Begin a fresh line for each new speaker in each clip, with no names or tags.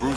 News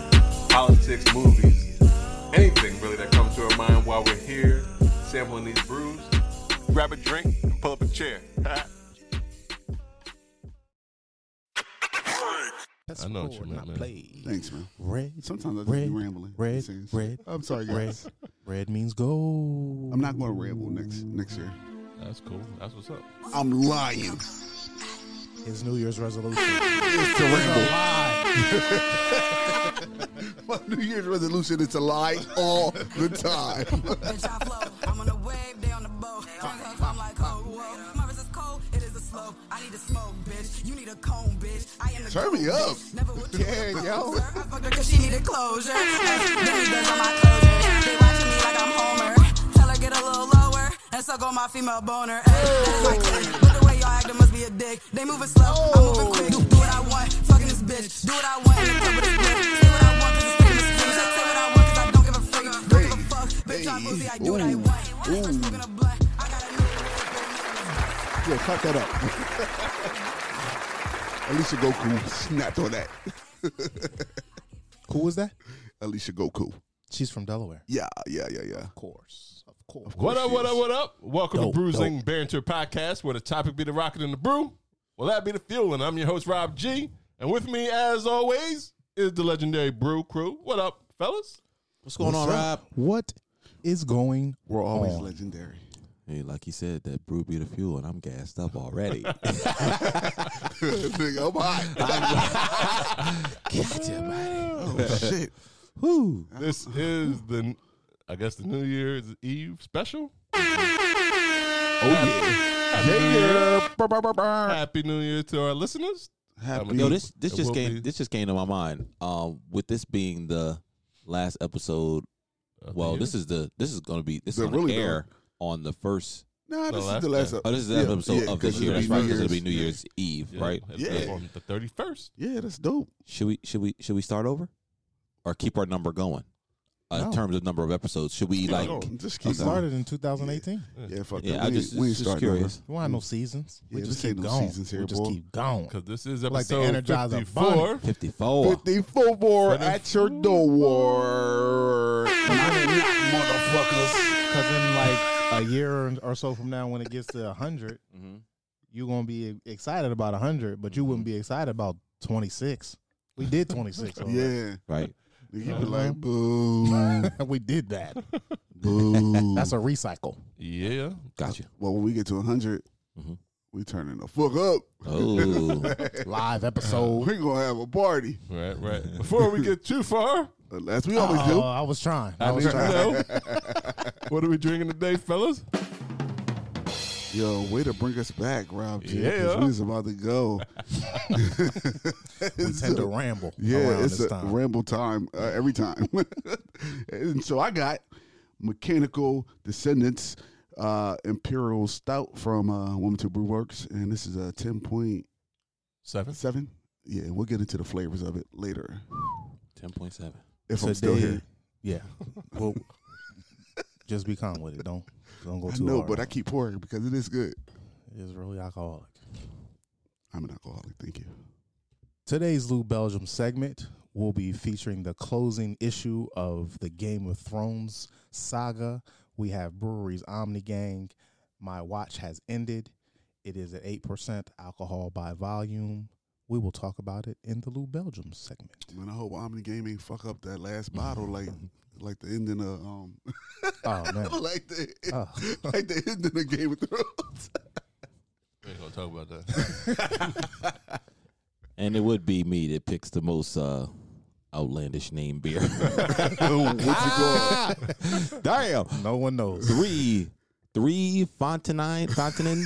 politics, movies, anything really that comes to our mind while we're here sampling these brews. Grab a drink and pull up a chair.
That's
I know what you meant, man.
Thanks, man.
Red,
Sometimes I just
red,
be rambling.
red,
Serious.
red,
I'm sorry,
red,
guys.
red means gold.
I'm not going to ramble next next year.
That's cool. That's what's up.
I'm lying.
His New Year's resolution.
It's a ramble. My New Year's resolution is to lie all the time.
Bitch, I flow. I'm on the wave, they on the boat. Turns up, I'm like, oh, whoa. My wrist is cold, it is a slope. I need a smoke, bitch. You need a comb, bitch. I am the
Turn me
goat,
up.
bitch. Never would you
Yeah,
propose
yo.
her. I fucked her cause she needed closure. Hey, Billy Bears on my closure. They watching me like I'm Homer. Tell her get a little lower and suck on my female boner. Hey, that's my clique. Look the way y'all acting must be a dick. They moving slow, I'm moving
Oh.
quick. Do what I want, fucking this bitch. Do what I want in the club with this bitch. Say what I want 'cause it's famous. Say what I want 'cause I don't give a freak. Don't give a fuck. Bitch, I'm boozy, I do what I want. When I start smoking a blunt, I gotta know
Yo, cut that up. Alicia Goku snapped on that.
Who was that?
Alicia Goku.
She's from Delaware.
Yeah, yeah, yeah, yeah.
Of course, of course.
What up, what up, what up? Welcome
Dope,
to Bruising Banter Podcast, where the topic be the rocket and the brew. Well, that be the fuel, and I'm your host, Rob G. And with me, as always, is the legendary Brew Crew. What up, fellas?
What's going on, Rob? What is going?
We're always
on?
legendary.
Hey, like you said, that brew be the fuel, and I'm gassed up already. God
Nigga, oh I'm hot.
damn it.
Oh, shit.
Whew.
This is the, I guess, the New Year's Eve special.
Oh, yeah.
Happy New Year to our listeners.
Happy.
Happy-
Yo, this this
It
just
will
came
be.
this just came to my mind. Um, with this being the last episode,
of the
well,
year.
this is the this is gonna be this is
The
gonna
really
air on the first.
Nah, this
last
is the last
time.
up.
Oh, this is the last
Yeah,
episode
yeah,
of
'cause
this
it'll
year. That's
be
right,
New
because it'll be
Year's.
New Year's Eve,
Yeah,
right?
it's
Yeah.
On the 31st.
Yeah, that's dope.
Should we should we should we start over, or keep our number going? Uh, In
No.
terms of number of episodes, should we
Keep it
like?
going.
Just keep
It
going.
started in 2018.
Yeah, fuck
Yeah,
that.
I
We
just
ain't- we ain't
just
starting
curious.
We don't have no seasons. We
Yeah,
just
this ain't
keep
no
going.
seasons here,
we just
boy.
keep going.
Because this is
Like the
episode
Energizer
54.
Fifty four.
54 more at your door. motherfuckers.
Because in like a year or so from now, when it gets to 100,
Mm-hmm.
you're gonna be e, excited about 100, but you wouldn't be excited about 26. We did 26. already.
Yeah.
Right.
You be like, boo,
we did that.
boo.
That's a recycle.
Yeah.
Gotcha.
well, when we get to 100,
Mm-hmm.
Mhm.
we turning the fuck up.
Oh.
Live episode.
We're going to have a party.
Right, right. Before we get too far,
As we always
Oh, I was trying. I
I
was
need to
trying.
know what are we drinking today, fellas?
do. Yo, way to bring us back, Rob. G, 'cause
Yeah.
We was about to go.
We tend to ramble
Yeah,
around
it's
this
a
time.
ramble time uh, every time. and so I got Mechanical Descendants uh, Imperial Stout from uh, Woman Two Brew Works, and this is a ten point
Seven.
seven. Yeah, we'll get into the flavors of it later
Ten point seven.
if I'm still
Today-
here.
Yeah. Well, just be calm with it. Don't don't go
I
too
know,
hard.
but I keep pouring because it is good.
it's really alcoholic.
I'm an alcoholic. Thank you.
Today's Lou Belgium segment will be featuring the closing issue of the Game of Thrones saga. We have breweries Omni Gang. My watch has ended. It is at eight percent alcohol by volume. We will talk about it in the Lou Belgium segment.
Man, I hope Omni Game ain't fuck up that last bottle like like the ending of um
Oh man.
like the
Oh.
like the ending of Game of Thrones.
We ain't gonna talk about that.
And it would be me that picks the most uh, outlandish name beer.
what you call?
Damn.
No one knows.
Three. Three Fontenine. Fontenin.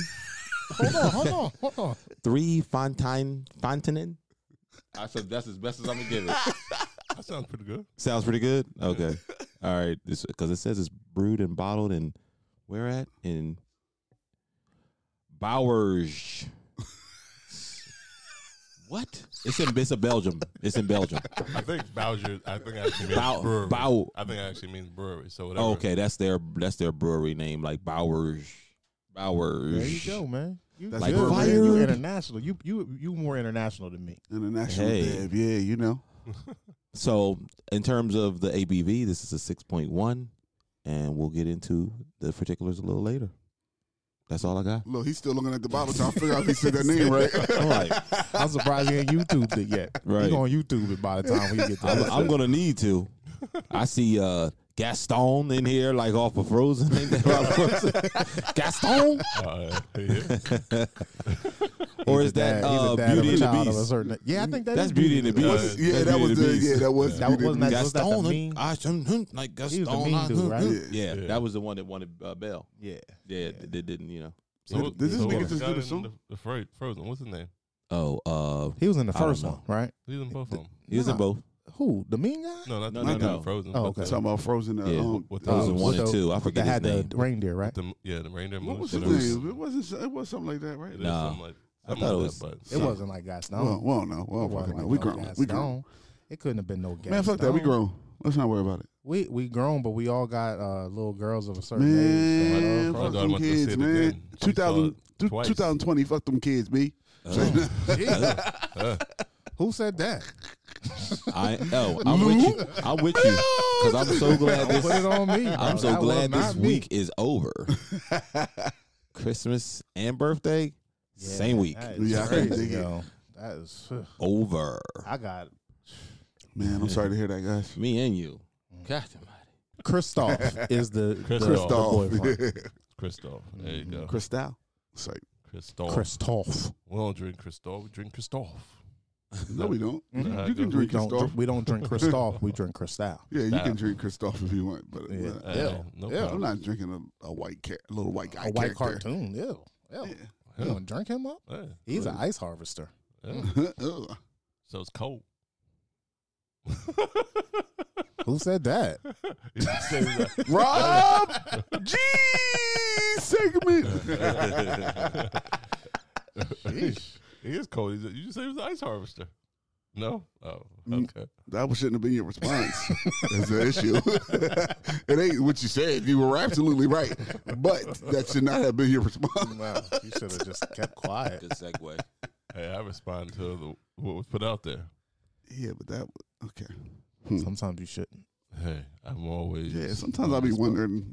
hold on, hold on, hold on.
Three Fontine. Fontenin. I said that's as best as I'm going to give it.
That sounds pretty good.
Sounds pretty good. Okay. All right. This because it says it's brewed and bottled in where at in Bowers. what? It's in it's in Belgium. It's in Belgium.
I think Bowser. I think actually means
Bow-
brewery.
Bow-
I think actually means brewery. So whatever.
Oh, okay, that's their that's their brewery name, like Bowers. Bowers.
There you go, man. You
That's
like
good,
man.
man.
You international. You you you more international than me.
International
Hey.
dev, yeah, you know.
So, in terms of the ABV, this is a 6.1, and we'll get into the particulars a little later. That's all I got.
Look, he's still looking at the bottle trying to figure out if he said that name right.
All right.
I'm surprised he ain't YouTubed it yet.
Right.
You gonna YouTube it by the time we get to
I'm,
that.
I'm gonna need to. I see uh, Gaston in here, like off of Frozen. Ain't that about Frozen? Gaston,
Uh, yeah.
or
He's
is
a dad-
that
he's a
uh,
dad of
Beauty
a
and the
child of a
Beast?
certain- yeah, I think that
That's
is
Beauty and the Beast.
yeah, that was the yeah, that was
That wasn't that- was that the
Gaston,
mean-
I, shouldn't- like
He
Gaston,
was the mean
I-
dude, right?
Yeah,
Yeah.
that was the one that wanted uh, Bell.
Yeah.
Yeah, That, that didn't, you know.
So what-
Does this
so
nigga
what's
just
the
do
guy
the
in
song?
the, the Fro- Frozen. What's his name?
Oh, uh,
He was in the
I don't
first
know.
one, right?
He's in both of them.
he was in
Nah.
both.
Who? The mean guy?
No, not,
No,
no,
no,
not
no.
Frozen.
Oh,
but
okay.
The,
talking about Frozen. Uh,
Yeah.
um,
with the,
Frozen
with
one
the-
and two. I
with
forget
Oh, that
his
had
name.
The reindeer, right?
the, yeah, the reindeer
what was
moose.
his
whatever.
name? It wasn't. It was something like that, right?
It is
Nah.
something like,
I
something
thought it
like
was-
That, but
it wasn't like Gaston.
Well, well, no, well,
It wasn't
fucking no.
like
We
no
grown. We grown.
Gaston. It couldn't have been no Gaston.
Man, fuck that. We grown. Let's not worry about it.
We we grown, but we all got uh, little girls of a certain age. so I
Man,
love
fuck
fuck
that. I
them
must have
kids,
said it
man.
again. We saw
2000,
it
two-
twice.
2020, fuck them kids, B.
Oh,
Who said that?
I, oh, I'm with you. I'm with you because I'm so glad
Don't
this.
put it on me.
I'm
bro.
so
That was
glad this
not me.
week is over. Christmas and birthday,
Yeah,
same week
That is
Yeah, I can
crazy,
dig it.
yo. That is.
over.
I got
Man, I'm sorry to hear that, guys.
Me and you.
Mm.
God almighty.
Christoph is the
Christoph.
Christoph boyfriend.
Christoph. There you go.
Cristal. It's like,
Christoph.
Christoph.
We don't drink Christoph. We drink Christoph.
no, we don't. You-
Nah,
You
dude,
can
we
We
drink
don't.
Christoph.
drink- we don't drink Christoph. we drink Cristal.
Yeah, you
Nah.
can drink Christoph if you want, but
Yeah.
but-
Uh,
Yeah.
No
Yeah,
I'm
problem.
not drinking a, a white cat, a little white guy.
A white
character.
cartoon. Ew. Ew. You gonna drink him up?
Yeah,
He's an ice harvester.
yeah.
Ugh.
So it's cold.
Who said that?
He just said that.
Rob G segment.
he is cold. He's a, you just say he was an ice harvester. No? Oh,
Mm.
okay.
That shouldn't have been your response. That's the issue. it ain't what you said. You were absolutely right, but that should not have been your response.
Wow, you should have just kept quiet.
Good segue.
Hey, I respond to the, what was put out there.
Yeah, but that was- okay.
Sometimes you shouldn't.
Hey, I'm always.
Yeah, sometimes I'll be wondering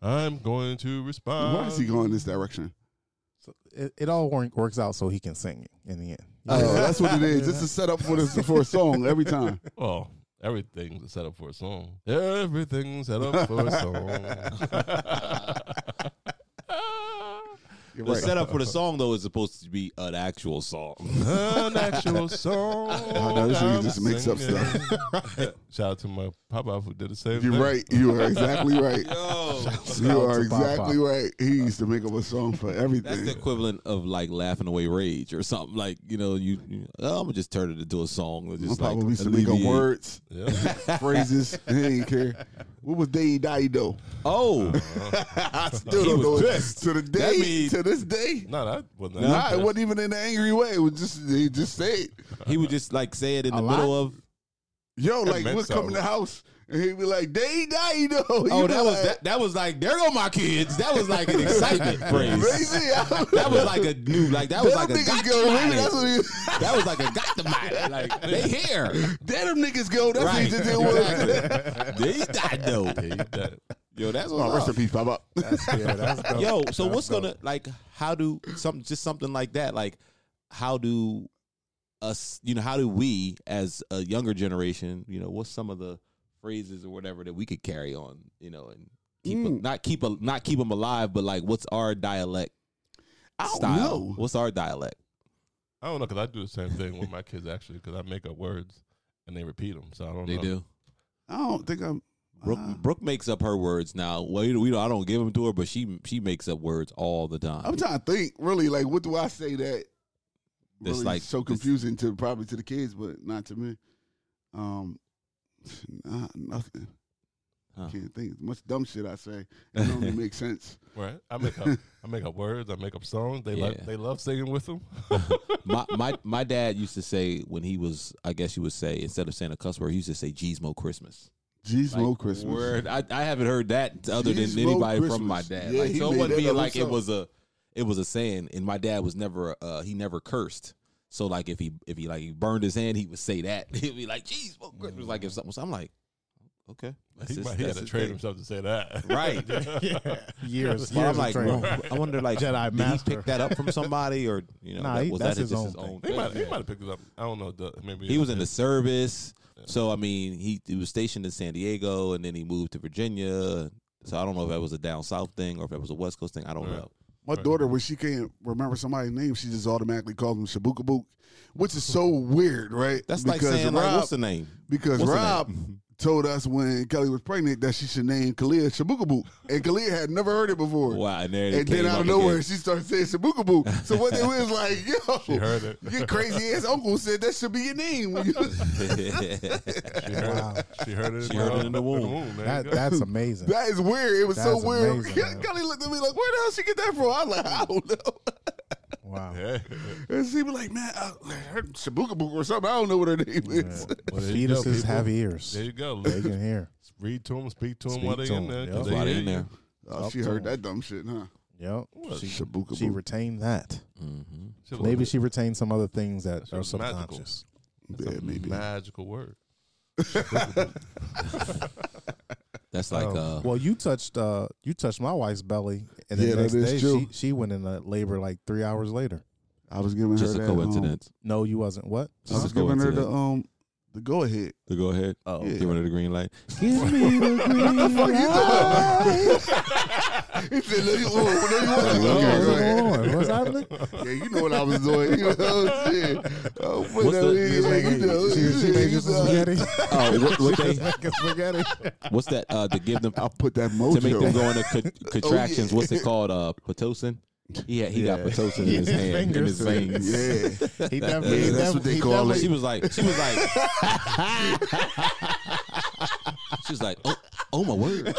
I'm going to respond.
why is he going this direction.
So it, it all work, works out so he can sing it in the end.
Oh, that's what it is. It's a setup for this for a song every time.
Well, everything's set up for a song. Everything's set up for a song.
You're
The
right.
setup for the song though is supposed to be an actual song.
An actual song.
I know, this nigga just makes up
stuff. Shout out to my papa who did the same
You're
thing.
right. You are exactly right.
Yo,
You
Shout out
are
to Pop
exactly
Pop.
right. He used to make up a song for
that's the
everything.
equivalent of like laughing away rage or something. Like you know, you, you oh, I'm gonna just turn it into a song. and
My
Just like
papa used to make up
alleviate-
words,
Yeah.
phrases. He didn't care. What was Dei Dai Do?
Oh,
I still don't know
was
it.
pissed.
To the
That
day,
mean-
to this day.
No, that wasn't that.
Nah, it wasn't even in an angry way. It was just he just said,
he would just like say it in
A
the
lot?
middle of.
"Yo, like
meant
we'll come
something.
in the house." And he'd be like, "Dei Dai Do."
Oh, that was that, that was like there go my kids. That was like an excitement phrase.
Crazy. that
That was like a new like that was like a
niggas
got
go. Maybe that's
the
what he.
money. That was like a got the money. Like they here.
Damn them niggas go. That's what
Right.
he just did. Was.
Exactly. They died though.
That-
Yo, that's
Oh,
what's
rest
up.
in peace, Papa.
Yeah, that's dope.
Yo, so what's gonna like? How do something just something like that? Like, how do us? You know, how do we as a younger generation? You know, what's some of the phrases or whatever that we could carry on? You know, and keep a,
Mm.
not keep a not keep them alive, but like, what's our dialect
I don't
style?
know.
What's our dialect?
I don't know because I do the same thing with my kids actually because I make up words and they repeat them. So I don't.
They
know.
do.
I don't think I'm. uh,
Brooke, Brooke makes up her words now. Well, you know, we don't, I don't give them to her, but she she makes up words all the time.
I'm trying to think. Really, like, what do I say that?
That's
really
like-
so
that's-
confusing to probably to the kids, but not to me. Um, Nah, nothing.
Huh.
Can't think. Much dumb shit I say. It don't even make sense.
Right. I make up I make up words, I make up songs. They like
Yeah.
they love singing with them.
my, my my dad used to say when he was, I guess you would say, instead of saying a cuss word, he used to say Gizmo Christmas.
G's
Like,
Mo Christmas.
Word. I, I haven't heard that other
Jeez,
than
Mo
anybody
Christmas.
from my dad.
Yeah,
like,
he
so it
made
wasn't
that
being
up
like it
himself.
was a it was a saying, and my dad was never uh he never cursed. So like if he if he like he burned his hand, he would say that. He'd be like, "Jeez, Mo Christmas!" Like if something, was- I'm like, okay, that's
he
his-
might, he
that's
had to
his
train
thing.
himself to say that.
right?
years.
But I'm
years
like,
of training.
well, I wonder, like,
Jedi
did
master.
he pick that up from somebody, or you know,
Nah,
that,
he-
was
that's
that
his
just
own
his
thing.
own
He
thing?
might he might have picked it up. I don't know. the- Maybe
He was in the service, so I mean, he, he was stationed in San Diego, and then he moved to Virginia. So I don't know if that was a down south thing or if that was a West Coast thing. I don't
Right.
know.
My daughter, when she can't remember somebody's name, she just automatically calls them Shabuka Book, which is so weird, right?
That's like saying, like, what's the name?
because
what's her
Rob told us when Kelly was pregnant that she should name Khalil Shabuka Book, and Khalil had never heard it before.
Wow, and there it
And then
came
out
up
of nowhere,
again.
she started saying Shabuka Book. So what they was like, yo,
She heard it.
your crazy ass uncle said that should be your name. when you-
She heard, it. she heard it.
She heard it in the womb.
there you
That,
go.
that's amazing.
that is weird. It was so
That's
weird.
amazing, man.
Kelly looked at me like, where the hell she get that from? I was like, I don't know.
Wow.
Yeah.
And she was like, man, I heard Shabuka Book or something. I don't know what her name is.
Well, there you go,
Fetuses
people.
have ears.
There you go.
They can hear.
Read to them, speak to them
Speak
while they
to
in
'em.
there.
Yep.
'cause
That's
they
why they
hear
in there.
you.
Oh, she heard that dumb shit, huh?
Yep. She,
Shabuka
she
Book.
retained that.
She was
Maybe
like,
she retained some other things that
She
are
was magical.
subconscious.
Yeah, maybe.
magical word.
That's like, uh,
Well, you touched uh, you touched my wife's belly, and the
Yeah, that
next
is
day
true.
she she went into labor like three hours later.
I was giving
just a
her that, um,
coincidence.
No, you wasn't. What?
I
Just
was
a
giving her the
coincidence.
um the go ahead.
To go ahead.
Oh,
Yeah.
Giving her the green light. Give me the green
He said, "No, you won't. No, you won't."
Well,
All
you're
right.
Come on, what's happening?
Yeah, you know what I was doing. You know what I'm saying? Oh, but
What's
that
the-
is like, you know,
She, she
yeah,
made
you
you some
know.
spaghetti.
Oh, what, what they,
Making spaghetti.
what's that? Uh, to give them
I'll put that
to make them
mojo.
go into co- contractions. What's it called? Uh, pitocin. Yeah, he got pitocin in his
Yeah,
hand, in
fingers.
his veins.
Yeah,
He definitely. he
yeah, that's what
definitely-
they
he
call
definitely-
She
it.
was like, she was like, she was like, oh, oh my word,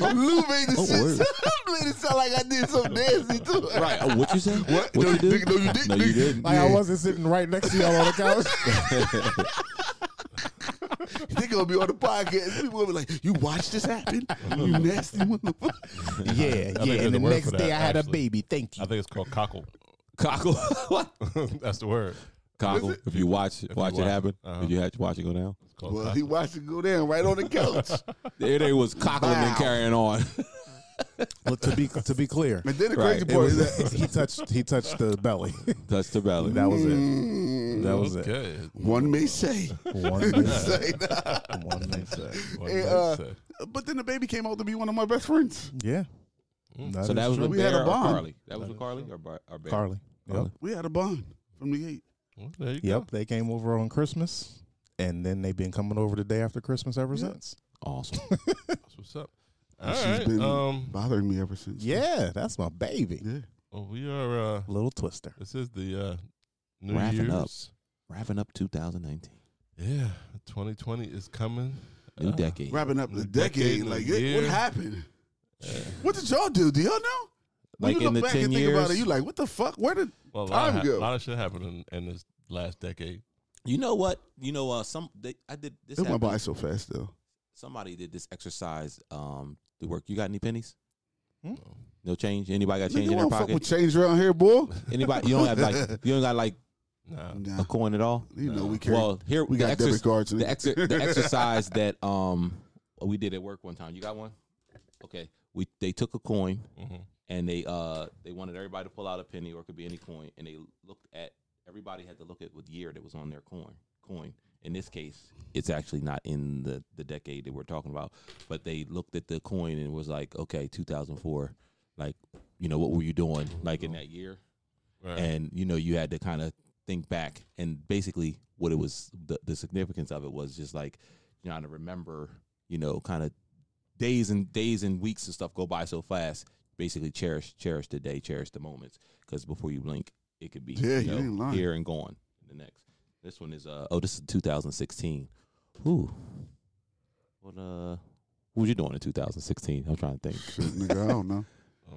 Lou made the
Oh, word.
shit. Lou made it sound like I did something nasty too.
right? Oh, what you say? What?
No,
you
you
did?
didn't. No, you didn't.
No, you didn't.
Like I wasn't sitting right next to y'all on the couch.
They gonna be on the podcast. People gonna be like, "You watched this happen? You nasty motherfucker."
yeah,
there's a word for that, actually.
baby. Thank
I think it's called cockle.
Cockle. what?
that's the word.
Cockle. If you watch,
you
watch it
watch.
happen.
Uh-huh.
If you had to watch it go down,
It's called
Well,
cockle.
he watched it go down right on the couch.
there they was cockling and
Wow.
carrying on.
Well, to be to be clear,
And then the
Right.
crazy
it
part
was,
is that
he touched he touched the belly.
That's the belly.
That was it. That was it.
okay.
Mm, one may say,
One minute.
say that.
One minute.
What
Hey,
did that
uh,
say?
but then the baby came out to be one of my best friends.
Yeah. Mm.
So that was
true.
with
We had a
Bear or
bond.
Carly. That was with Carly or Bar- or Bear?
Carly. Yep.
Carly.
We had a bond from the eight.
Well, there you
Yep. They came over on Christmas, and then they've been coming over the day after Christmas ever since.
Awesome.
go. That's what's up.
And
All
she's
right.
been
Um,
bothering me ever since.
Yeah, that's my baby.
yeah.
well, we are. Uh,
Little twister.
this is the uh, New
Wrapping up.
Year's.
Wrapping up 2019,
Yeah, 2020 is coming.
new
Uh,
decade.
Wrapping up the
Decade
decade,
of
like
the
it- what
year.
happened? What did y'all do? Do y'all know? When
Like
you look
in the
back
10
and think about it,
years-
you like, what the fuck? Where did
Well, a lot,
time
of, ha- a
go?
lot of shit happened in, in this last decade.
You know what? You know, uh, some they, I did this.
it went
happened.
by so fast though.
Somebody did this exercise. Um, to work. You got any pennies?
Hmm?
No change. Anybody got
Nigga,
change
you
in their
don't fuck with
pocket?
change around here, boy.
Anybody? You don't have like you don't got like
Nah.
a
Nah,
coin at all.
you know we carry.
Well, here
we
the
got
exer-
debit cards.
The,
nigga.
exer- the exercise that um we did at work one time. You got one? Okay. We they took a coin
Mhm.
and they uh they wanted everybody to pull out a penny or it could be any coin and they looked at everybody had to look at what year that was on their coin coin in this case it's actually not in the the decade that we're talking about but they looked at the coin and was like okay 2004 like you know what were you doing like in that year
Right.
and you know you had to kind of think back and basically what it was the, the significance of it was just like you know to remember you know kind of days and days and weeks and stuff go by so fast basically cherish cherish the day cherish the moments because before you blink it could be
Yeah,
you
you ain't
know,
lying.
here and gone the next this one is uh oh this is 2016 Ooh, What uh, what was you doing in 2016? I'm trying to think.
Shit, nigga, I don't know.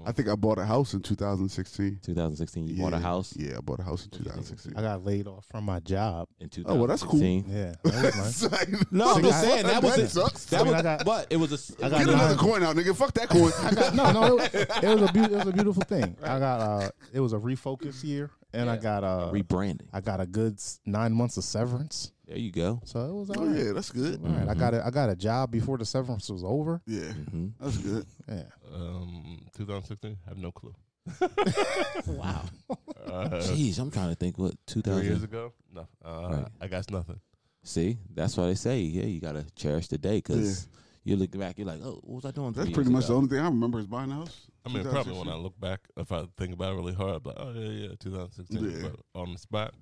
I think I bought a house in 2016.
2016, Oh. you bought a
Yeah,
house
Yeah, I bought a house in 2016.
I got laid off from my job.
in 2016.
Oh, well, that's cool.
Yeah, that was nice.
No, I'm just saying that was
that
it.
sucks.
That
I mean,
was,
I got-
but it was a. s-
I got
Get
nine-
another coin out, nigga. Fuck that coin.
I got no, no. It, it was a beau- it was a beautiful thing. I got uh, it was a refocus year, and I got uh,
rebranding.
I got a good s- nine months of severance,
There you go.
so it was all
oh
right.
yeah, that's good.
All right, I got a, I got a job before the severance was over.
Yeah,
Mhm.
that's good.
Yeah,
Um, 2016. I have no clue.
Wow.
Uh,
Jeez, I'm trying to think what
three years
2000.
ago, no. Uh,
Right.
I got nothing.
See, that's why they say, yeah, you gotta cherish the day because you look back, you're like, oh, what was I doing?
That's
three
pretty
years
much the
ago?
only thing I remember is buying a house.
I mean, probably when I
2016.
look back, if I think about it really hard, but oh yeah, yeah, 2016.
Yeah.
But on the spot,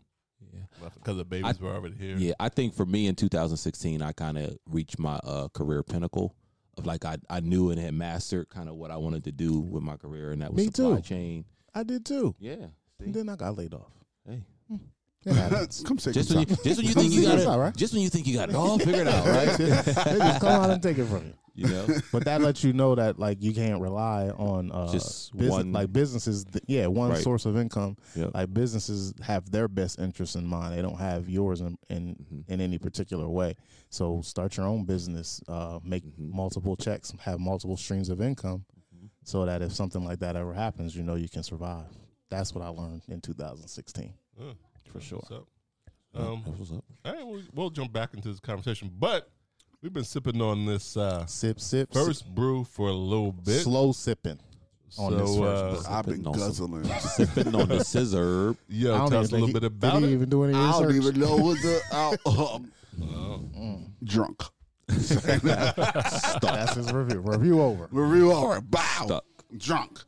Yeah.
because the babies were already here.
Yeah, I think for me in 2016, I kind of reached my uh, career pinnacle of like I, I knew and had mastered kind of what I wanted to do with my career, and that was
Me
supply
too.
chain.
I did too.
Yeah. See?
And then I got laid off.
Hey.
It happened.
Come say
Just when you just when you think you got
It's all
it,
right.
just when you think you got it all figured out, right?
they just come out and take it from you.
you know,
But that lets you know that like you can't rely on uh,
Just
busi-
one-
like businesses. th- yeah, one
Right.
source of income.
Yep.
Like businesses have their best interests in mind. They don't have yours in in,
Mm-hmm.
in any particular way. So start your own business. Uh, make
Mm-hmm.
multiple checks. Have multiple streams of income, so that if something like that ever happens, you know you can survive. That's what I learned in 2016.
Uh,
For sure.
So, um,
That's what's up.
all right, we'll, we'll jump back into this conversation, but we've been sipping on this uh,
Sip, sip.
first brew for a little
sip,
bit.
slow sipping. on
so,
this first
uh,
brew.
I've been
Sipping on some-
guzzling.
sipping on the scissor.
yo,
I don't
tell us a little
even think he-
bit about
did
it.
he even do any
I
research?
don't even know what's up. out. um,
Oh.
Drunk.
That's his review. Review over.
We're real over. Bow. Drunk.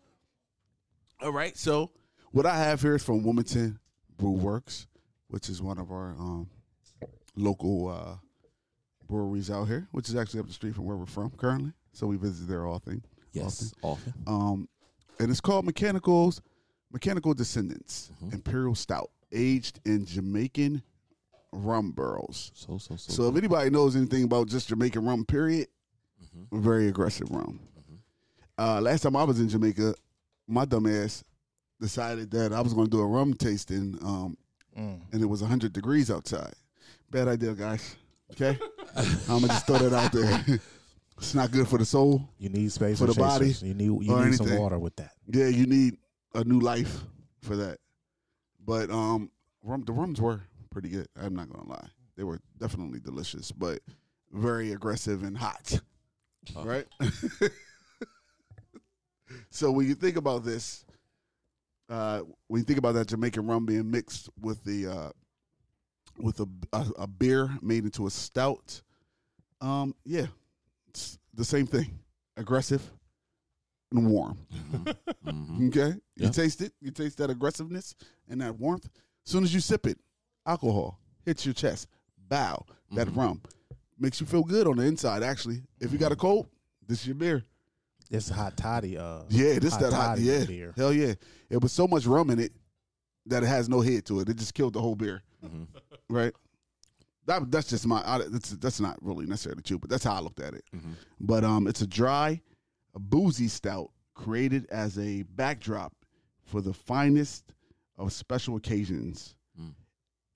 All right. So what I have here is from Wilmington Brew Works, which is one of our um, local uh, breweries out here, which is actually up the street from where we're from currently. So we visit there often.
Yes, often.
Um, and it's called Mechanicals, Mechanical Descendants Imperial Stout, aged in Jamaican rum barrels.
So so so.
So if anybody knows anything about just Jamaican rum, period, very aggressive rum. Uh, last time I was in Jamaica, my dumbass decided that I was going to do a rum tasting, um, and it was 100 degrees outside. Bad idea, guys. Okay, I'm gonna just throw that out there. it's not good for the soul.
You need space
For
for
the
the
body
You need you
or
need some
anything.
water with that.
Yeah, you need a new life for that. But um, rum, the rums were pretty good. I'm not gonna lie, they were definitely delicious, but very aggressive and hot, right? so when you think about this, uh, when you think about that Jamaican rum being mixed with the uh, with a, a a beer made into a stout, um, yeah, it's the same thing, aggressive and warm. Okay. You
Yeah.
taste it. You taste that aggressiveness and that warmth. As soon as you sip it, alcohol hits your chest. Bow. That rum makes you feel good on the inside, actually. If you got a cold, this is your beer.
It's hot toddy. Uh,
Yeah, this that hot.
toddy
Yeah.
beer.
Hell yeah. It was so much rum in it that it has no head to it. It just killed the whole beer. Right? That, that's just my I, that's that's not really necessarily true, but that's how I looked at it. But um, it's a dry, boozy stout created as a backdrop for the finest of special occasions,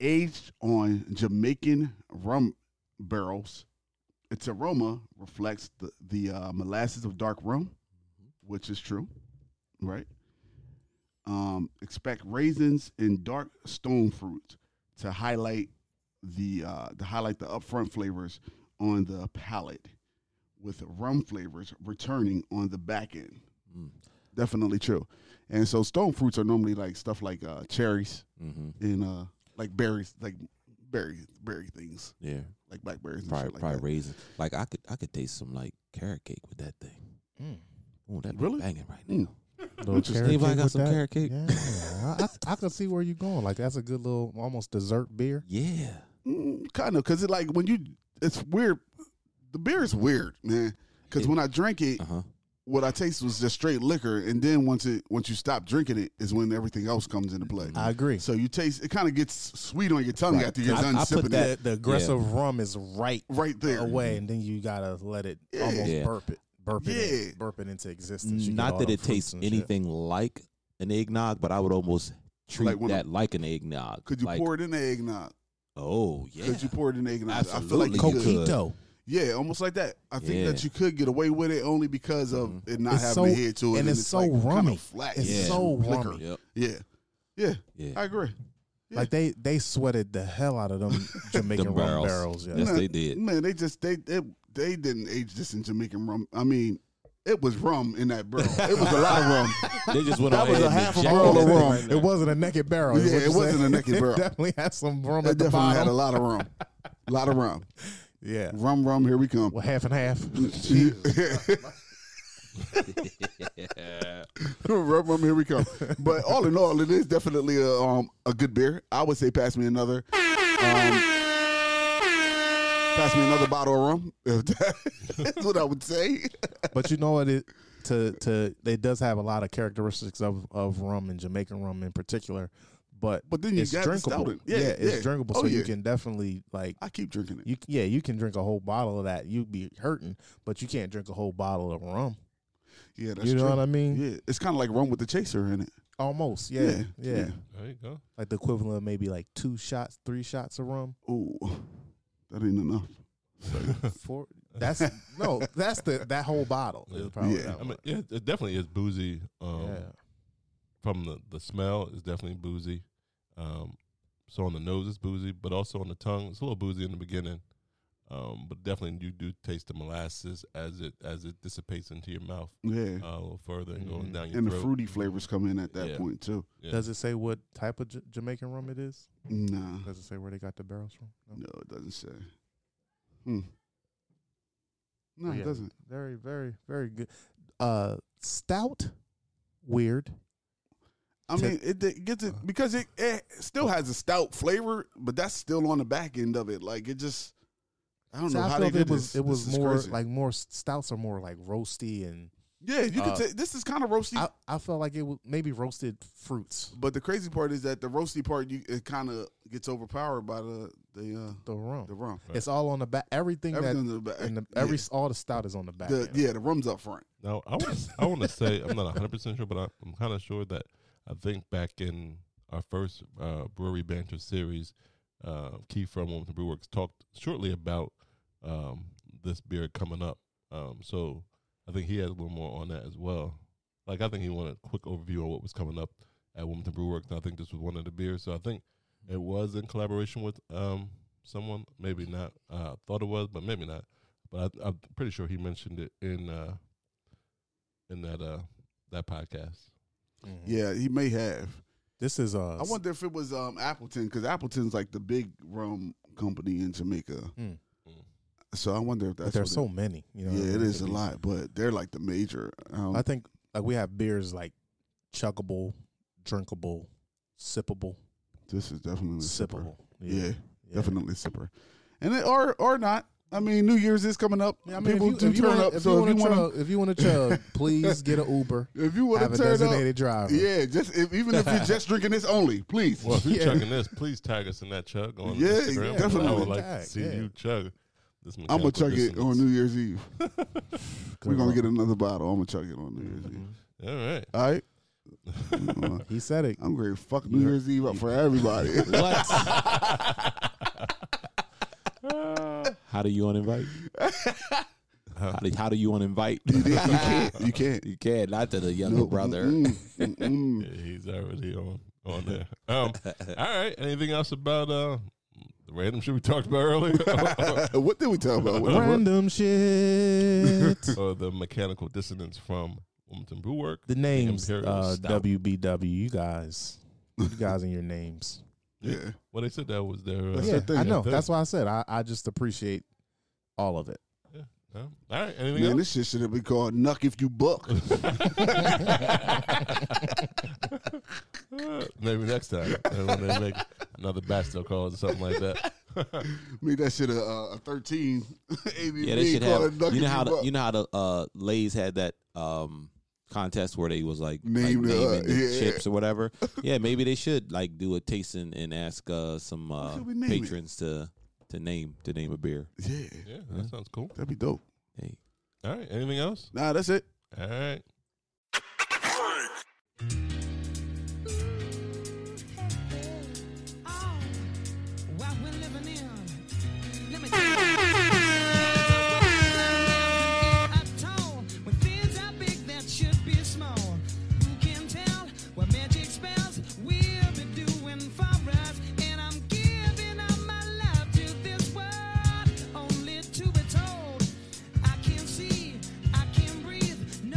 aged on Jamaican rum barrels. Its aroma reflects the the uh, molasses of dark rum, which is true, right? Um, expect raisins and dark stone fruit to highlight the uh, to highlight the upfront flavors on the palate, with rum flavors returning on the back end.
Hmm.
Definitely true. And so stone fruits are normally like stuff like uh, cherries
Mm-hmm.
and uh, like berries, like berry berry things,
Yeah.
like blackberries and
Probably
shit like
probably
that.
raisin. Like I could I could taste some like carrot cake with that thing. Oh, that
Mm. Really?
really banging right now.
Mm.
Little carrot
Anybody
cake
got
with
some
that?
carrot cake?
Yeah, I, I, I can see where you're going. Like that's a good little almost dessert beer.
Yeah.
Mm, kind of, because it
Uh-huh.
like when you, it's weird. The beer is weird, man. Because when I drink it,
Uh huh.
what I tasted was just straight liquor, and then once it once you stop drinking it, is when everything else comes into play.
I agree.
So you taste it kind of gets sweet on your tongue after you're
I-
done
I put
sipping
that-
it.
the, uh, the aggressive rum is right
Right there.
away, and then you gotta let it almost
Yeah.
burp it, burp it, in-
Yeah.
burp it into existence. You get all
Not that
the
it
fruits
tastes
and shit.
anything like an eggnog, but I would almost treat
Like one of-
that like an eggnog.
Could you
Like,
pour it in the eggnog?
Oh yeah.
Could you pour it in the eggnog? I feel like
Absolutely.
you could.
Coquito.
Coquito.
Yeah, almost like that. I think
Yeah.
that you could get away with it only because of it
Mm-hmm.
not
It's
having
so-
a head to it,
and it's so
like, kinda
rummy.
flat.
It's
Yeah.
so
Liquor.
rummy.
Yep.
Yeah, yeah,
Yeah.
I agree.
Like they they sweated the hell out of them Jamaican
Them
rum
barrels.
barrels. yeah.
Yes, they did.
Man, they just they they, they didn't age this in Jamaican rum. I mean, it was rum in that barrel. It was a lot of rum.
They just went
That
on
was
ahead
a
and
half a
injected
roll of
it.
rum.
It wasn't a naked barrel. is
Yeah,
what
it
you're
wasn't
saying.
a naked barrel.
it definitely had some rum
It
at the
definitely had a
bottom.
lot of rum. A lot of rum.
Yeah.
Rum, rum. Here we come.
Well, half and half.
rum, rum. Here we come. But all in all, it is definitely a um a good beer. I would say pass me another. Um, pass me another bottle of rum. That's what I would say.
but you know what it to to it does have a lot of characteristics of of rum and Jamaican rum in particular. But
But then you
it's
got the stout
drinkable.
in- yeah,
it's
yeah.
drinkable,
Oh,
so
yeah.
you can definitely like
I keep drinking it.
you. Yeah, you can drink a whole bottle of that. You'd be hurting, but you can't drink a whole bottle of rum.
Yeah, that's
You know
true.
what I mean?
Yeah, it's kind of like rum with the chaser in it.
Almost. Yeah,
Yeah,
yeah,
yeah.
There you go.
Like the equivalent of maybe like two shots, three shots of rum.
Ooh, that ain't enough.
Four. That's no. That's the that whole bottle. Is probably
Yeah.
that
I mean,
one.
yeah, it definitely is boozy. Um,
yeah.
From the, the smell, it's definitely boozy. Um, so on the nose, it's boozy, but also on the tongue, it's a little boozy in the beginning. Um, but definitely, you do taste the molasses as it as it dissipates into your mouth
Yeah,
uh, a little further and going
Mhm.
down your
Mm-hmm. and the
throat.
fruity flavors come in at that
Yeah.
point too.
Yeah.
Does it say what type of J- Jamaican rum it is?
Nah,
Does it say where they got the barrels from? No.
no, it doesn't say. Hmm.
Oh,
No,
But yeah,
it doesn't.
Very, very, very good. Uh, stout, weird.
I
Ta-
mean, it, it gets
Uh-huh.
it because it, it still has a stout flavor, but that's still on the back end of it. Like it just, I don't
So
know how
felt
they did
it was
this.
it was
This is
more
crazy.
like more s- stouts are more like roasty and
yeah, you
uh,
can say this is kind of roasty.
I, I felt like it was maybe roasted fruits.
but the crazy part is that the roasty part, you it kind of gets overpowered by the the uh,
The rum.
the rum.
It's all on the back. Everything,
Everything
that
on the back,
in the,
yeah.
every s all the stout is on the back.
The,
end.
yeah, the rum's up front.
Now, I want to I want to say I'm not 100 percent sure, but I, I'm kind of sure that I think back in our first uh, brewery banter series, uh, Keith from Wilmington Brew Works talked shortly about um, this beer coming up. Um, so I think he has a little more on that as well. Like I think he wanted a quick overview on what was coming up at Wilmington Brew Works. And I think this was one of the beers. So I think it was in collaboration with um, someone. Maybe not. Uh, I thought it was, but maybe not. But I, I'm pretty sure he mentioned it in. Uh, in that uh that podcast.
Mhm.
Yeah, he may have.
This is uh,
I wonder if it was um, Appleton because Appleton's like the big rum company in Jamaica.
Mm.
So I wonder if that's
but there's
what
so many. You know,
it, yeah, it
there
is a
could be-
lot, but they're like the major. Um,
I think like we have beers like chuggable, drinkable, sippable,
this is definitely a sipper.
sippable.
Yeah, definitely a sipper, and it, or or not. I mean, New Year's is coming up.
Yeah, I mean,
People
if you,
do
if you
turn
wanna,
up.
If
so
you
if you
want to,
want
chug, if you want to chug, please get an Uber.
to, if you want
have a
to turn
designated
up,
driver.
yeah, just if, even if you're just drinking this only, please.
Well, if you're
Yeah.
chugging this, please tag us in that chug on
Yeah,
Instagram.
yeah,
I
definitely.
would like
Tag,
to see
yeah.
you chug. This
I'm
mechanical
gonna chug it
dissonance.
on New Year's Eve. We're gonna
luck. Mm-hmm.
get another bottle. I'm gonna chug it on New Year's Eve.
All right.
All right.
He said it.
I'm gonna fuck New Year's Eve up for everybody.
What? how do you uninvite? How do, how do you uninvite?
you can't. You can't.
you can't. Not to the younger brother.
Mm, mm, mm.
Yeah, he's already on on there. Um, all right. Anything else about uh the random shit we talked about earlier,
what did we talk about? What- what-
Random shit.
or the mechanical dissonance from Wilmington Brew Work?
The names
Imperial
uh,
Stout.
WBW. You guys, you guys and your names.
yeah.
Well, they said that was their. Uh,
That's
yeah,
their thing.
I know.
That's
That's why I said I, I just appreciate all of it.
yeah. All right. Anything
Man,
else?
this shit should have been called Nuck If You Buck.
Maybe next time uh, when they make another Bastille calls or something like that.
Make that shit a, a a thirteen. ABV,
Yeah, they should
call
have.
it Lucky
You know how the,
Buck.
you know how the uh, Lay's had that um, contest where they was like,
Name
like
the-
naming the
yeah.
chips or whatever. yeah, maybe they should like do a tasting and ask uh, some uh,
should we name it?
patrons to to name to name a beer.
yeah,
Yeah, that sounds cool.
that'd be dope.
Hey,
All right. Anything else?
Nah, that's it.
All right.
I can't see, I can't breathe, no.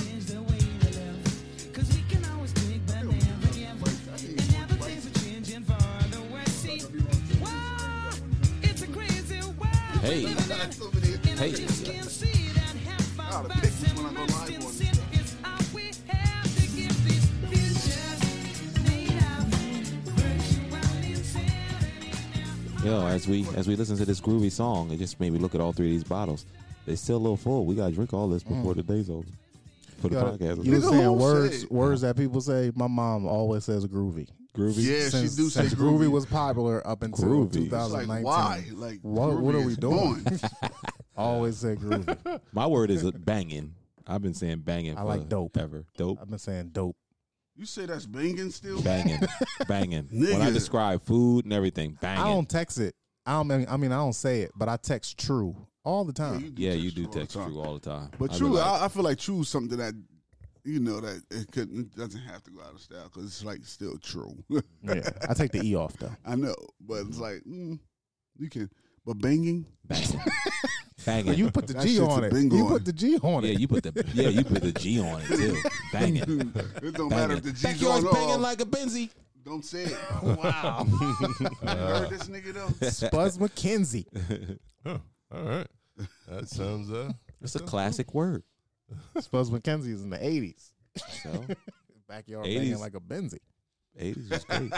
Change the way we live. 'Cause we can always take, but never give. And now the things are changing for the worse. See, whoa, it's a crazy world we
Hey.
live in. And I
Hey.
just can't see that half
Ah,
our
the
bodies
pictures when I go
immersed
live
in
on
sin is all we have to give. These futures made of virtual insanity now.
yo, as we as we listen to this groovy song, it just made me look at all three of these bottles. They still a little full. We gotta drink all
Mm.
this before the day's over for the
Yo,
podcast.
You were
Nigga,
saying
who
words
said-
words that people say. My mom always says groovy.
groovy.
Yeah,
Since,
she do say
since
groovy.
was popular up until
Groovy. It's like,
2019.
Like why? Like
What- what
groovy
are we
is
doing?
born.
Always say groovy.
My word is banging. I've been saying banging.
I like dope.
Ever dope.
I've been saying dope.
you say that's banging still?
banging, banging. When I
Nigga.
describe food and everything,
I
banging.
don't text it. I don't. mean- I mean, I don't say it, but I text true all the
Yeah,
time.
Yeah, you do
all the
text
time.
true all the time.
But
I
true,
be like,
I, I feel like true is something that you know that it couldn't it doesn't have to go out of style because it's like still true.
Yeah, I take the e off though.
I know, but
Mm-hmm.
it's like mm, you can. But banging,
banging, banging.
But you put the
That
G
shit's
on
a
it.
bingo
You
on
put
it.
the G on
yeah,
it.
you put the yeah, you put the G on it too. Banging.
it don't matter
banging.
if the G's on
Backyard's
or
banging
off.
like a Benzie.
don't say it. Wow, you heard this nigga though.
Buzz McKenzie.
Huh. All right. That sounds uh.
It's a classic word.
Buzz McKenzie is in the eighties.
So
Backyard
80s.
banging like a Benzie.
eighties was great.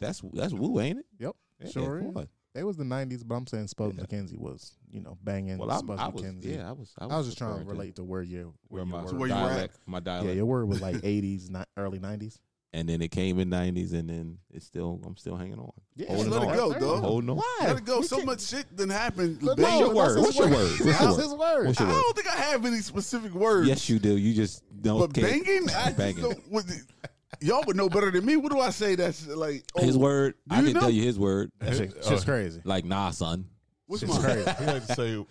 that's that's woo, ain't it?
Yep.
Yeah,
sure.
come on.
is. They was the nineties, but I'm saying Spuzz McKenzie was, you know, banging.
Well, I'm,
Spuzz
I was
McKenzie.
yeah, I was. I was,
I was just trying to
referring
relate to where you
where my
were.
So where you were at?
dialect, my
yeah,
dialect,
your word was like eighties, not early nineties.
and then it came in nineties, and then it's still I'm still hanging on.
Yeah,
Just
holding
let
on.
it go, dog.
Holding on.
Let it go. So much shit done happened.
But
Bang.
no, that's
your word?
his
What's your word? What's your
That's
word?
his word.
What's
I
your word?
don't think I have any specific words.
Yes, you do. You just don't.
but
care.
banging, I just
Banging.
don't. What, y'all would know better than me. What do I say? That's like oh,
His word. I
you
can
know?
tell you his word.
That shit, shit's crazy.
Like nah, son.
What's
Shit's
my
crazy.
He likes to say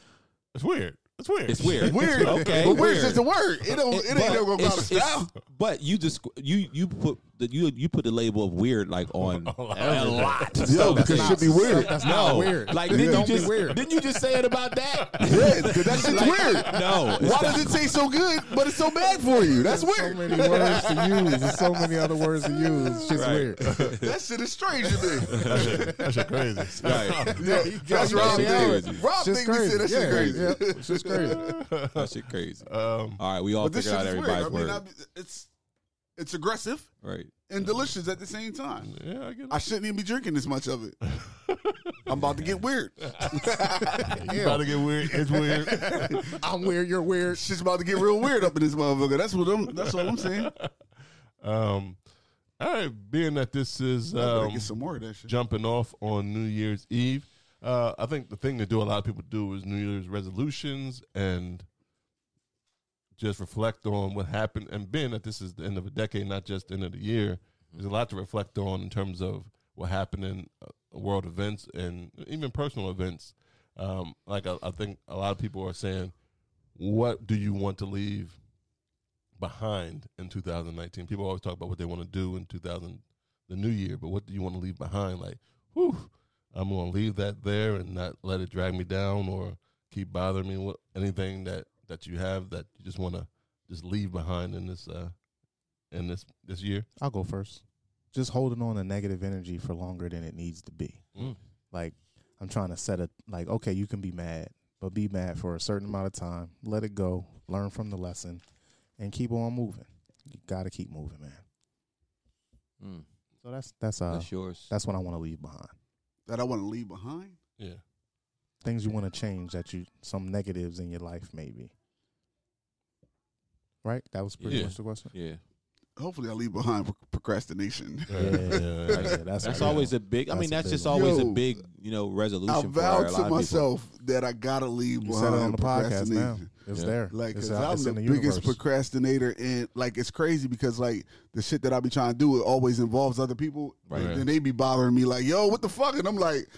it's weird. It's weird.
It's weird.
weird?
Okay,
but
weird.
weird's just a word. It don't. It, ain't
but
never gonna go out of
it's- it's-
style.
But you just you you put the, you you put the label of weird like on a lot.
Yo,
Stuff.
because it should be weird.
That's
no
not weird.
Like didn't
Don't
you
be
just
weird.
didn't you just say it about that?
Yeah, because that shit's weird.
No. it's
Why
not.
does it taste so good, but it's so bad for you? That's
so
weird.
many words to use. There's so many other words to use. It's just weird.
That shit is strange to me.
That shit, that shit crazy.
Right.
Yeah, that's
you
Rob
crazy.
Davis. Rob
Shit's
thinks he said that shit crazy.
Yeah, yeah, shit's crazy.
That shit crazy.
Um,
All right, we all
But this
figured
shit
out
is weird. I
everybody's
mean,
word.
I, it's it's aggressive
Right.
and delicious at the same time.
yeah, I get it.
I shouldn't even be drinking this much of it. I'm about to get weird.
It's about to get weird. It's weird.
I'm weird. You're weird.
Shit's about to get real weird up in this motherfucker. That's what I'm. That's all I'm saying.
um, all right. Being that this is
I'm gonna
um,
get some more of that shit.
jumping off on New Year's Eve. Uh, I think the thing to do a lot of people do is New Year's resolutions and just reflect on what happened. And being that this is the end of a decade, not just the end of the year, there's a lot to reflect on in terms of what happened in uh, world events and even personal events. Um, like I, I think a lot of people are saying, what do you want to leave behind in 2019? People always talk about what they want to do in 2000, the new year, but what do you want to leave behind? Like, whew, I'm going to leave that there and not let it drag me down or keep bothering me. What anything that that you have that you just want to just leave behind in this uh in this this year?
I'll go first. Just holding on to negative energy for longer than it needs to be.
Mm.
Like I'm trying to set a like, okay, you can be mad, but be mad for a certain amount of time. Let it go. Learn from the lesson, and keep on moving. You gotta keep moving, man.
Mm.
So that's that's uh
That's yours.
that's what I want to leave behind.
that I want to leave behind.
Yeah.
Things you want to change that you some negatives in your life maybe. Right? That was pretty
Yeah.
much the question.
yeah.
Hopefully, I leave behind pro- procrastination.
Yeah.
Yeah, that's,
That's
yeah.
always a big. I
That's
mean,
a
that's
big
just
one.
always a
Yo.
big, you know, resolution.
I
for a lot
vowed
of
to
people.
myself that I gotta leave
You said
behind
it on the podcast now.
procrastination.
It's
Yeah.
there.
Like,
it's,
cause
out-
I'm
it's
the,
in
biggest
universe.
procrastinator, and like, it's crazy because like the shit that I be trying to do, it always involves other people,
Right.
and then they be bothering me like, "Yo, what the fuck?" And I'm like,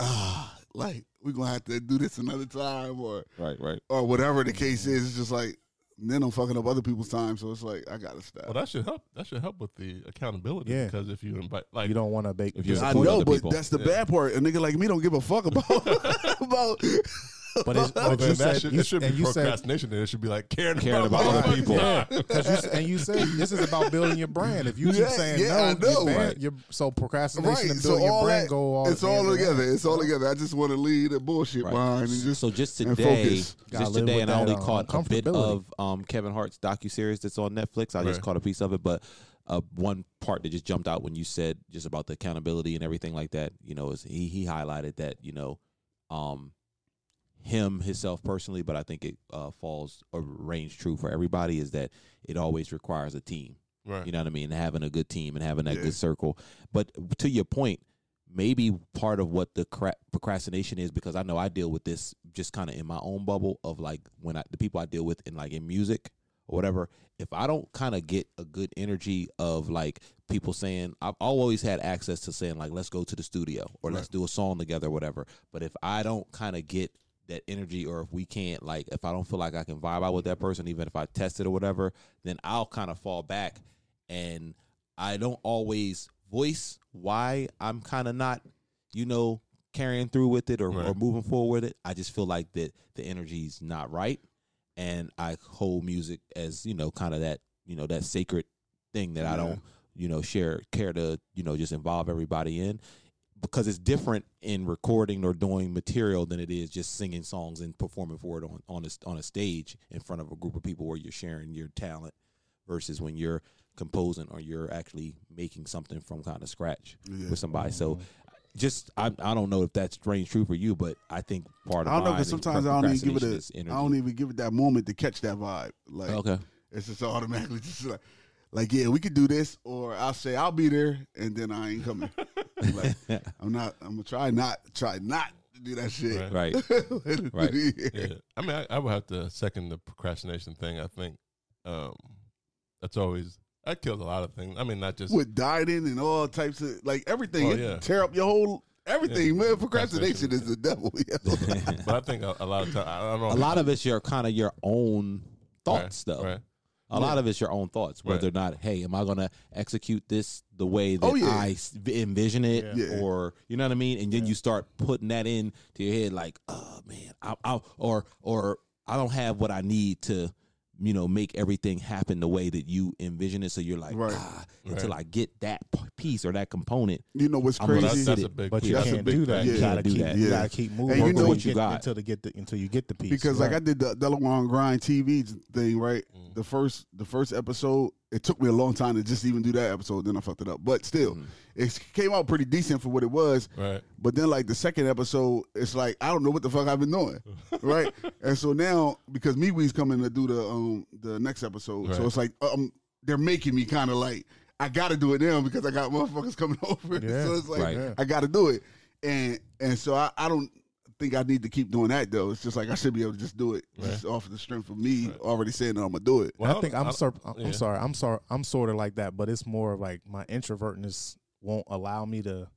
ah, like we gonna have to do this another time, or
Right, right.
or whatever the case is. It's just like then I'm fucking up other people's time, so it's like I gotta stop.
Well, that should help. That should help with the accountability.
Yeah.
Because if you invite, like,
you don't want to make
If you're
I
Support
know,
other
but
people.
that's the bad part. A nigga like me don't give a fuck about about.
but, it's, but
then
you
that
said
should,
you,
it should
and
be
you said
procrastination. Then it should be like caring,
Caring
about,
about
other
other
people.
people.
Cause you, s- and you said this is about building your brand. If you keep
Yeah,
saying
yeah,
no,
I know.
your brand,
Right.
your, so procrastination
right,
and
so
building your
all
brand
that
go all
it's all
hand in hand.
together. It's all together. I just want to leave the bullshit
Right.
behind and just
so just
and
today,
focus.
Gotta
just
live
today,
with
and I only
that, uh,
caught a bit
uncomfortability.
of um, Kevin Hart's docu series that's on Netflix. I just
Right.
caught a piece of it, but uh, one part that just jumped out when you said just about the accountability and everything like that. You know, is he he highlighted that you know, um, him himself personally, but I think it uh, falls or reigns true for everybody is that it always requires a team.
Right.
You know what I mean? Having a good team and having that
Yeah.
good circle. But to your point, maybe part of what the cra- procrastination is because I know I deal with this just kind of in my own bubble of like when I, the people I deal with in like in music or whatever. If I don't kind of get a good energy of like people saying, I've always had access to saying like, let's go to the studio or let's do a song together or whatever. But if I don't kind of get that energy or if we can't like if I don't feel like I can vibe out with that person even if I test it or whatever then I'll kind of fall back and I don't always voice why I'm kind of not, you know, carrying through with it or, or
Right.
moving forward with it. I just feel like that the energy's not right, and I hold music as you know, kind of that you know that sacred thing that I don't you know share care to you know just involve everybody in because it's different in recording or doing material than it is just singing songs and performing for it on on a, on a stage in front of a group of people where you're sharing your talent versus when you're composing or you're actually making something from kind of scratch with somebody. So just I I don't know if that's strange true for you, but I think part of
I don't know
mine
because
is
sometimes I don't even give it
procrastination
a.
is energy.
I don't even give it that moment to catch that vibe. Like
okay.
it's just automatically just like, like yeah, we could do this, or I'll say I'll be there, and then I ain't coming. like, I'm not. I'm gonna try not try not to do that shit.
Right. Right.
yeah. I mean, I, I would have to second the procrastination thing. I think um, that's always that kills a lot of things. I mean, not just
With dieting and all types of like everything,
Oh,
it
yeah.
tear up your whole everything.
Yeah.
Man, procrastination is the devil. yo.
but I think a, a lot of time I don't know
a lot of it's your kind of your own
Right,
thoughts though.
Right.
A lot of it's your own thoughts,
Right.
whether or not, hey, am I going to execute this the way that
Oh, yeah.
I s- envision it,
Yeah. Yeah.
or you know what I mean? And then you start putting that in to your head, like, oh man, I, I, or or I don't have what I need to, you know, make everything happen the way that you envision it. So you're like,
Right.
ah, until I get that p- piece or that component,
You know what's
I'm gonna
That's,
crazy?
that's a big.
But you
that's a
can't
big
do that.
thing.
Yeah.
You gotta
Can't do
keep.
that.
You
Yeah.
gotta keep moving.
you
until
know-
What you got.
until to get the until you get the piece.
because like I
Right.
did the Delaware Grind TV thing, right? The first the first episode, it took me a long time to just even do that episode. Then I fucked it up, but still, it came out pretty decent for what it was.
Right.
But then like the second episode, it's like I don't know what the fuck I've been doing, right? and so now because MeWe's coming to do the um the next episode,
Right.
so it's like um they're making me kind of like I got to do it now because I got motherfuckers coming over,
Yeah.
so it's like
Right.
I got to do it, and and so I, I don't think I need to keep doing that though. It's just like I should be able to just do it just off of the strength of me already saying that I'm gonna do it.
Well,
I
don't-
think I'm
don't-
sorry. I'm
yeah.
I'm sorry. I'm sorry. I'm sort of like that, but it's more of like my introvertness won't allow me to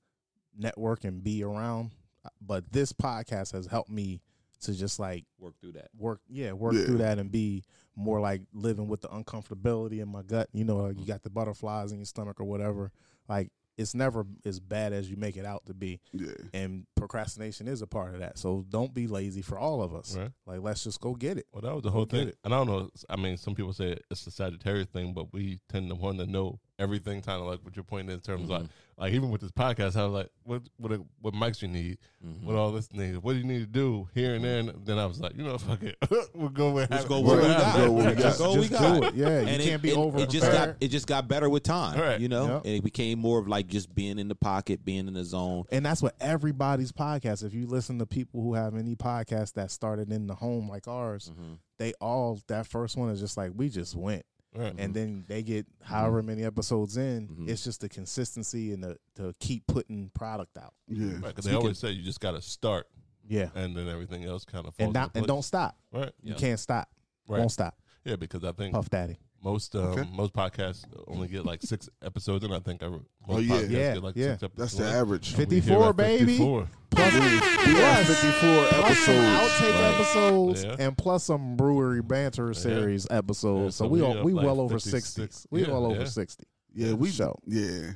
network and be around. But this podcast has helped me to just like
work through that.
work, yeah, work
Yeah.
through that and be more like living with the uncomfortability in my gut. You know, like you got the butterflies in your stomach or whatever. Like it's never as bad as you make it out to be.
Yeah,
And procrastination is a part of that. So don't be lazy for all of us.
Right.
Like let's just go get it.
Well, that was the whole
get
thing.
it.
And I don't know. I mean, some people say it's the Sagittarius thing, but we tend to want to know everything kind of like what your point is in terms
Mm-hmm.
of like, like even with this podcast, I was like, what what what
Mm-hmm.
mics you need, what all this needs, what do you need to do here and there. And then I was like, you know, fuck it, we'll go with
Just go where we
Right.
got.
Go where we
Just
got.
go where we
Just
got.
do it. Yeah, you
And
can't
it,
be
it, It just got
over-prepared.
it just got better with time.
Right.
You know,
Yep.
and it became more of like just being in the pocket, being in the zone.
and that's what everybody's podcast. If you listen to people who have any podcast that started in the home like ours,
Mm-hmm.
they all that first one is just like we just went,
Right.
and then they get
Mm-hmm.
however many episodes in. It's just the consistency and the to keep putting product out.
Yeah.
Right, 'cause they always say you just got to start,
Yeah,
and then everything else kind of falls
and not
into
and don't
place.
stop.
right,
You can't stop.
Right.
Won't stop.
yeah, because I think
Puff Daddy.
most um, most podcasts only get like six episodes, and I think I most
Oh, yeah.
podcasts
Yeah,
get like
yeah.
six episodes.
That's the average.
We
Fifty
here
four,
at
baby.
54.
We are 54
Plus some
episodes.
outtake
Right.
episodes
Yeah.
and plus some brewery banter series episodes.
Yeah,
so,
so
we
we
all,
up
we
like
well over
56.
sixty. We
Yeah,
well over
yeah.
sixty.
Yeah, we
So.
Yeah,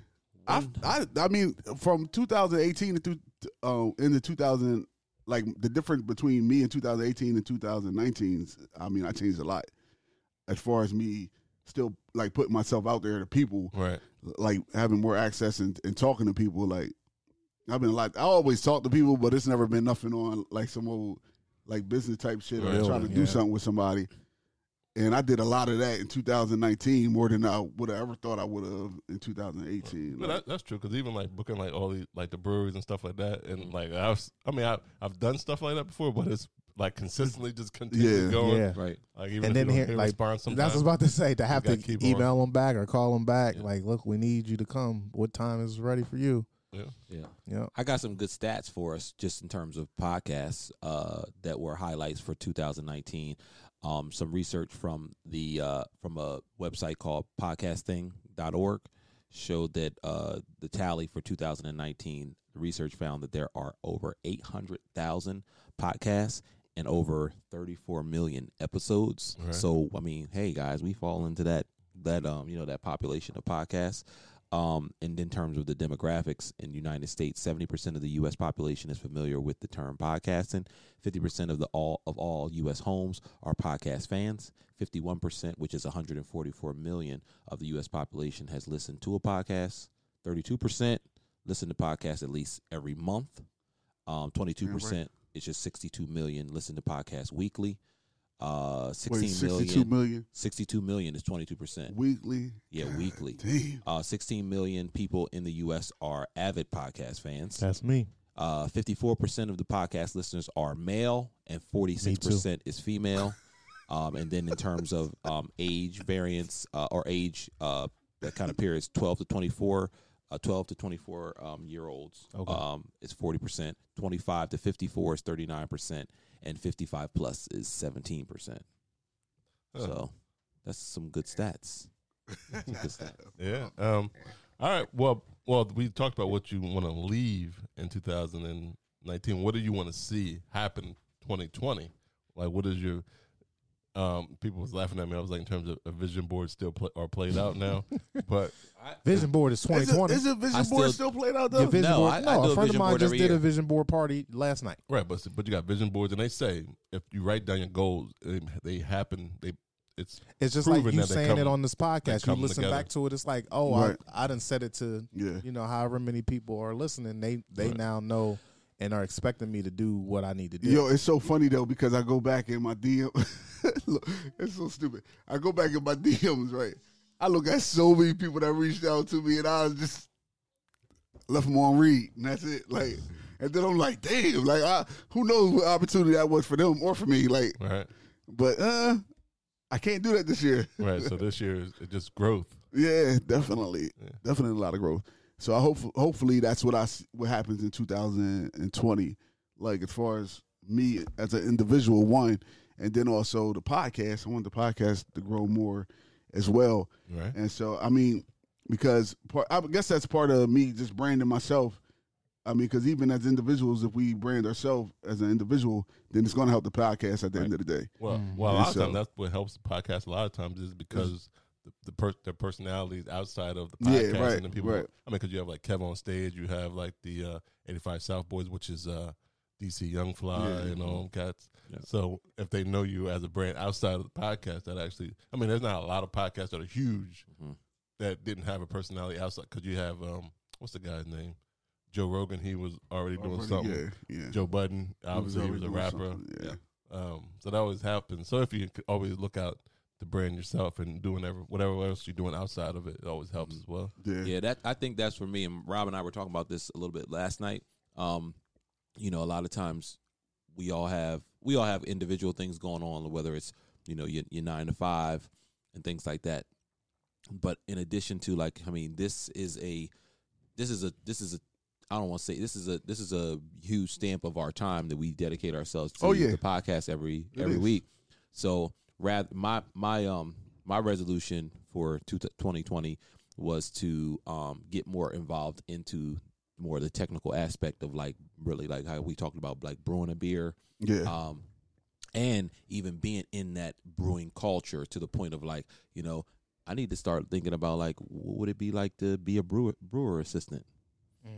I, I I mean, from 2018 to th- uh, into 2000, like the difference between me and 2018 and 2019. 's, I mean, I changed a lot as far as me still like putting myself out there to people,
Right.
like having more access and, and talking to people. Like I've been like I always talk to people, but it's never been nothing on like some old like business type shit or
Right.
trying to do
Yeah.
something with somebody. And I did a lot of that in 2019 more than I would have ever thought I would have in 2018.
But
Like,
that, that's true because even like booking like all these like the breweries and stuff like that, and like I've s- I mean I I've done stuff like that before, but it's like consistently just continues
Yeah.
going.
Yeah.
Right.
Like even
And
if you
then
don't
here,
get a
like,
response
that's what I
sometimes.
was about to say. To have to
gotta keep on.
email them back or call them back.
Yeah.
Like, look, we need you to come. What time is ready for you?
yeah.
Yeah.
Yeah.
I got some good stats for us just in terms of podcasts uh, that were highlights for 2019. Um, some research from the uh, from a website called podcasting.org showed that uh, the tally for 2019 the research found that there are over 800,000 podcasts and over 34 million episodes.
Right.
So I mean, hey guys, we fall into that that um you know that population of podcasts. Um, and in terms of the demographics in the United States, seventy percent of the U.S. population is familiar with the term podcasting. Fifty percent of the all of all U.S. homes are podcast fans. Fifty-one percent, which is one hundred and forty-four million of the U.S. population, has listened to a podcast. Thirty-two percent listen to podcasts at least every month. Um, twenty-two percent, it's just sixty-two million listen to podcasts weekly. Uh,
wait,
16 million
62 million
62 million is 22%.
weekly.
Yeah, weekly.
Damn.
Uh, 16 million people in the U.S. are avid podcast fans.
That's me.
Uh, 54% of the podcast listeners are male, and 46% is female. Um, and then in terms of um, age variance uh, or age, uh, that kind of periods, 12 to 24, uh, 12 to 24 um, year olds um, is 40%, 25 to 54 is 39%, and 55 plus is 17%.
Huh.
So that's some good stats. Some good stats.
Yeah. Um, all right. Well, well, we talked about what you want to leave in 2019. What do you want to see happen 2020? Like, what is your? Um, people was laughing at me. I was like, in terms of a vision board, still play, are played out now. but
Vision board is twenty
Is it,
twenty.
is it Vision
I
Board
still-
still played out
Your
though?
vision
No,
board.
I- I
no,
do
a
a
friend of
vision
mine
board
just
every
did a
year.
vision board party last night.
right, but but you got vision boards, and they say if you write down your goals, they, they happen. They it's
It's just
proven
like you
that they
saying
come-
it on this
they
podcast. You
come
listen
together.
back to it. It's like, oh,
Right.
I, I done said it to
Yeah.
you know however many people are listening. They they now know and are expecting me to do what I need to do.
Yo, it's so funny though because I go back in my DM. look, it's so stupid. I go back in my DMs, right? I look at so many people that reached out to me, and I just left them on read, and that's it. Like, and then I'm like, damn, like, I, who knows what opportunity that was for them or for me? Like,
right,
but uh, I can't do that this year.
right. So this year is it's just growth.
Yeah, definitely, definitely a lot of growth. So I hope, hopefully, that's what I s- what happens in 2020. Like as far as me as an individual, one, and then also the podcast. I want the podcast to grow more as well.
Right.
And so I mean, because part, I guess that's part of me just branding myself. I mean, because even as individuals, if we brand ourselves as an individual, then it's going to help the podcast at the end of the day.
Well, well, a
And
lot of
so-
times that's what helps the podcast. A lot of times is because the, the per, their personalities outside of the
Yeah,
podcast
right,
and the people.
right.
I mean, because you have like Kev on stage, you have like the uh, 85 South Boys, which is uh, DC Young Fly
Yeah.
and all them cats. So if they know you as a brand outside of the podcast, that actually, I mean, there's not a lot of podcasts that are huge that didn't have a personality outside. Because you have um, what's the guy's name? Joe Rogan. He was already doing something.
Yeah, yeah.
Joe Budden. Obviously, he was,
already
a
doing
rapper.
something, yeah.
Um, so that always happens. So if you could always look out to brand yourself and doing whatever, whatever else you're doing outside of it, it always helps as well.
Yeah.
Yeah, that I think that's for me. And Rob and I were talking about this a little bit last night. Um, you know, a lot of times we all have we all have individual things going on, whether it's you know your, your nine to five and things like that. But in addition to like, I mean, this is a this is a this is a I don't want to say this is a this is a huge stamp of our time that we dedicate ourselves to
Oh, yeah.
the podcast every
It
every
is.
week. So rather my my um my resolution for two- 2020 was to um get more involved into more of the technical aspect of like really like how we talked about like brewing a beer
Yeah.
um, and even being in that brewing culture to the point of like, you know, I need to start thinking about like, what would it be like to be a brewer, brewer assistant?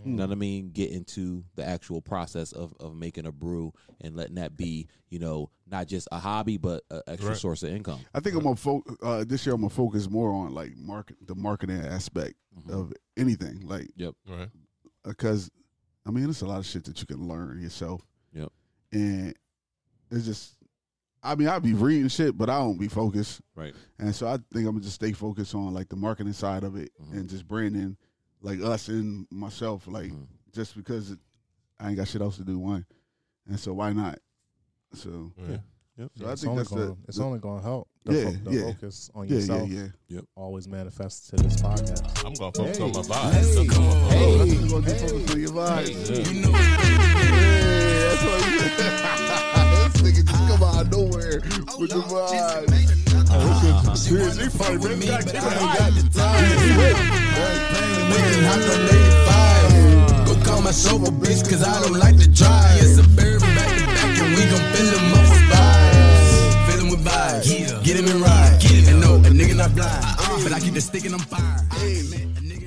You know what I mean? Get into the actual process of, of making a brew and letting that be, you know, not just a hobby, but an extra
Right.
source of income.
I think I'm gonna fo- uh, this year. I'm gonna focus more on like market the marketing aspect
Mm-hmm.
of anything, like
Right.
because I mean, it's a lot of shit that you can learn yourself.
Yep.
And it's just, I mean, I'll be reading shit, but I don't be focused.
Right.
And so I think I'm gonna just stay focused on like the marketing side of it
Mhm.
and just branding, like us and myself, like
Mhm.
just because it, I ain't got shit else to do. One, and so why not? So
Right.
Yeah.
so I
it's
think
only
that's
gonna,
the,
it's
the-
only going to help. The, fo-
Yeah,
the
yeah.
focus on
yeah, yeah,
yourself
yeah.
always manifests to this podcast.
I'm gonna focus
Hey.
on my vibe. Hey.
That's what we're gonna do, focus on your vibes.
Yeah.
That's what I'm saying. This nigga just come out of nowhere
Oh,
with the vibes. Seriously, he probably been back to got the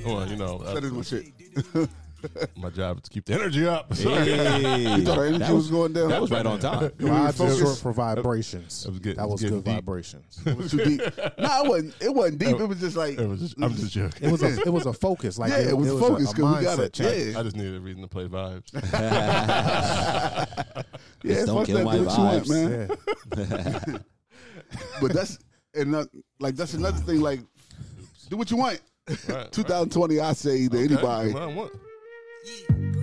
Well, you know,
That is
uh,
my shit.
my job is to keep the energy up. So
You thought our
that,
energy was
was,
going down?
that was right on time.
You
Vibes
were
is short
focused.
for vibrations.
That was good-
That was
getting
good
deep.
vibrations.
It was too deep. Nah, it wasn't. It wasn't deep. It was just like
it was just, I'm just joking.
It was a, it was a focus. Like
yeah, it was focused
a, a
because we got
mindset
it.
check.
Yeah,
I just needed a reason to play vibes.
yeah.
Just don't
fuck
kill
that.
my
Do what you want,
vibes.
man.
Yeah.
But that's and that- like that's another thing. Like, do what you want.
Right,
2020, I say to
right.
anybody,
Well, I want-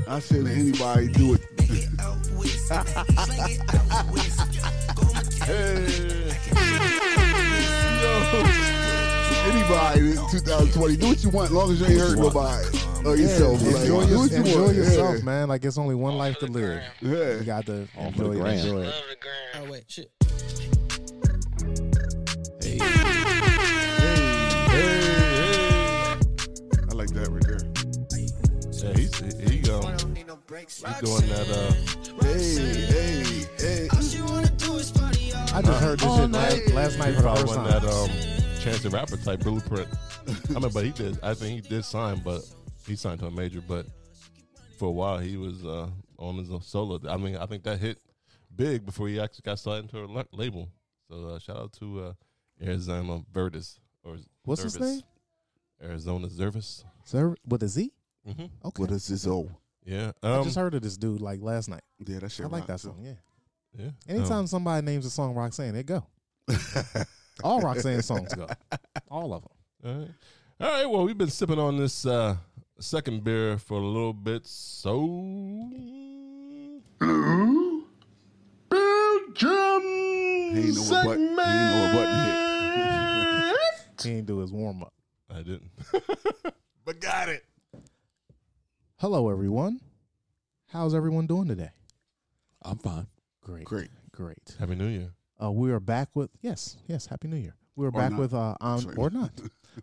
I say to anybody, do it. Anybody in 2020, do what you want, long as you ain't hurt nobody or yourself.
Yeah,
like,
enjoy
do
your-
what you
enjoy
want.
yourself, man. Like it's only one life to
the
live.
Yeah.
You
yeah.
got to
for
enjoy
the
it.
gram.
Enjoy it.
Love the grind.
Oh, wait, shit.
I like that right there.
Yeah, he's, he, he, um, he's doing that. uh,
Hey, hey, hey.
I just heard this shit last, last
Uh,
night
he
for the
probably
first
won
time.
that um, Chance the Rapper type blueprint. I mean, but he did. I think he did sign, but he signed to a major. But for a while, he was uh, on his own solo. I mean, I think that hit big before he actually got signed to a la- label. So uh, shout out to uh, Arizona Vertis or
What's his
Zervis.
name?
Arizona Zervis.
Sir, with a Z?
Mm-hmm.
Okay.
What is this old?
Yeah,
I
um,
just heard of this dude like last night.
Yeah, that shit.
I like
rock,
that
too.
song. Yeah.
yeah.
Anytime
um,
somebody names a song Roxanne, it go. All Roxanne songs go. All of them.
All right. All right. Well, we've been sipping on this uh, second beer for a little bit. So.
He ain't know what button. He ain't know what button hit.
He didn't do his warm up.
I didn't.
But got it.
Hello, everyone. How's everyone doing today?
I'm fine.
Great.
Great.
Great.
Happy New Year.
Uh, we are back with yes, yes. Happy New Year. We are back
not.
with uh, Om-
Sorry.
or not.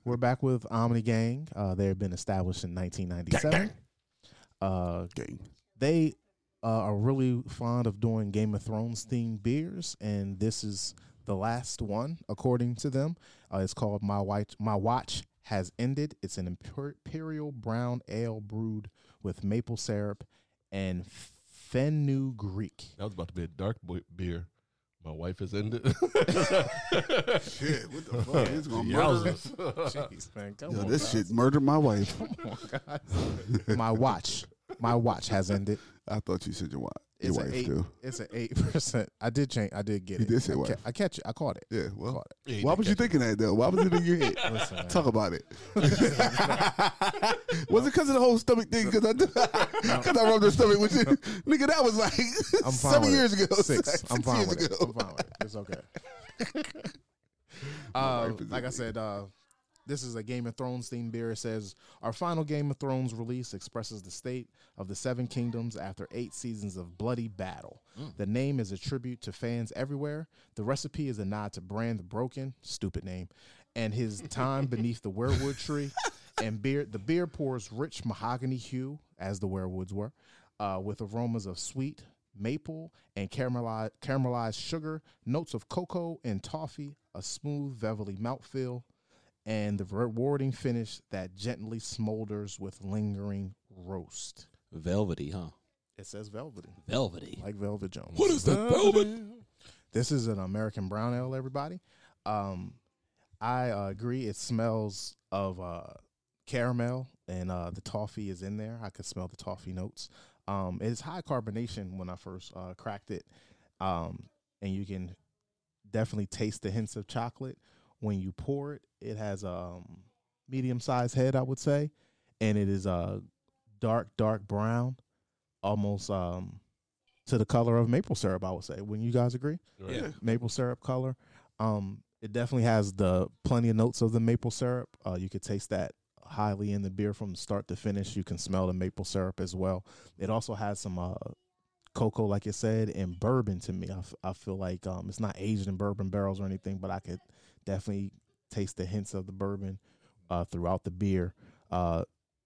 We're back with Omni Gang. Uh, they have been established in 1997. Uh,
Gang.
they uh, are really fond of doing Game of Thrones themed beers, and this is the last one, according to them. Uh, it's called My Watch. My Watch has ended. It's an imper- imperial brown ale brewed with maple syrup and fenugreek.
That was about to be a dark boy beer. My wife has ended.
Shit, what the fuck? It's gonna murder.
Yowzers.
Jeez, man, come
Yo,
on,
this
guys.
shit murdered my wife.
My watch, my watch has ended.
I thought you said your wife. Your
It's an
wife
eight.
too.
It's an eight percent. I did change. I did get
You
it.
did say
I, ca-
wife.
I catch it. I caught it.
Yeah. Well,
Yeah, you
why
did
was you
catch
thinking that though? Why was it in your head?
Listen, man.
Talk about it. was it because of the whole stomach thing? Because I because I rubbed her stomach with you, nigga. That was like
I'm fine
seven
with
years
it.
ago.
6
Six
I'm fine
years
with it.
ago.
I'm fine with it. It's okay.
My
uh,
wife is
like
a
I said, uh, this is a Game of Thrones themed beer. It says our final Game of Thrones release expresses the state of the Seven Kingdoms after eight seasons of bloody battle. The name is a tribute to fans everywhere. The recipe is a nod to Bran the Broken, stupid name, and his time beneath the werewood tree. And beer, the beer pours rich mahogany hue, as the werewoods were, uh, with aromas of sweet maple and caramelized, caramelized sugar, notes of cocoa and toffee, a smooth velvety mouthfeel, and the rewarding finish that gently smolders with lingering roast.
Velvety, huh?
It says velvety,
Velvety.
like Velvet Jones.
is that velvet?
This is an American brown ale, everybody. Um, I uh, agree. It smells of uh, caramel, and uh, the toffee is in there. I could smell the toffee notes. Um, it's high carbonation when I first uh, cracked it, um, and you can definitely taste the hints of chocolate when you pour it. It has a um, medium-sized head, I would say, and it is a uh, dark, dark brown, almost um, to the color of maple syrup. I would say. Wouldn't you guys agree?
Right.
Yeah.
maple syrup color. Um, it definitely has the plenty of notes of the maple syrup. Uh, you could taste that highly in the beer from start to finish. You can smell the maple syrup as well. It also has some uh, cocoa, like it said, and bourbon to me. I, f- I feel like um, it's not aged in bourbon barrels or anything, but I could definitely taste the hints of the bourbon uh, throughout the beer. Uh,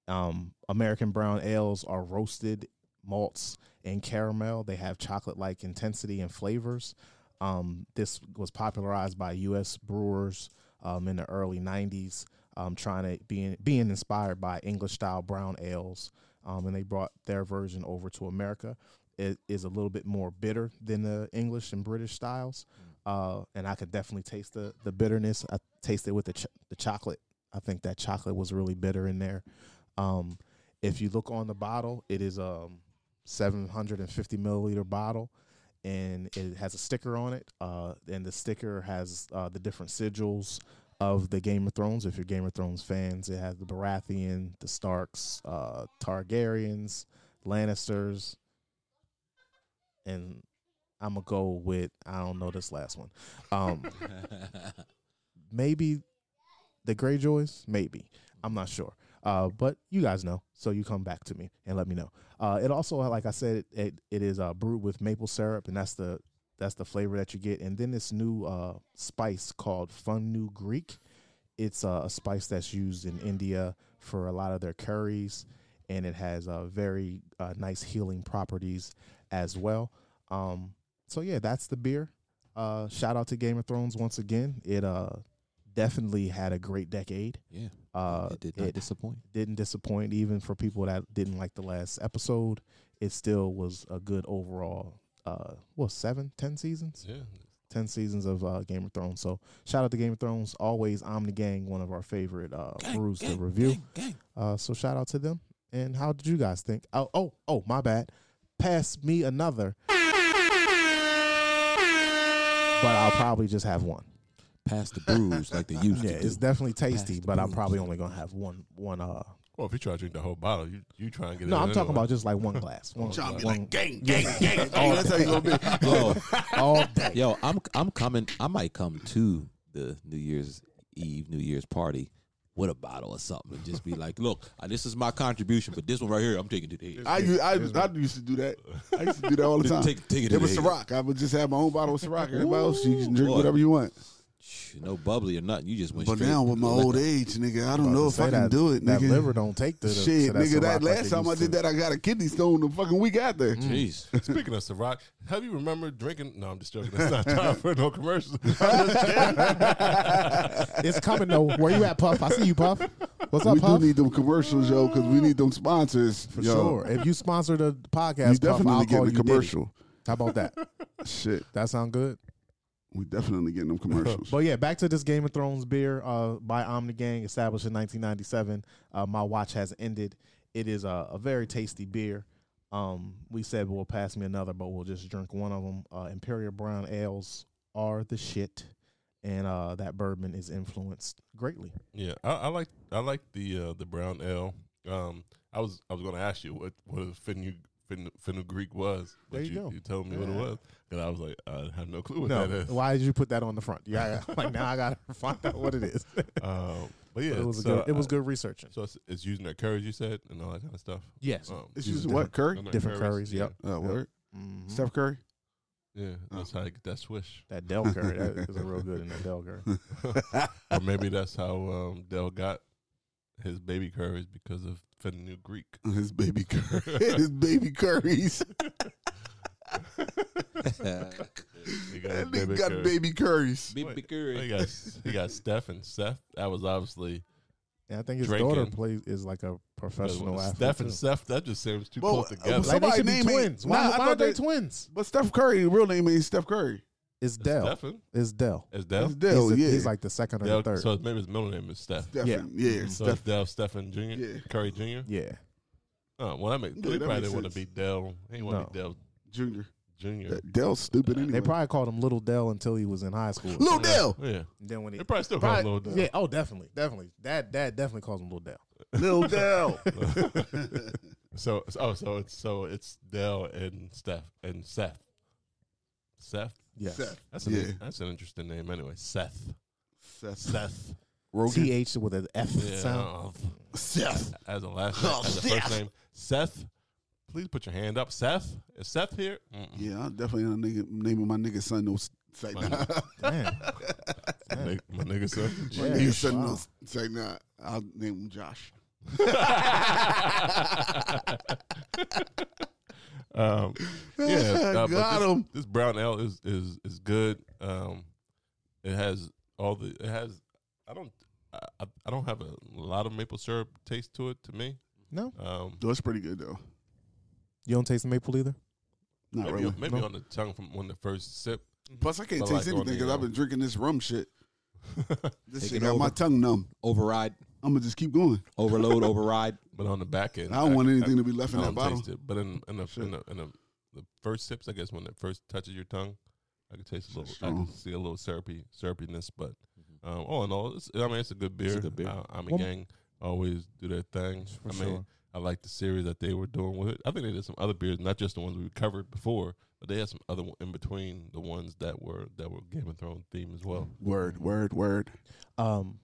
um, American brown ales are roasted malts and caramel. They have chocolate like intensity and flavors. Um, this was popularized by U.S. brewers um, in the early '90s, um, trying to being being inspired by English style brown ales, um, and they brought their version over to America. It is a little bit more bitter than the English and British styles, uh, and I could definitely taste the the bitterness. I tasted with the ch- the chocolate. I think that chocolate was really bitter in there. Um, if you look on the bottle, it is um 750 milliliter bottle and it has a sticker on it. Uh, and the sticker has uh, the different sigils of the Game of Thrones. If you're Game of Thrones fans, it has the Baratheon, the Starks, uh, Targaryens, Lannisters, and I'm gonna go with I don't know this last one. Um, maybe the Greyjoys, maybe I'm not sure. Uh, but you guys know, so you come back to me and let me know. Uh, it also, like I said, it it is uh, brewed with maple syrup, and that's the that's the flavor that you get. And then this new uh, spice called Fun New Greek. It's uh, a spice that's used in India for a lot of their curries, and it has uh, very uh, nice healing properties as well. Um, so yeah, that's the beer. Uh, shout out to Game of Thrones once again. It uh, definitely had a great decade.
Yeah.
Uh,
it did not disappoint.
didn't disappoint even for people that didn't like the last episode it still was a good overall uh what seven ten seasons
Yeah.
10 seasons of uh, Game of Thrones. So shout out to Game of Thrones. Always Omni Gang, one of our favorite uh, brews to review. Uh, so shout out to them. And how did you guys think? Oh, oh, oh, my bad. Pass me another. But I'll probably just have one.
Past the bruise like they used
Yeah,
to. do.
it's definitely tasty,
Pass the
but I'm
brews.
probably only gonna have one one uh
Well, if you try to drink the whole bottle, you you try and get it.
No,
in
I'm talking
anyway.
about just like one glass. One,
Trying to be
one-
like gang, gang, gang.
All
That's how you gonna be.
Yo,
all day.
yo, I'm I'm coming. I might come to the New Year's Eve, New Year's party with a bottle or something, and just be like, "Look, uh, this is my contribution, but this one right here, I'm taking to the head.
I, u- I, I used to do that. I used to do that all the time.
Take- take it
it
in
was
the
Ciroc. I would just have my own bottle of Ciroc. Everybody else, you can drink whatever you want.
Shh, No bubbly or nothing. You just went
But
straight.
now with my
Like,
old age, nigga, I don't
About
know
to
if
say
I can
that-
do it,
That
nigga.
liver don't take to the
Shit,
to
nigga, that
Ciroc like
last
it
time I
used
did
to.
that, I got a kidney stone the fucking week out there.
Jeez.
Speaking of Ciroc, have you remembered drinking? No, I'm just joking. It's not time for no commercials. I'm just
It's coming though. Where you at, Puff? I see you, Puff. What's up,
we
Puff?
do need them commercials, yo, because we need them sponsors.
For
yo.
sure. If you sponsor the
You
podcast, Puff, I'll call
definitely get
you
a
Diddy.
commercial.
How about that?
Shit.
That sound good?
We definitely getting them commercials.
But yeah, back to this Game of Thrones beer uh, by Omni Gang, established in 1997. Uh, my watch has ended. It is a, a very tasty beer. Um, we said we'll pass me another, but we'll just drink one of them. Uh, Imperial Brown Ales are the shit, and uh, that bourbon is influenced greatly.
Yeah, I, I like I like the uh, the brown ale. Um, I was I was going to ask you what what a finu, fin, fenugreek was. but
There you go.
You told me what it was, and I was like, I have no clue what
No,
that is.
why did you put that on the front? Yeah, I- like now I gotta find out what it is.
Um, but yeah,
it was a
so uh,
good. It was
I-
good research.
So it's, it's using that courage you said and all that kind of stuff.
Yes.
Um,
it's using what Curry?
different
Different curries,
yeah.
yep.
Uh, word.
Mhm.
Steph Curry.
Yeah, that's how I get that swish.
That Del curry, that is a real good in that Del curry.
or maybe that's how um, Dell got his baby courage because of fenugreek.
His baby Curry. His baby Curry's.
He got, his
That nigga
baby
got
courage.
baby Curry's.
Be
Wait,
bigger.
He got he got Steph and Seth. That was obviously
And I think his
Drinking.
daughter plays is like a professional athlete.
Steph
too.
and Seth. That just seems too
Well,
close
uh,
together.
well,
Like they
Somebody
should be
name ain't-
twins. Why,
Nah, I
why
thought
aren't they
they-
twins?
But Steph Curry, real name ain't Steph Curry.
It's Dell.
Stephen
It's Dell.
is
It's
Dell.
he's,
Dell,
the-
yeah.
he's like the second or
Dell
the third.
so maybe his middle name is Steph.
Stephen.
Yeah.
Yeah,
So
Steph.
it's Dell Stephen Jr.
Yeah.
Curry Jr.
yeah.
Oh, well, I mean,
Yeah,
they
that
probably
makes
didn't want to be
sense.
Dell. He didn't want to be Dell
Junior.
Jr.
That Dell's stupid anyway.
They probably called him Little Dell until he was in high school.
Lil Dell.
Yeah,
then when he
they probably still call him
probably-
Little Dell.
yeah, oh, definitely, definitely. That that definitely calls him Little Dell.
Lil Dell.
So, oh, so it's so it's Dell and Steph and Seth. Seth.
Yes.
Seth.
That's an
Yeah.
that's an interesting name anyway. Seth.
Seth.
Seth.
T H with an F
Yeah.
sound.
uh,
Seth.
As a last
Oh,
name, as a first name, Seth. Please put your hand up, Seth. Is Seth here? Mm-mm.
Yeah, I'm definitely not nigga, naming my nigga son no s- say
My
nah.
Man,
My nigga- My nigga
My
Seth.
Yeah,
nigga son no
wow.
s- say nah. I'll name him Josh.
um, yeah, uh, but
Got
this,
him.
This brown ale is is is good. Um, it has all the it has. I don't I, I- I don't have a lot of maple syrup taste to it to me.
no,
Um,
Though it's pretty good though.
you don't taste the maple either.
Not
maybe
really.
maybe on the tongue from when the first sip.
Plus, I can't
But
taste
like on
anything
the,
because I've
uh,
been drinking this rum shit. this
Take
shit
it
got my
over.
tongue numb.
Override,
I'm gonna just keep going.
overload, override.
But on the back end,
I don't want anything to be left in
I
that
don't
bottle.
taste it. But in in the in,
Shit.
the, in the, the first sips, I guess when it first touches your tongue, I can taste a little. I
strong.
can see a little syrupy syrupiness. But um, all in all, it's, I mean, it's a good beer.
Mm-hmm. It's a good beer.
Uh, I'm a
Well-
gang. Always do their thing. I mean,
sure.
I like the series that they were doing with it. I think they did some other beers, not just the ones we covered before, but they had some other one in between the ones that were that were Game of Thrones theme as well.
Word, word, word.
Um,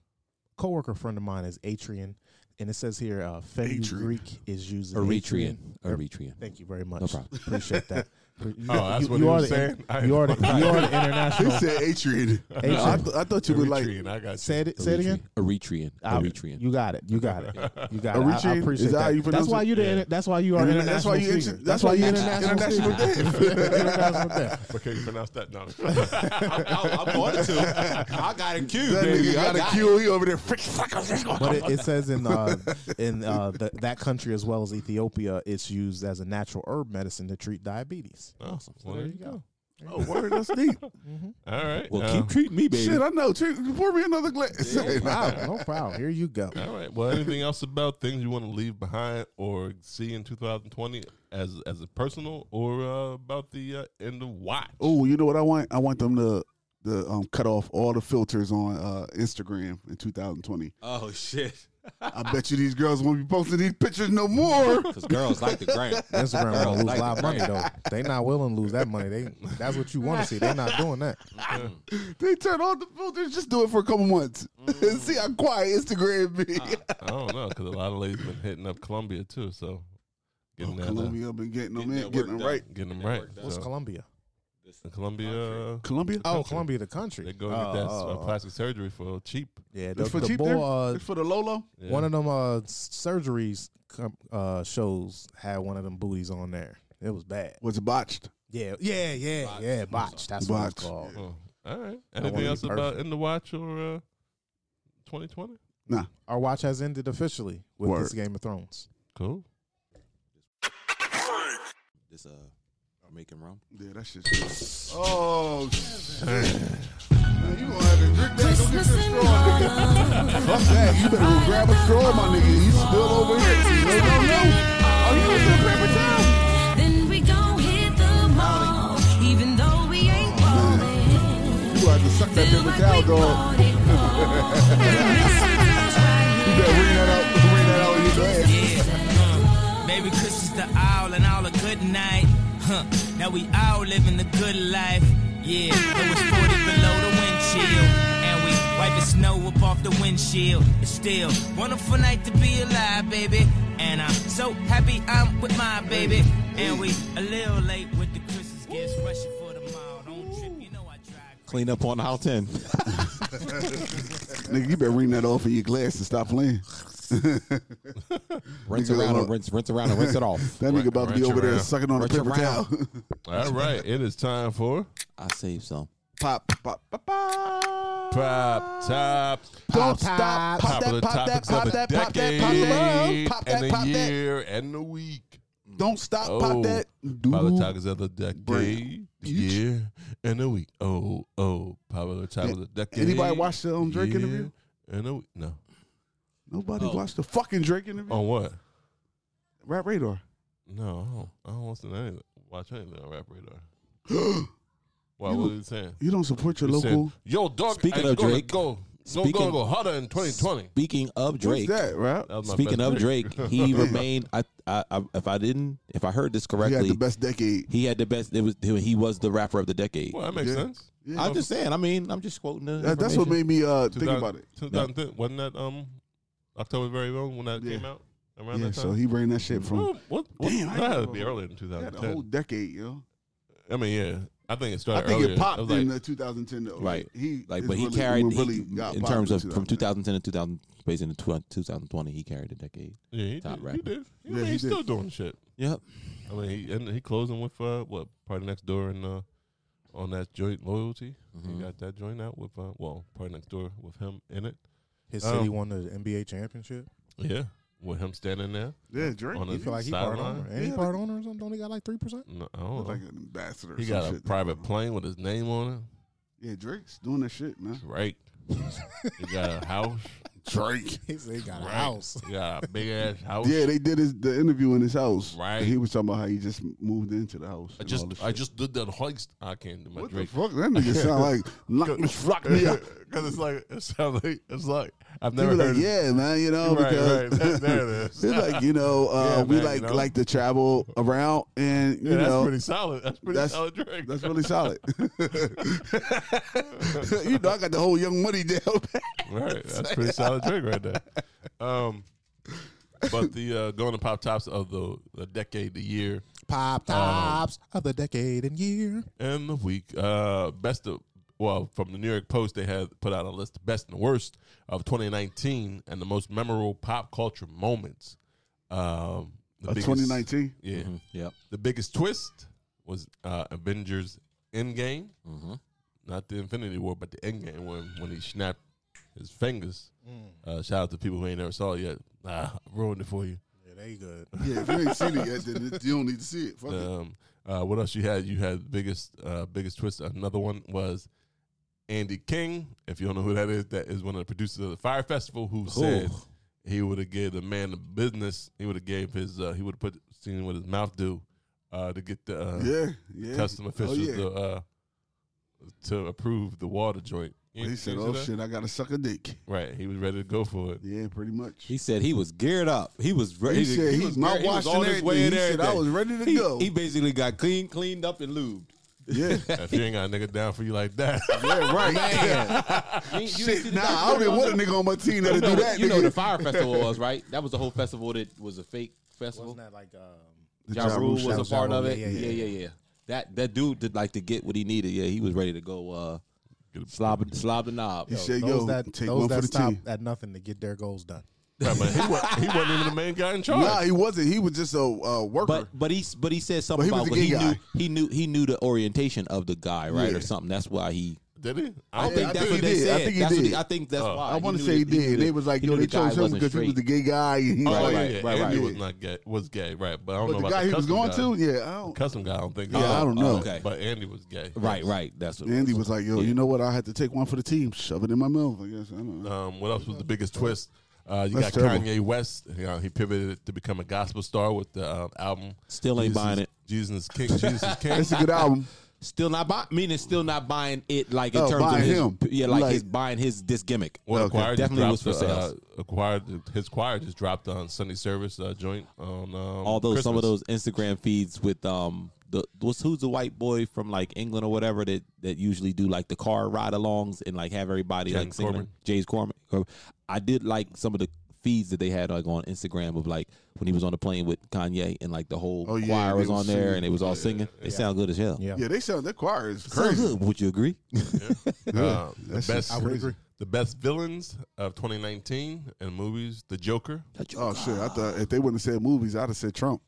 coworker friend of mine is Atrian, and it says here uh,
Atrian.
Greek is using
Eritrean,
Eritrean.
Eritrean.
Thank you very much.
problem.
Appreciate that. You,
Oh,
that's what he was saying?
The,
I-
you are the you are the
They
international.
said Atrian.
Atrian.
I, th- I thought you were like
Eritrean, I got
say it say it again.
Eritrean,
I-
Eritrean.
You got it. You got it. You got it. I- I,
Eritrean?
appreciate
Is that how
that.
you pronounce
that's why
it?
you the,
Yeah.
that's why you are
Interna-
international.
that's why you
speaker.
inter- that's why you
international.
international
speaker. international Dave.
But can you pronounce that? No.
I, I wanted to. I got a cue.
that
baby.
nigga
I
got a
got it.
QE over there. Frick, frick,
But it, it says in uh, in uh, the, that country as well as Ethiopia, it's used as a natural herb medicine to treat diabetes.
Awesome.
So there you go.
Oh, word, that's deep.
All right.
Well,
um,
keep treating me, baby.
Shit, I know. Treat- Pour me another glass.
Wow, no problem. Here you go.
All right. Well, anything else about things you want to leave behind or see in 2020 as as a personal or uh, about the uh, end of watch?
Oh, you know what I want? I want them to the um cut off all the filters on uh Instagram in 2020.
Oh shit!
I bet you these girls won't be posting these pictures no more.
Because girls like the gram.
Instagram gonna lose
Like
a lot of
the
money though. They not willing to lose that money. They that's what you want to see. They not doing that.
they turn off the filters. Just do it for a couple months and see how quiet Instagram be.
I don't know because a lot of ladies been hitting up Columbia too, so
Oh,
getting that, uh,
Columbia been getting them in, getting
that work
them
done.
right.
getting them right.
What's
So,
Colombia?
Columbia.
Columbia?
Oh, Colombia, the country.
They go and get that
Oh,
uh,
oh, oh.
plastic surgery for cheap.
Yeah, the,
it's for
the
cheap
boy,
there.
uh,
it's for the Lolo.
Yeah.
One of them uh, s- surgeries com- uh, shows had one of them booties on there. It was bad.
Was botched.
Yeah, yeah, yeah, yeah. Botch. That's what it's
Botch.
called.
Oh, all right.
wanna
Anything
be
else about
perfect.
end of watch or uh, 2020?
Nah.
Our watch has ended officially with
Word.
this Game of Thrones.
Cool.
This uh, making rum.
Yeah, that shit. Oh, shit. Man, you gonna have to drink that. Go get
Christmas
your
in
straw, nigga. Fuck that. You better go grab a straw, my nigga. You spill over here. No, no, no. Are you gonna do a paper towel?
Then we gon' hit the mall, even though we ain't ballin'.
You gonna have to suck that
Feel
paper
like
towel,
we
dog.
bought it all. Sometimes right
You better wring that out. Wring that out in your glass.
Yeah. Uh, Baby Christmas the owl and all a good night. Huh. Now we all living the good life. Yeah. It was 40 below the wind chill. And we wiping snow up off the windshield. It's still wonderful night to be alive, baby. And I'm so happy I'm with my baby. And we a little late with the Christmas gifts. Rushing for the mall. Don't trip, you know I drive.
Clean up on how ten.
Nigga, you better wring that off in your glass and stop playing.
Rinse
Nigga,
around
look.
and rinse, rinse around and rinse it off.
That nigga about to be
Wrench
over there
around.
sucking on a
Wrench
paper towel.
around.
All right, it is time for
I saved some.
pop, pop, pop, pop.
Pop Top.
Don't stop. Pop
Popular
that, pop that,
topics
pop
of the
that, pop that,
decade
pop that, pop that,
and
pop
the
that.
year and the week.
Don't stop,
Oh,
pop that.
Popular
Do-
topics of the decade,
Each-
year and the week. Oh, oh, popular topics of the decade.
anybody watch the, um, Drake interview?
And the week. No. Oh.
Nobody watched the fucking Drake interview.
On what?
Rap Radar.
No, I don't, I don't listen to anything. Watch anything on Rap Radar. Why? What are you saying?
You don't support your
You said,
local.
Yo, dog.
Speaking
I
of
gonna
Drake-
go, go,
speaking-
go, go harder in 2020.
Speaking of Drake,
What's that, right?
That was my
speaking
best
of Drake, he remained. I, I, I, if I didn't, if I heard this
You
correctly,
had the best decade.
he had the best. It was he was the rapper of the decade.
Well, that makes
Yeah.
sense.
I'm just saying. I mean, I'm just quoting the.
That- that's what
information.
made me uh, think about it.
2010, wasn't that um October very own when that
Yeah.
came out around
Yeah,
that time?
so he bring that shit from
Well, what, what,
Damn, I
that had to
didn't
be
know.
earlier than
yeah, the
2010.
whole decade, yo.
I mean, yeah, I think it
I
started.
think
earlier.
it popped
was oh, like,
in the 2010 though.
Right.
He
Like,
is
but he
really-
carried he-
really got
in
popped
terms of from
2010.
2010 to 2000, basically to 2000 2020, he carried the decade.
yeah, he
top
did.
rapper.
He did. I
Yeah,
mean,
he
he's
did.
still doing shit.
Yep.
I mean, he and he closing with uh, what party next door and uh, on that joint loyalty.
Mm-hmm.
Mm-hmm.
He got that joint out with uh, well, party next door with him in it.
His
Um,
city won the NBA championship.
Yeah, with him standing there.
Yeah, Drake.
On
On
a-
You feel like he part
Sideline?
owner? Ain't he
Yeah,
part owner or something? Don't he got like three percent?
No, I don't know.
like an ambassador. or
he
some
got a
shit.
private plane with his name on it.
Yeah, Drake's doing that shit, man.
Right. he got a house.
Drake.
He said he got
Right.
a house.
He got a big ass house.
Yeah, they did his, the interview in his house.
Right.
And He was talking about how he just moved into the house.
I
and
just
all this
I
shit.
just did that heist. I can't do my
What
Drake.
the fuck? That nigga sound like knock me, rock me up.
Because it's like it sounds like it's like I've
He
never
was
heard.
like, yeah, man, you know,
Right, right.
because
That- there it is.
it's like you know, uh,
Yeah,
we
man, you
like
know.
like to travel around, and you
Yeah, that's
know,
pretty solid. That's pretty
that's-
solid Drake.
that's really solid. you know, I got the whole Young Money down. pat.
right. That's pretty solid Drake right there. Um, but the uh, going to pop tops of the, the decade, the year,
Pop tops of the decade and year.
and the week. Uh, best of well, from the New York Post, they had put out a list of best and worst of 2019 and the most memorable pop culture moments. Um, the
Uh,
biggest-
2019.
Yeah.
Mm-hmm. Yep.
The biggest twist was uh, Avengers Endgame,
Mhm.
not the Infinity War, but the Endgame when when he snapped his fingers. Uh, shout out to people who ain't never saw it yet. Ah, ruined it for you.
Yeah, they good.
Yeah, if you ain't seen it yet, then it- you don't need to see it. Fuck it.
Um, uh, what else you had? You had biggest uh, biggest twist. Another one was Andy King. If you don't know who that is, that is one of the producers of the Fire Festival who said he would have gave the man the business. He would have gave his uh, he would have put seen what his mouth do uh, to get the uh,
Yeah, yeah.
custom officials
Oh, yeah.
to uh, to approve the water joint. You-
he
you
said,
see
"Oh
that?
shit, I gotta suck a dick."
Right, he was ready to go for it.
Yeah, pretty much.
He said he was geared up. He was ready.
He said he,
was
my
geared- he was
watch
on
and
his way
everything.
and
He said I
everything.
was ready to
He-
go.
He basically got clean, cleaned up, and lubed.
yeah,
If you ain't got a nigga down for you like that,
yeah, right.
You- you didn't see
Oh, Shit,
the
nah, I don't
documentary
even
on
want a
that?
nigga on my team that'll
You know,
do that.
you know
nigga.
the fire festival was right. That was the whole festival that was a fake festival.
Wasn't that like um
Ja
Ja
Rule
Rule
was
show.
a part
Ja
of
Rule,
it. Yeah
yeah,
yeah,
yeah,
yeah, That that dude did like to get what he needed. Yeah, he was ready to go. Uh, slob slob the knob.
He said,
those
"Yo,
that
take
those
one for
that
the
stop
team."
at nothing to get their goals done.
Right, but he, wa- he wasn't even the main guy in charge.
Nah, he wasn't. He was just a uh, worker.
But but he but he said something
But he was
about
the
what he
gay
knew.
guy.
He knew he knew the orientation of the guy, right,
Yeah.
or something. That's why he
Did he? I don't
I don't think Uh,
I
that's
think he
what they
did. I
said.
think he
That's what
did.
I think that's
Oh.
why.
I want to
He knew
say Uh, he
that-
did. they was like,
he
yo,
knew
they
the guy
chose him
wasn't
because he was
straight.
the gay guy. and He
Oh,
was
yeah,
like,
yeah.
right, right,
Andy
yeah.
was not gay. Was gay, right? But I don't know
But the
about
guy
the
he was
custom
going
guy.
to, yeah, I don't.
Custom guy, I don't think.
Yeah, I don't know.
Oh, Okay.
But Andy was gay.
Right, right. That's what. it
Andy was
was.
like, yo, you know what? I had to take one for the team, shove it in my mouth. I guess I don't know.
Um, what else was the biggest twist? Uh, you
That's
got
terrible.
Kanye West. You know, he pivoted to become a gospel star with the um, album.
Still ain't
Jesus-
buying it.
Jesus is King. Jesus is King.
It's a good album.
Still not buying. Meaning, still not buying it. Like in
Oh,
terms of
buying
his,
him.
yeah, like,
Like-
his buying his this gimmick.
Well, the
Okay.
choir just
Definitely was
dropped,
for
uh,
sales.
a choir- his choir just dropped on Sunday service uh, joint on. Um,
Although some of
Christmas.
those Instagram feeds with um the what's who's the white boy from like England or whatever that that usually do like the car ride-alongs and like have everybody
James
like singing
Corbin.
James Corbin. Corbin. I did like some of the feeds that they had like on Instagram of like when he was on the plane with Kanye and like the whole
Oh, yeah,
choir
they
was
was
on there
singing.
and it was all singing. It sound good as hell.
Yeah.
Yeah, they sound that choir is
Sound
crazy.
good. Would you agree?
Uh, the
That's
best,
just crazy.
the best villains of 2019 in movies: The Joker,
Oh shit! I thought if they wouldn't have said movies, I'd have said Trump.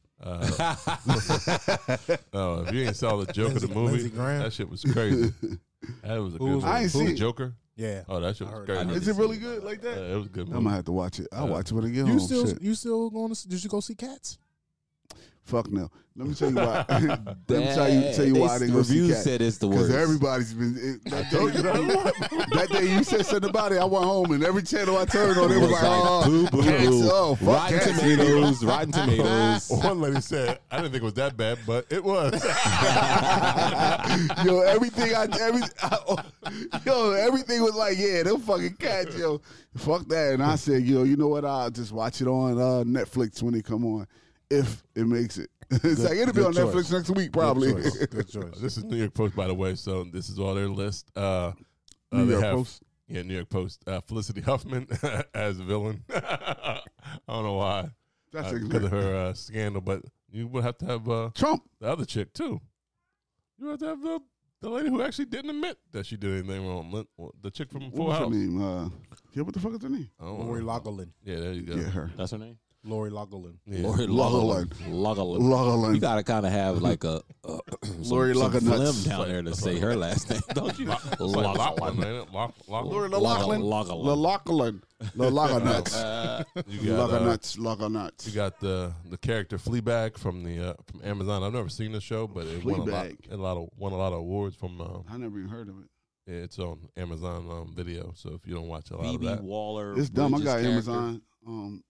Oh, if you ain't saw the Joker the
Lindsey-
movie,
Lindsey Graham.
that shit was crazy. that was a good.
Who
Movie.
was it? I
ain't
Who,
seen it.
Joker.
Yeah.
Oh, that shit
I
was
heard it.
crazy.
Is it really good like
Yeah,
that?
it was a good
I'm gonna
movie.
have to watch it. I'll
Yeah.
watch it when I get
You
home.
still
shit.
you still going to did you go see cats?
Fuck no. Let me tell you why. Let me tell you, tell you
They
why I didn't go see
reviews
Cat.
said it's the
Because
worst.
everybody's been. It, that, day, that day you said something about it. I went home and every channel I turned on, it was like, oh, Cats, oh, fuck
Rotten
Cats.
Tomatoes, Rotten Tomatoes.
One lady said, "I didn't think it was that bad, but it was."
yo, everything I, every, I- oh, yo, everything was like, yeah, them fucking cats, yo, fuck that. And I said, yo, you know what? I'll just watch it on uh, Netflix when it come on, if it makes it. it's like it'll be
good
on
choice.
Netflix next week, probably.
Good choice. Good choice.
this is New York Post, by the way. So this is all their list. Uh, uh,
New
they
York
have-
Post?
Yeah, New York Post. Uh, Felicity Huffman as a villain. I don't know why.
That's
uh,
exact-
because of her uh, scandal, but you would have to have uh,
Trump.
the other chick too. You have to have the, the lady who actually didn't admit that she did anything wrong. Lin- well, The chick from
What
Full
was her
House.
name? Uh, yeah, what the fuck is her name?
I don't
Lori
know.
Loughlin.
Yeah, there you go.
Yeah, her.
That's her name.
Lori Loughlin.
Yeah.
Lori
Loughlin.
Loughlin. You
Loughlin.
gotta kind of have like a uh,
Lori
some, some
Loughlin
phlegm
nuts.
down there to say her last name, don't you?
It's like Lachlan, ain't it? Loch-
Lori
Lachlan.
Loughlin.
Loughlin.
Loughlin. Loughlin nuts.
You got, uh,
Loughlin nuts. Loughlin
you
nuts.
got the the character Fleabag from the uh, from Amazon. I've never seen the show, but it won a lot,
Fleabag.
a lot of won a lot of awards from. Um,
I never even heard of it.
yeah, it's on Amazon um, Video, so if you don't watch a lot of
Phoebe
that,
Waller.
It's dumb. I
Bridges
got
character.
Amazon. Um,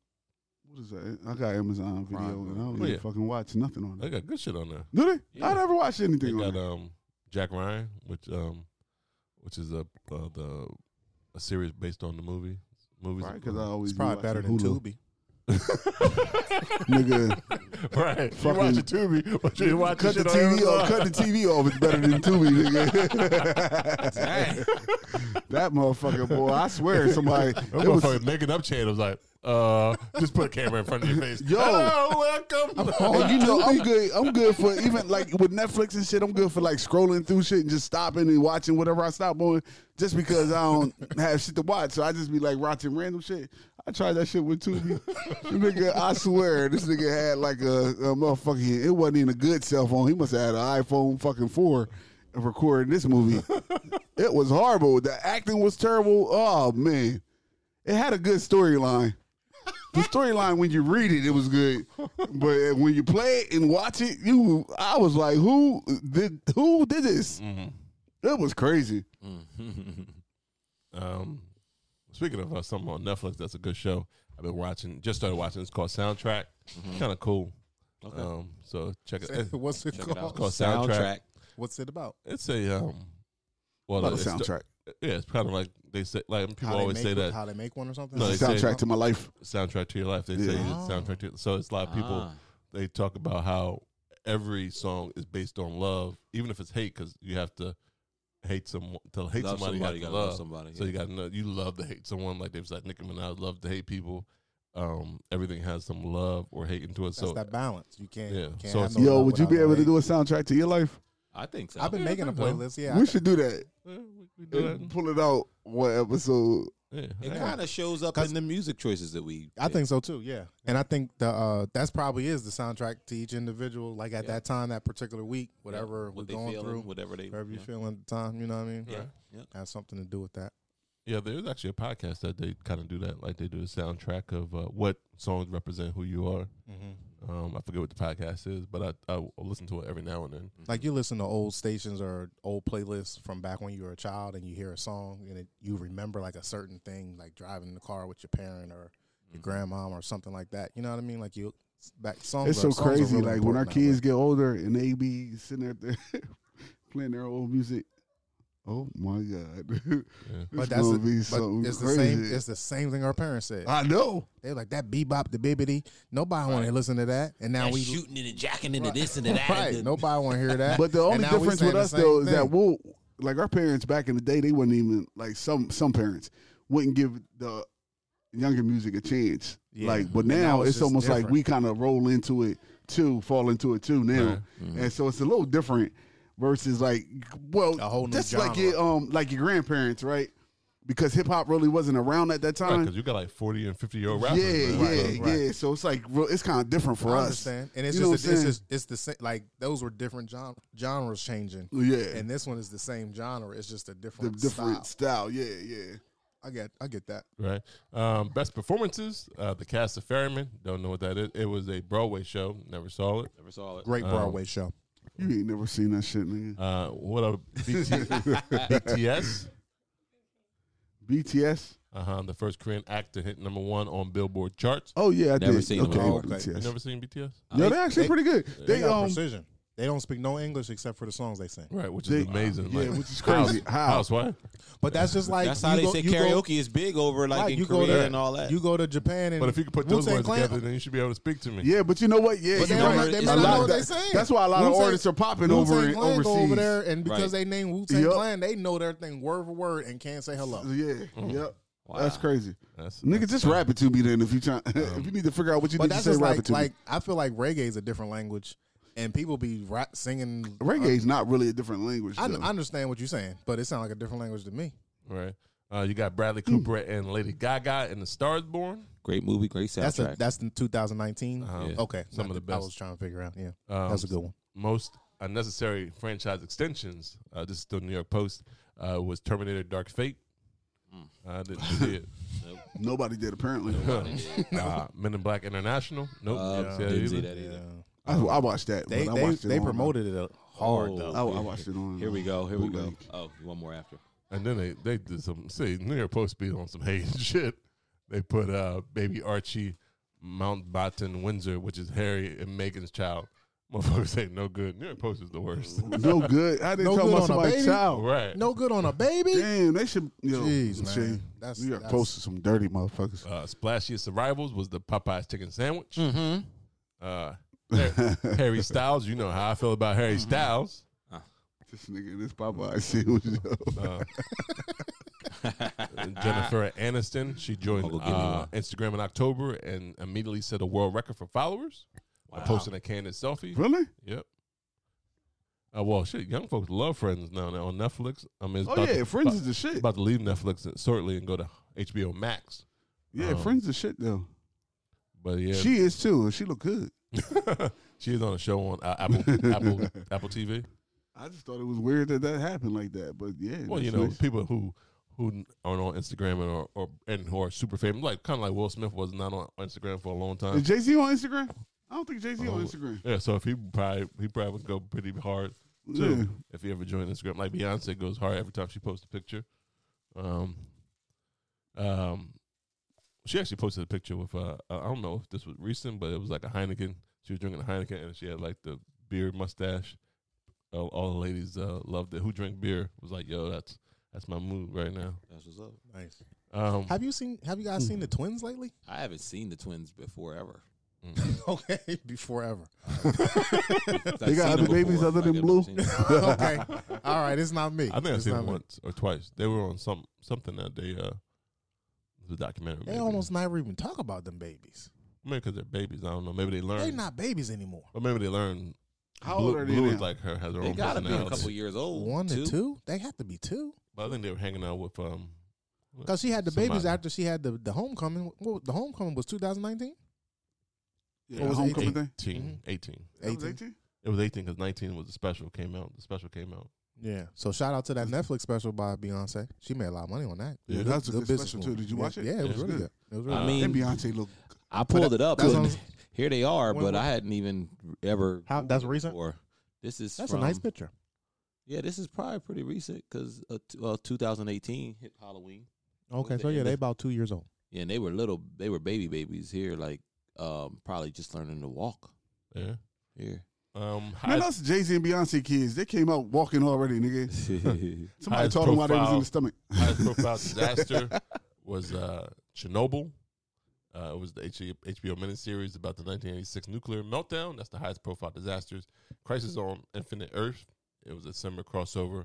what is that? I got Amazon Video,
Prime,
and I don't
Oh,
even
yeah.
fucking watch nothing on
they
it.
got good shit on there.
Do they?
Yeah.
I never watched
They
anything on
got
it.
um, Jack Ryan, which um, which is a uh, the a series based on the movie movies.
Because I always
It's
be
probably
watching
better than
Hulu.
Tubi.
nigga.
right. You
Fucking-
watch a Tubi, but you didn't watch
Cut the
shit on
TV
Amazon.
off. Cut the TV off. It's better than Tubi, nigga. that motherfucker, boy. I swear, somebody.
That
it was-
motherfucker making up channels like, uh, just put a camera in front of your face.
Yo.
Hello, welcome.
Oh, you know, I'm good. I'm good for even like with Netflix and shit. I'm good for like scrolling through shit and just stopping and watching whatever I stop on, just because I don't have shit to watch. So I just be like watching random shit. I tried that shit with Tubi. nigga, I swear this nigga had like a, a motherfucking. It wasn't even a good cell phone. He must have had an iPhone fucking four. and Recording this movie, it was horrible. The acting was terrible. Oh man, it had a good storyline the storyline when you read it, it was good, but when you play it and watch it, you, I was like, who did who did this?
Mm-hmm.
It was crazy.
Mm.
Um, speaking of uh, something on Netflix, that's a good show. I've been watching, just started watching. It's called Soundtrack. Kind of cool. Um, so check it. It's
What's it
Check it out.
called?
called Soundtrack.
Soundtrack.
What's it about?
It's a um, well,
About a
it's the-
soundtrack,
yeah, it's kind of like they say, like people
How they
always
make
say
one-
that
how they make one or something?
No, they say-
soundtrack to my life.
soundtrack to your life. They
Yeah.
say it's soundtrack to your, so it's a lot of people.
Ah.
They talk about how every song is based on love, even if it's hate, because you have to hate someone to hate
Love
somebody.
somebody,
you have
gotta
to love,
love somebody,
So
yeah.
you got to know you love to hate someone. Like they was like Nicki Minaj, love to hate people. Um, everything has some love or hate into it.
That's
so
that balance. You can't.
Yeah.
you can't
So
have
it's-
no
Yo,
love
would you
without
be
no
able to
hate.
do a soundtrack to your life?
I think so.
I've been
Yeah, I
making a
think so.
playlist. Yeah,
we
I-
should do that.
Eh, we- we do
And
that.
pull it out one episode
Yeah,
It
I-
kind of shows up in the music choices that we.
I
pick.
think so too. Yeah, and I think the uh, that's probably is the soundtrack to each individual. Like at that time, that particular week, whatever
what
we're
they
going
feeling,
through,
whatever they-
whatever you
yeah.
feeling at the time. You know what I mean?
Yeah. yeah.
Has something to do with that.
Yeah, there's actually a podcast that they kind of do that. Like they do a soundtrack of uh, what songs represent who you are. Um, I forget what the podcast is, but I, I listen to it every now and
Mm-hmm.
then.
Like you listen to old stations or old playlists from back when you were a child, and you hear a song, and it, you remember like a certain thing, like driving in the car with your parent or
Mm-hmm.
your grandma or something like that. You know what I mean? Like you back songs.
It's
are-
so
songs are
crazy.
really
like when our
important that way.
kids get older and they be sitting there, there playing their old music. Oh my god!
But that's
gonna
the,
be
but
something
it's the
crazy.
same. It's the same thing our parents said.
I know.
They're like that bebop, the bibbity. Nobody want to listen to that. And now
And
we
shooting into jacking into this into that.
right.
into-
Nobody want to hear that.
But the
And
only
now we
difference
saying the
with us
same
though is that
thing.
we'll like our parents back in the day they wouldn't even like some some parents wouldn't give the younger music a chance.
Yeah.
Like but
And now
now,
it's
it's,
just
almost like
different.
we kind of roll into it too, fall into it too now.
Mm-hmm.
And so it's a little different versus like well
A whole new
just like
genre.
your um like your grandparents, right? Because hip hop really wasn't around at that
Because
time.
you got like 40 and 50 year old
yeah,
rappers. man.
yeah,
Right, right.
yeah. So it's like real, it's kind of different for
I
us.
understand. And it's
You know
just
what I'm
it's
saying?
just it's the same. Like those were different gen- genres changing.
Yeah.
And this one is the same genre. It's just a
the
different
different
style.
style. Yeah, yeah.
I get I get that.
right? Um, best performances, uh, the cast of Ferryman. Don't know what that is. It was a Broadway show. Never saw it.
Never saw it.
Great Broadway show.
You ain't never seen that shit, nigga.
Uh, what a BTS,
BTS.
uh-huh, the first Korean act to hit number one on Billboard charts.
Oh yeah, I
Never
did.
seen them.
okay,
Oh,
okay.
You
BTS.
never seen BTS?
no, they're actually
they-
pretty good. They,
They, got
um,
precision. They don't speak no English except for the songs they sing.
Right, which
They-
is amazing.
yeah,
like,
which is crazy.
House,
How?
house why?
But that's just like
That's how
you
they
go-
say
you go-
karaoke is big over like,
right,
in
you go
Korea
to-
and all that.
You go to Japan and
But if you could put those
Wu-Tang
words
Clan-
together, then you should be able to speak to me.
yeah, but you know what? Yeah,
But they
you're
don't
right.
know- they
A
may
lot
not know
of
what they
that-
saying.
That's why a lot
Wu-Tang-
of artists are popping over
Wu-Tang
in,
Clan
overseas.
go over there, and because
Right.
they name Wu Tang
Yup.
Clan, they know their thing word for word and can't say hello.
Yeah, yep. That's crazy.
That's-
Nigga, just rap it to me then if you try. if you need to figure out what you
But
need to
that's
say,
just
rap it
like
to
like I feel like reggae is a different language, and people be rap, singing.
me. Reggae's not really a different language.
uh, I,
though.
I understand what you're saying, but it sounds like a different language to me.
Right. Uh, you got Bradley Cooper and Lady Gaga in The Stars Born.
great movie, great soundtrack.
That's a, that's the 2019.
Uh-huh. Yeah.
Okay,
Some
Not
of the
I
best.
was trying to figure out. Yeah,
Um,
that's a good one.
Most unnecessary franchise extensions. Uh, this is the New York Post. Uh, was Terminator Dark Fate. I didn't see it.
Nobody did apparently.
uh, Men in Black International. Nope. didn't see that
didn't
either.
see that either.
I, I watched that.
They
but I
they,
watched it
they
on-
promoted it uh, hard
Oh.
though.
I, I watched it on. uh,
Here we go. Here we go.
bootleg.
Oh, one more after.
And then they, they did some see New York Post beat on some hate and shit. They put uh baby Archie Mountbatten Windsor, which is Harry and Megan's child. Motherfuckers say no good. New York Post is the worst.
No good. I didn't
No
talk
good
about
on a
somebody's
baby?
child.
right.
No good on a baby.
Damn, they should. Yo,
Jeez,
shit.
man. That's-
New York
that's-
Post is some dirty motherfuckers.
Uh, splashiest arrivals was the Popeyes chicken sandwich. Mm-hmm. Uh, Har- Harry Styles, you know how I feel about Harry Styles.
This nigga, and this Popeye sandwich. yo.
And Jennifer Aniston, she joined
go get me
uh,
one.
Instagram in October and immediately set a world record for followers by posting a candid selfie.
really?
Yep. Uh, well, shit, young folks love Friends now. Now on Netflix, I mean, it's
Oh
about
yeah,
to,
Friends
about,
is the shit.
about to leave Netflix shortly and go to HBO Max.
Yeah, Friends is shit though.
But yeah, she,
She is too, and she look good.
is on a show on uh, Apple Apple Apple TV.
I just thought it was weird that that happened like that, but yeah.
Well,
that's
you know,
nice.
people who who aren't on Instagram and are, or and who are super famous, like kind of like Will Smith was not on Instagram for a long time.
is Jay Z on Instagram? I don't think Jay Z on Instagram.
Yeah, so if he probably he probably would go pretty hard too
Yeah.
if he ever joined Instagram. Like Beyonce goes hard every time she posts a picture. Um, um, she actually posted a picture with uh, I don't know if this was recent, but it was like a Heineken. She was drinking a Heineken and she had like the beard mustache. All, all the ladies uh, loved it. Who drink beer was like, yo, that's that's my mood right now.
That's what's up.
Nice.
Um,
Have you seen Have you guys seen the twins lately?
I haven't seen the twins before ever.
okay, before ever.
They
got other babies other than Blue?
okay, all right. It's not me.
I think I've
It's
seen
not
it
me.
once or twice. They were on some something that they uh, the documentary.
They
maybe.
almost never even talk about them babies.
Maybe because they're babies. I don't know. Maybe they learn.
They're not babies anymore.
Or maybe they learn.
How
Blue,
old are they
Blue
now?
is like her has her
They
own
gotta be a
personality.
couple years old.
One
two.
to two? They have to be two.
But I think they were hanging out with um. who
Because she had the babies
Somebody.
after she had the, the homecoming. Well, the homecoming was 2019?
Yeah,
What was it,
homecoming thing.
18,
Mm-hmm.
18.
That was 18?
It was 18 because 19 was the special came out. The special came out.
Yeah. So shout out to that Netflix special by Beyonce. She made a lot of money on that.
Yeah,
Good-
that's a good
business
special,
move.
too. Did you
Yeah,
watch it?
Yeah, it
Yeah,
was
it's
really
good.
good. It was really
I
good.
And
mean,
Beyonce look.
I pulled it up.
that's
and
what I'm-
here they are,
When-
but I hadn't even ever.
How- that's recent?
Or this is
That's
from,
a nice picture.
Yeah, this is probably pretty recent because uh, t- well, 2018 hit Halloween.
Okay,
was
so
the
yeah,
end
they
of-
about two years old.
Yeah, and they were little, they were baby babies here, like um, probably just learning to walk
Yeah.
here.
Um,
Man,
highest,
that's Jay Z and Beyonce kids. They came out walking already, nigga. Somebody
Highest
told them while they was in
profile.
the stomach.
highest profile disaster was uh, Chernobyl. Uh, it was the H- HBO miniseries about the 1986 nuclear meltdown. That's the highest profile disasters. Crisis on Infinite Earth. It was a summer crossover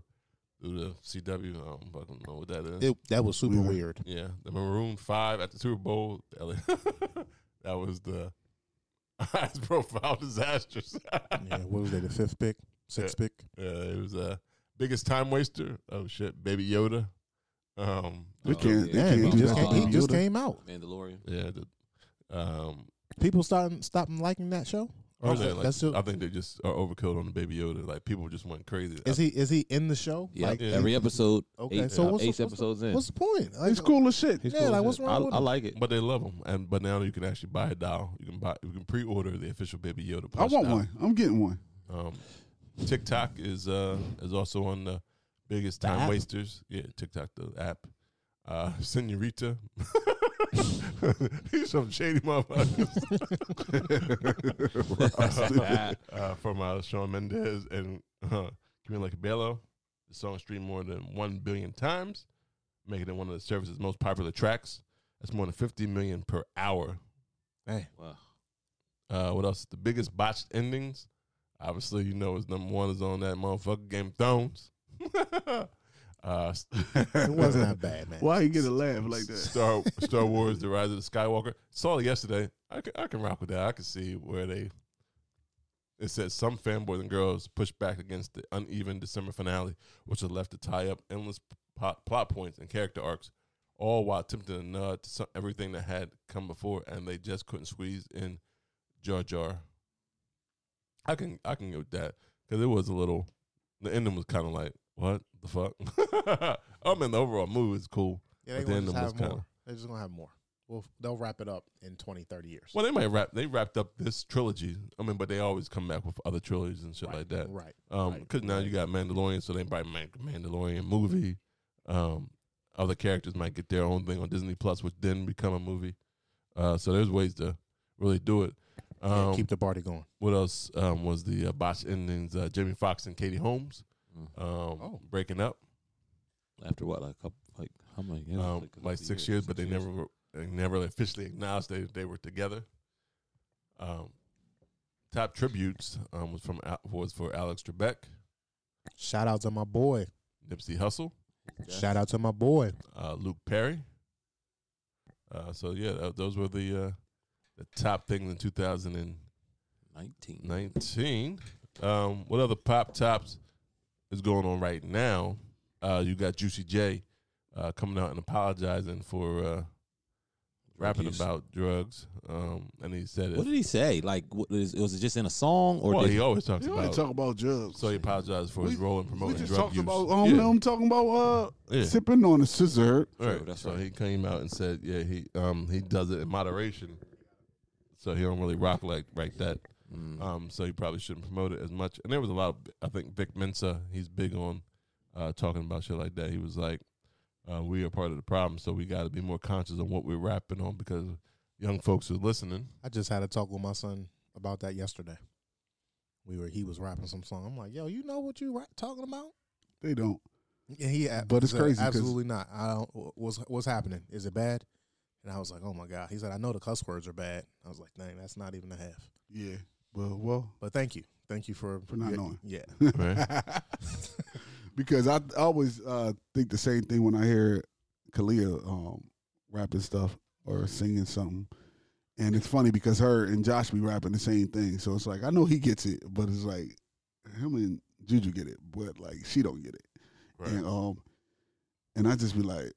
through the CW. I don't fucking know what that is.
It, that was super
Yeah.
weird.
Yeah, the Maroon Five at the Super Bowl. the LA that was the highest profile disasters.
Yeah, what was they? The fifth pick, sixth pick.
Uh, it was uh, biggest time waster. Oh shit, Baby Yoda. Um,
They can't.
yeah,
Yeah,
they
he
can't do
just
that.
came,
Bob
he
Dylan.
just
Yoda.
came out.
Mandalorian.
yeah. The, um,
People starting stopping liking that show. Or
I
is
think,
that-
like,
that's still-
I think they just are overkilled on the Baby Yoda. Like people just went crazy.
is he is he in the show?
Yeah,
Like,
every episode.
Okay,
eight,
so
uh,
what's the-
eight
what's the-
episodes in.
what's the point? Like,
It's cool as shit.
yeah, like what's
I,
wrong with
I
it?
like it.
But they love him, and but now you can actually buy a doll. You can buy, you can pre-order the official Baby Yoda.
I
plush
want
doll.
one. I'm getting one.
Um, TikTok is uh is also on the biggest time
app?
wasters. Yeah, TikTok the app. Uh, Senorita. He's some shady motherfuckers. uh, from uh, Sean Mendez and uh, Camila Cabello. The song streamed more than 1 billion times, making it one of the service's most popular tracks. That's more than 50 million per hour.
Wow.
Uh, what else? The biggest botched endings. Obviously, you know, is number one is on that motherfucker Game of Thrones. uh, s-
it wasn't that bad, man.
Why you get a laugh like that?
Star Star Wars: The Rise of the Skywalker. Saw it yesterday. I can, I can rock with that. I can see where they. It said some fanboys and girls pushed back against the uneven December finale, which was left to tie up endless plot, plot points and character arcs, all while attempting to nod to some, everything that had come before, and they just couldn't squeeze in Jar Jar. I can I can go with that because it was a little. The ending was kind of like what the fuck. I mean, the overall movie is cool.
Yeah, they
But the
gonna
end
just
of
have
it's
more.
kinda-
They're just gonna have more. Well, they'll wrap it up in 20, 30 years.
Well, they might wrap. They wrapped up this trilogy. I mean, but they always come back with other trilogies and shit like that.
Right.
Um,
right,
because now you got Mandalorian, so they might make a Mandalorian movie. Um, other characters might get their own thing on Disney Plus, which then become a movie. Uh, so there's ways to really do it.
Yeah,
Um,
keep the party going.
what else um, was the uh, botched endings? Uh, Jamie Foxx and Katie Holmes um,
Mm. Oh.
breaking up
After what, like a couple, like how many? yeah,
um,
a
like
couple
six years, but they never were- they never officially acknowledged they they were together. Um, top tributes um, was from Al- was for Alex Trebek,
Shout out to my boy.
Nipsey Hussle,
Shout out to my boy.
uh, Luke Perry. Uh, so yeah, tho- those were the uh, the top things in 2019.
Nineteen.
Um, what other pop tops is going on right now? Uh, you got Juicy J uh, coming out and apologizing for. Uh, rapping
Drug use.
about drugs, um, and he said,
What
it,
did he say? Like, what, is, was it just in a song, or
"Well,
did
he always talks
You want
about."
to talk about drugs?
so he apologized for his
We-
role in promoting
we just
drug
talked
use.
about. oh, I do
Yeah,
I'm talking about uh,
yeah,
sipping on a scissor.
right.
True, that's
so
right.
he came out and said, "Yeah, he um he does it in moderation, so he don't really rock like like that.
Mm.
Um, so he probably shouldn't promote it as much." And there was a lot. Of, I think Vic Mensa, he's big on uh, talking about shit like that. He was like, uh, "We are part of the problem, so we got to be more conscious on what we're rapping on because young folks are listening."
I just had a talk with my son about that yesterday. We were he was rapping some song. I'm like, yo, you know what you rap, talking about?
They don't.
And he, a-
But it's
said,
crazy 'cause-
Absolutely not. I don't. wh- What's what's happening? Is it bad? And I was like, oh my god. He said, I know the cuss words are bad. I was like, dang, that's not even a half.
Yeah. Well, well,
But thank you, thank you for
For not
yeah,
knowing.
Yeah,
Right?
because I I always uh, think the same thing when I hear Kalia um, rapping stuff or singing something. And it's funny because her and Josh be rapping the same thing. So it's like, I know he gets it, but it's like, him and Juju get it, but like, she don't get it.
Right.
And, um, and I just be like,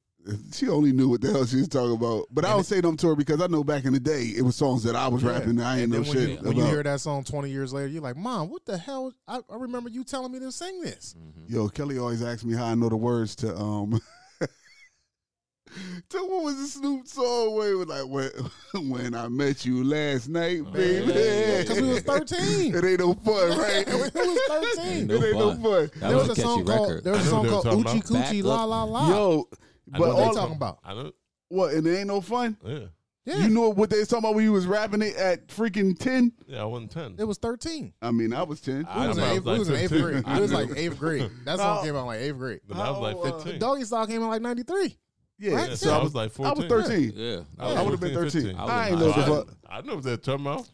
She only knew what the hell she was talking about. But I don't say them to her because I know back in the day it was songs that I was rapping that I ain't
And
know
then when
shit
you,
about.
when you hear that song 20 years later, you're like, Mom, what the hell? I, I remember you telling me to sing this.
Yo, Kelly always asks me how I know the words to um to what was the Snoop song where it was like when when I met you last night, baby.
Because we was 13.
it ain't no fun, right?
we
it
was 13.
No
ain't no
fun.
fun.
That was a catchy
song
record.
called, there was a
I know
song
what
called
they were talking
Oochie
about. Back
Coochie La
up.
La La.
Yo,
I
but
know
all
that
talking about.
I know.
what and it ain't no fun.
Yeah.
yeah,
You knew what they was talking about when you was rapping it at freaking ten.
Yeah, I wasn't 10.
it was 13.
I mean, I was ten.
It
I
was, in
I
eighth, we was in eighth
15.
grade.
I
It was
knew.
like eighth grade. That song came out in like eighth grade.
But I was
How, uh,
like 15.
Doggy Style came out like 93.
yeah,
yeah, so I was like 14.
I was thirteen.
Yeah,
I would have
14,
been thirteen.
15.
I
I ain't
was
know
So
the fuck.
I, I know what that talking about.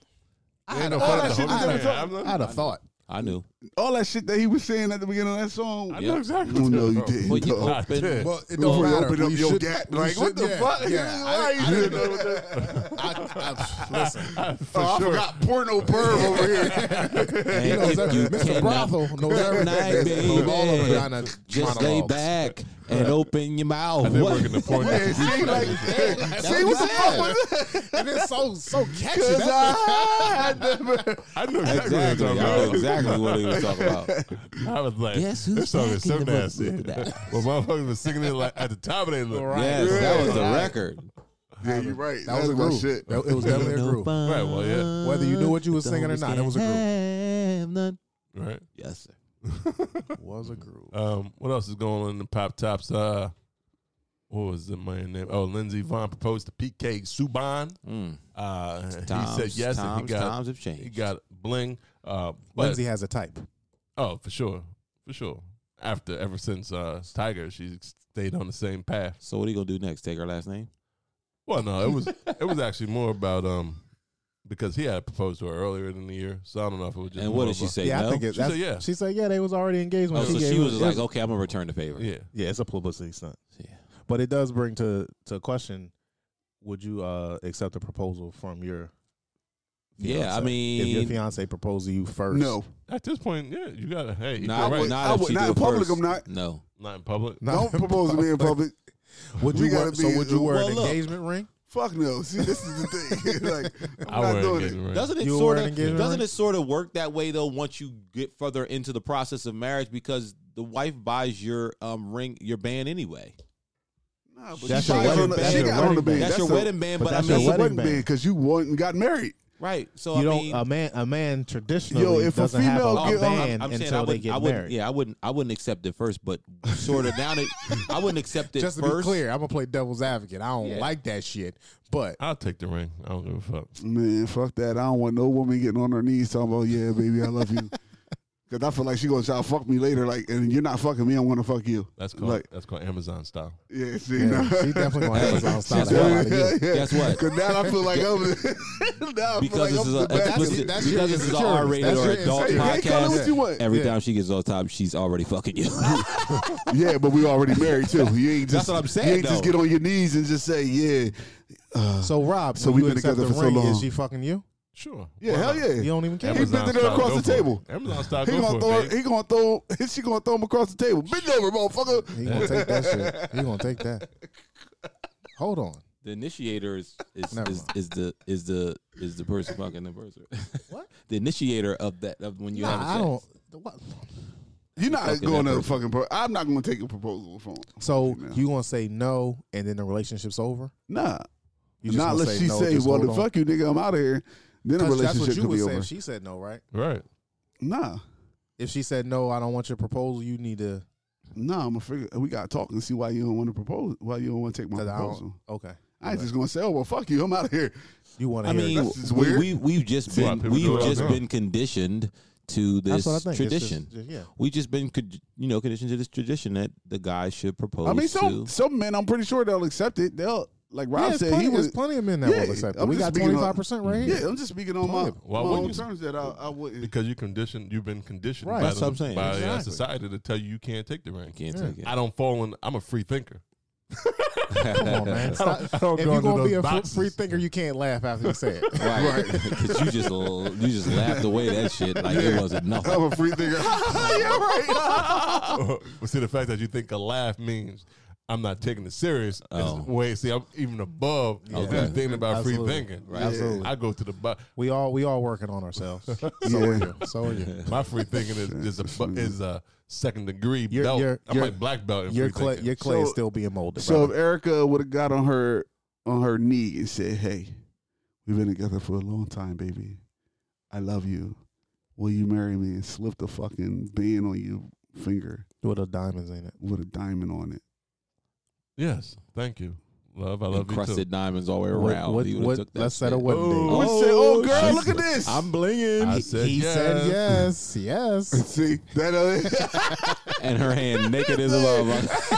I
Ain't
had,
no
a,
fun
all
in the
that shit,
whole
I, had
thing.
a,
I'm not-
I had a thought.
I knew.
All that shit that he was saying at the beginning of that song.
I
Yeah.
know exactly
Oh,
what
no,
you're
you
talking
didn't.
about.
dog.
Well, you
I did.
open.
Well, it
Before
don't
you
matter.
open up
We
your
should-
gap,
we
like, what
should-
the
yeah,
fuck?
Yeah,
Why
I,
you
I
doing
didn't
that?
know that. I, I, listen,
Oh, I forgot porno perv over here.
And
he knows
if
every,
you
Mr.
cannot
Brothel knows every
night,
knows all of
baby.
vagina
Just lay
monologues.
back and open your mouth.
I did
What?
work in the porn
yeah, see, like, see what the fuck was that?
And it's so so catchy.
Cause
That's
I never.
I knew exactly,
Exactly.
what
I
you're
know
talking
exactly what he was talking about.
about. I was like,
Guess who's
this song is so
back in the
nasty.
booth?
well, motherfuckers was singing it like at the top of their lip. Right.
Yes, that was the
Right.
record.
Yeah, you're right.
That was a groove.
shit.
That- It was definitely a groove.
Right, well, yeah.
Whether you knew what you was singing or not, it was a groove.
groove.
Right.
Yes, sir.
Was a groove.
Um, what else is going on in the pop tops? Uh, what was the man name? Oh, Lindsey Vaughn proposed to PK Subban.
Mm.
Uh,
Times,
he said yes,
times,
and he got
times have
he
changed.
got bling. Uh, but,
Lindsay has a type.
Oh, for sure, for sure. After ever since uh, Tiger, she stayed on the same path.
So what are you gonna do next? Take her last name?
Well,
Oh,
no, it was it was actually more about um because he had proposed to her earlier in the year, so I don't know if it was just.
and what
more
did she
of a-
say?
Yeah,
no?
I think it,
She said
that's,
yeah.
She said yeah. They was already engaged when
Oh,
she
so
gave
she was
it-
like, okay, I'm gonna return the favor.
Yeah,
Yeah, it's a publicity stunt.
Yeah.
But it does bring to to question: Would you uh, accept a proposal from your?
Yeah,
fiancé?
I
if your
mean,
fiance proposed to you first,
No,
at this point, yeah, you gotta hey, you
not,
right,
would-
not,
I
if
would-
she
not in
do it
public,
first.
I'm not.
No,
not in public.
don't propose to me in public.
Would
We
you
gotta
wear, so?
be-
Would you wear
Well,
an
look.
engagement ring?
Fuck no. See, this is the thing. like,
I
I'm not
wear
doing
it.
it.
doesn't it
You were
sort
an
of
engagement
doesn't
ring?
it sort of work that way though? Once you get further into the process of marriage, because the wife buys your um ring, your band anyway.
Nah, but
That's
she
your
got
wedding-
on the-
that's
she
your
got on
wedding
the
band.
band.
That's your
a-
wedding band,
but
but, I
that's
That's
mean,
a
wedding
wedding
band.
band because you went and got married.
right? So
You
I
don't.
mean,
a man, a man traditionally
Yo, if a
doesn't have
female
a
get on-
band
I'm saying I
until they
wouldn't.
get
I
married.
wouldn't. Yeah, I wouldn't. I wouldn't accept it first, but sort of down it. I wouldn't accept it
Just to
first.
be clear, I'm gonna play devil's advocate. I don't
Yeah.
like that shit, but
I'll take the ring. I don't give a fuck.
Man, fuck that. I don't want no woman getting on her knees talking about, yeah, baby, I love you. Because I feel like she going to try to fuck me later. Like, and you're not fucking me. I want to fuck you.
That's called
Like-
that's called Amazon style.
Yeah, see,
yeah,
nah.
she definitely gonna have Amazon style.
that's
the hell out of
what-
you.
Guess what?
Because now I feel like I'm. now I feel like
because this
I'm
is
the
a
bad
explicit,
that's your
because this is a
insecurities.
R-rated
That's
or
your
adult
insecurities.
Hey, call it what you
podcast.
want.
Every
Yeah.
time she gets on top, she's already fucking you.
Yeah, but we already married too. You ain't just,
That's what I'm saying,
You ain't just
though.
get on your knees and just say, yeah,
So Rob,
So
when
we've
you
been
accept
together
the
for so
ring,
long.
Is she fucking you?
Sure.
yeah,
Why
hell
not?
yeah.
You don't even care.
He bent
Amazon
it
style,
across
go
the
for it.
table.
Amazon style.
He
go
gonna
for
throw
it,
he gonna throw she gonna throw him across the table. Bend over, motherfucker.
He gonna take that shit. He gonna take that. Hold on.
the initiator is is,
Never
is,
mind.
is the is the is the person fucking the person.
What?
the initiator of that of when you have
Nah, I
sex.
don't. What?
You're not
Fucking
going
that
to
person.
fucking. Pro- I'm not going to take a proposal from.
So
Yeah.
you gonna say no, and then the relationship's over?
Nah,
You
not
gonna
unless she
no,
say,
just
"Well,
hold
the
on?
fuck you, nigga, I'm out of here." Then the
'Cause that's
relationship
what you
could
would
be
say
over.
if she said no, right?
Right.
Nah,
If she said no, I don't want your proposal. You need to.
nah, I'm gonna figure. We gotta talk and see why you don't want to propose. Why you don't want to take my
'cause I
proposal?
don't, okay.
I, ain't just gonna say, "Oh well, fuck you, I'm out of here."
You want
I
to hear?
mean,
That's just
we,
weird.
we we've just
That's why
been
people do
we've
it all
just
the time.
been conditioned to
that's
this
what I think. It's
tradition.
just- yeah.
We've just been con- you know conditioned to this tradition that the guy should propose.
I mean, some
to.
some men, I'm pretty sure they'll accept it. They'll like
Yeah,
Rob
it's
said,
plenty,
he
there's
was.
plenty of men that
Yeah,
will accept. it.
I'm
We
just
got
speaking
twenty
on-
five percent right here.
Yeah, I'm just speaking on my, my
Why wouldn't
own
you?
terms that I, I wouldn't.
Because you conditioned, you've been conditioned
Right.
by,
That's
the-
what I'm saying.
by uh,
Exactly.
society to tell you you can't take the ring.
can't take it.
I don't fall in. I'm a free thinker.
Come on, man. Stop.
I don't
if
go
you're
into
gonna be
those
a fr-
boxes.
free thinker, you can't laugh after you say it.
Right, because you just l- you just laughed away that shit like it wasn't nothing.
Oh,
I'm a free thinker. yeah, right.
well, see, the fact that you think a laugh means I'm not taking it serious.
Oh.
It's way see, I'm even above
Okay.
thinking about
Absolutely.
free thinking.
Right.
Absolutely.
I go to the bu-
We all we all working on ourselves. So are
Yeah.
you. So are you.
my free thinking is, is a bu- is a second degree
You're-
belt.
you're-
I'm
you're-
like black belt in
Your
free
clay,
thinking.
your clay is
So-
still being molded.
So if
brother.
Erica would have got on her on her knee and said, "Hey, we've been together for a long time, baby. I love you. Will you marry me?" and slip the fucking band on your finger
with the diamonds in it.
with a diamond on it.
yes, thank you, love. I love you too.
Encrusted diamonds all the way
What-
around.
what-
He would've
what-
took that
let's set a
shit.
wedding date.
Oh,
I would say, "Oh,
shit.
girl, look at this."
I'm blinging.
I said
he
yes.
said yes, yes.
See that? Uh,
and her hand naked as a love.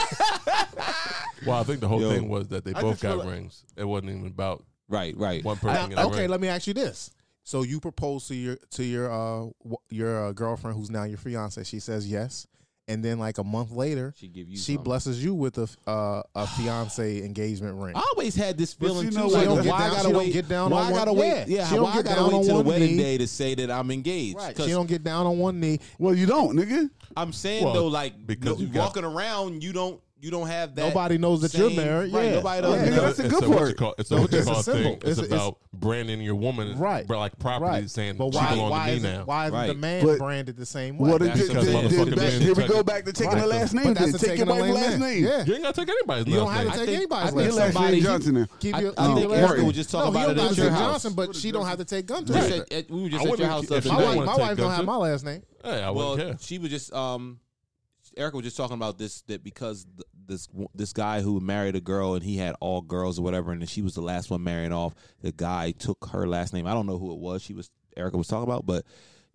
Well, I think the whole
Yo.
thing was that they
I
both
just feel
got
like-
rings. It wasn't even about
right, right.
one person.
Now,
getting a
okay,
ring.
let me ask you this. So you propose to your to your uh w- your uh, girlfriend who's now your fiance. She says yes, and then like a month later,
She give you
she
something.
blesses you with a f- uh, a fiance engagement ring.
I always had this
But
feeling
you
too.
know
Like,
what? She
don't get
why I gotta
down- she
wait?
don't get down
why
on
I gotta
one-
wait?
yeah.
Yeah,
She don't
why I
get
gotta
down
wait
on
till the
one
wedding
knee.
day to say that I'm engaged?
Right. She
'Cause
don't get down on one knee.
well, you don't, nigga.
I'm saying
Well,
though, like
because
no-
you got-
walking around, you don't you don't have that.
Nobody knows that you're
same-
married.
Right,
Yeah.
nobody
Yeah.
knows.
Nigga, that's a good
what you
word.
call- It's a what you
It's a
call
symbol.
thing. It's,
It's a-
about branding your woman,
Right.
but Like property,
Right.
saying
But
she
why?
belong
Why
to me
isn't,
now.
why isn't the
Right.
man
But-
branded the same way?
Well, then
That's
did,
because
did, did,
motherfucking
that-
men
here we
took
go
it.
back to taking
Right.
the last name.
But that's
Then
a
take your
taking the
wife's
last
last
name.
name.
Yeah.
You ain't gotta take anybody's
You don't
last
have to
name.
take
think-
anybody's
I think
last name.
somebody- Name Johnson now.
Keep
I-
your,
I
keep
think
your last
Erica
name.
would just talk
no,
about
he
it
don't
at
got
your
to
house.
Johnson, but she don't have to take Gunter.
Right.
Just at- at- we were just
I
at your
wouldn't-
house the
if
other
I
My
They
night.
wife,
wanna
my
take
wife don't have
Gunter.
my last name.
Hey, I
well,
wouldn't care.
she was just um, Erica was just talking about this that because th- this w- this guy who married a girl and he had all girls or whatever, and then she was the last one marrying off. The guy took her last name. I don't know who it was. She was Erica was talking about, but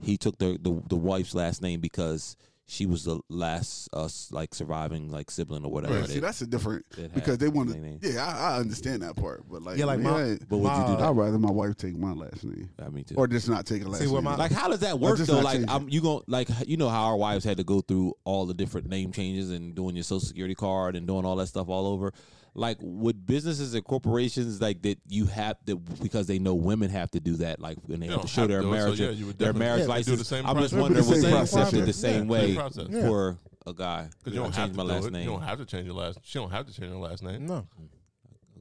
he took the the, the wife's last name because she was the last us like surviving like sibling or whatever.
Right.
it
See,
is.
that's a different
That
because they
happened.
want
They-
to. Yeah, I, I understand that part, but like,
Yeah, like
man,
my-
I-
but would you do
my-
that?
I'd rather my wife take my last name
I mean, too.
or just not take a last
See, where
name.
my-
Like, how does that work
just
though?
not
Like,
changing.
I'm, you going like you know how our wives had to go through all the different name changes and doing your social security card and doing all that stuff all over. Like, would businesses and corporations like that you have to because they know women have to do that? Like, when they,
They
have to
don't
show
have
their
to, so
marriage,
yeah, you would
their
definitely-
marriage
Yeah, they do
license.
the same
I'm
process.
just wondering
It'd be
was
the same
processed
process.
the same
Yeah,
way
same process.
Yeah.
for a guy.
Because you
I
don't have
changed
to
my
do
last
it.
name.
You don't have to change your last. She don't have to change her last name.
No.
Okay.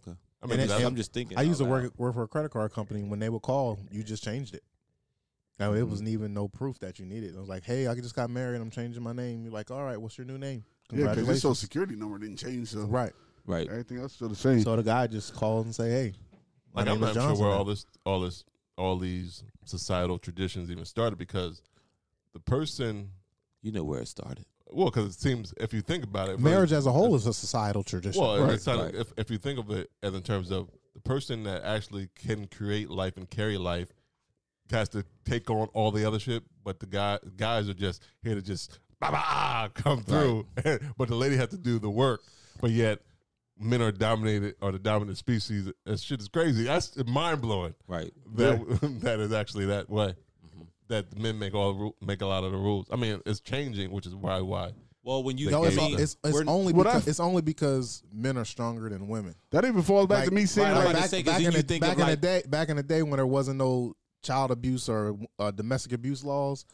I mean,
And it-
that's-
I'm just thinking.
I used to
out loud.
work work for a credit card company. When they would call, you just changed it. Now
Mm-hmm.
it wasn't even no proof that you needed. I was like, "Hey, I just got married. I'm changing my name." You're like, "All right, what's your new name?"
yeah, because your
Congratulations.
social security number didn't change, so
right.
right.
everything else still the same.
So the guy just calls and say, "Hey, my
like I'm
name
not
is
sure
Johnson."
where all this, all this, all these societal traditions even started because the person.
You know where it started.
Well, because it seems if you think about it, really-
Marriage as a whole is a societal tradition.
Well,
Right.
it's not,
right.
if if you think of it as in terms of the person that actually can create life and carry life has to take on all the other shit, but the guy guys are just here to just bah, bah, come through, but the lady has to do the work. But yet, men are dominated are the dominant species. That shit is crazy. That's mind blowing.
Right.
That that is actually that way.
Mm-hmm.
That men make all the ru- make a lot of the rules. I mean, it's changing, which is why why.
Well, when you
no, it's,
gave
all,
them-
it's, it's
we're-
only
What
because,
I-
it's only because men are stronger than women.
that even falls back
Like-
to me saying
right,
like,
I'm about to say, 'cause
back
then
in,
you
the,
think
back
of,
in
like-
the day, back in the day when there wasn't no child abuse or uh, domestic abuse laws,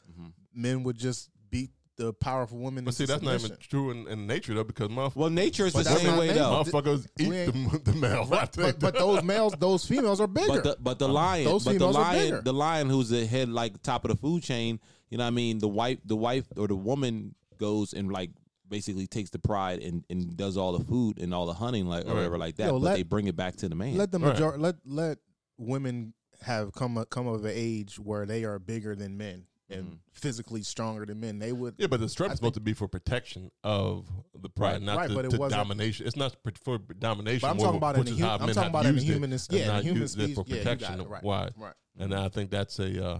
men would just beat the powerful women.
Mm-hmm. But see,
into
that's not even
submission.
true in, in nature though, because motherfuckers.
Well, nature is the
But that's
same
not
way
nature.
though.
Motherfuckers
We
eat the, the male. I think.
But, but those males, those females are bigger.
But the but the lion,
Those
but the
females are bigger.
lion, the lion who's the head like top of the food chain. You know what I mean? The wife, the wife or the woman goes and like basically takes the pride and, and does all the food and all the hunting like or whatever like that.
Yo,
but
let-
they bring it back to the man.
let the
Right.
major let let women have come a- come of an age where they are bigger than men and physically stronger than men. They would
Mm-hmm. yeah, but the strip's supposed to be for protection of the pride,
Right,
not
right,
to,
but it
to
wasn't-
domination. It's not pr- for domination.
But I'm talking
wh-
about in
which
the
is
hu-
how
I'm
men
talking
have
about in the
used it
human is-
and
yeah, in
not
human
used it for
species, yeah, you got
protection.
it, right,
Why?
right.
And I think that's a. Uh,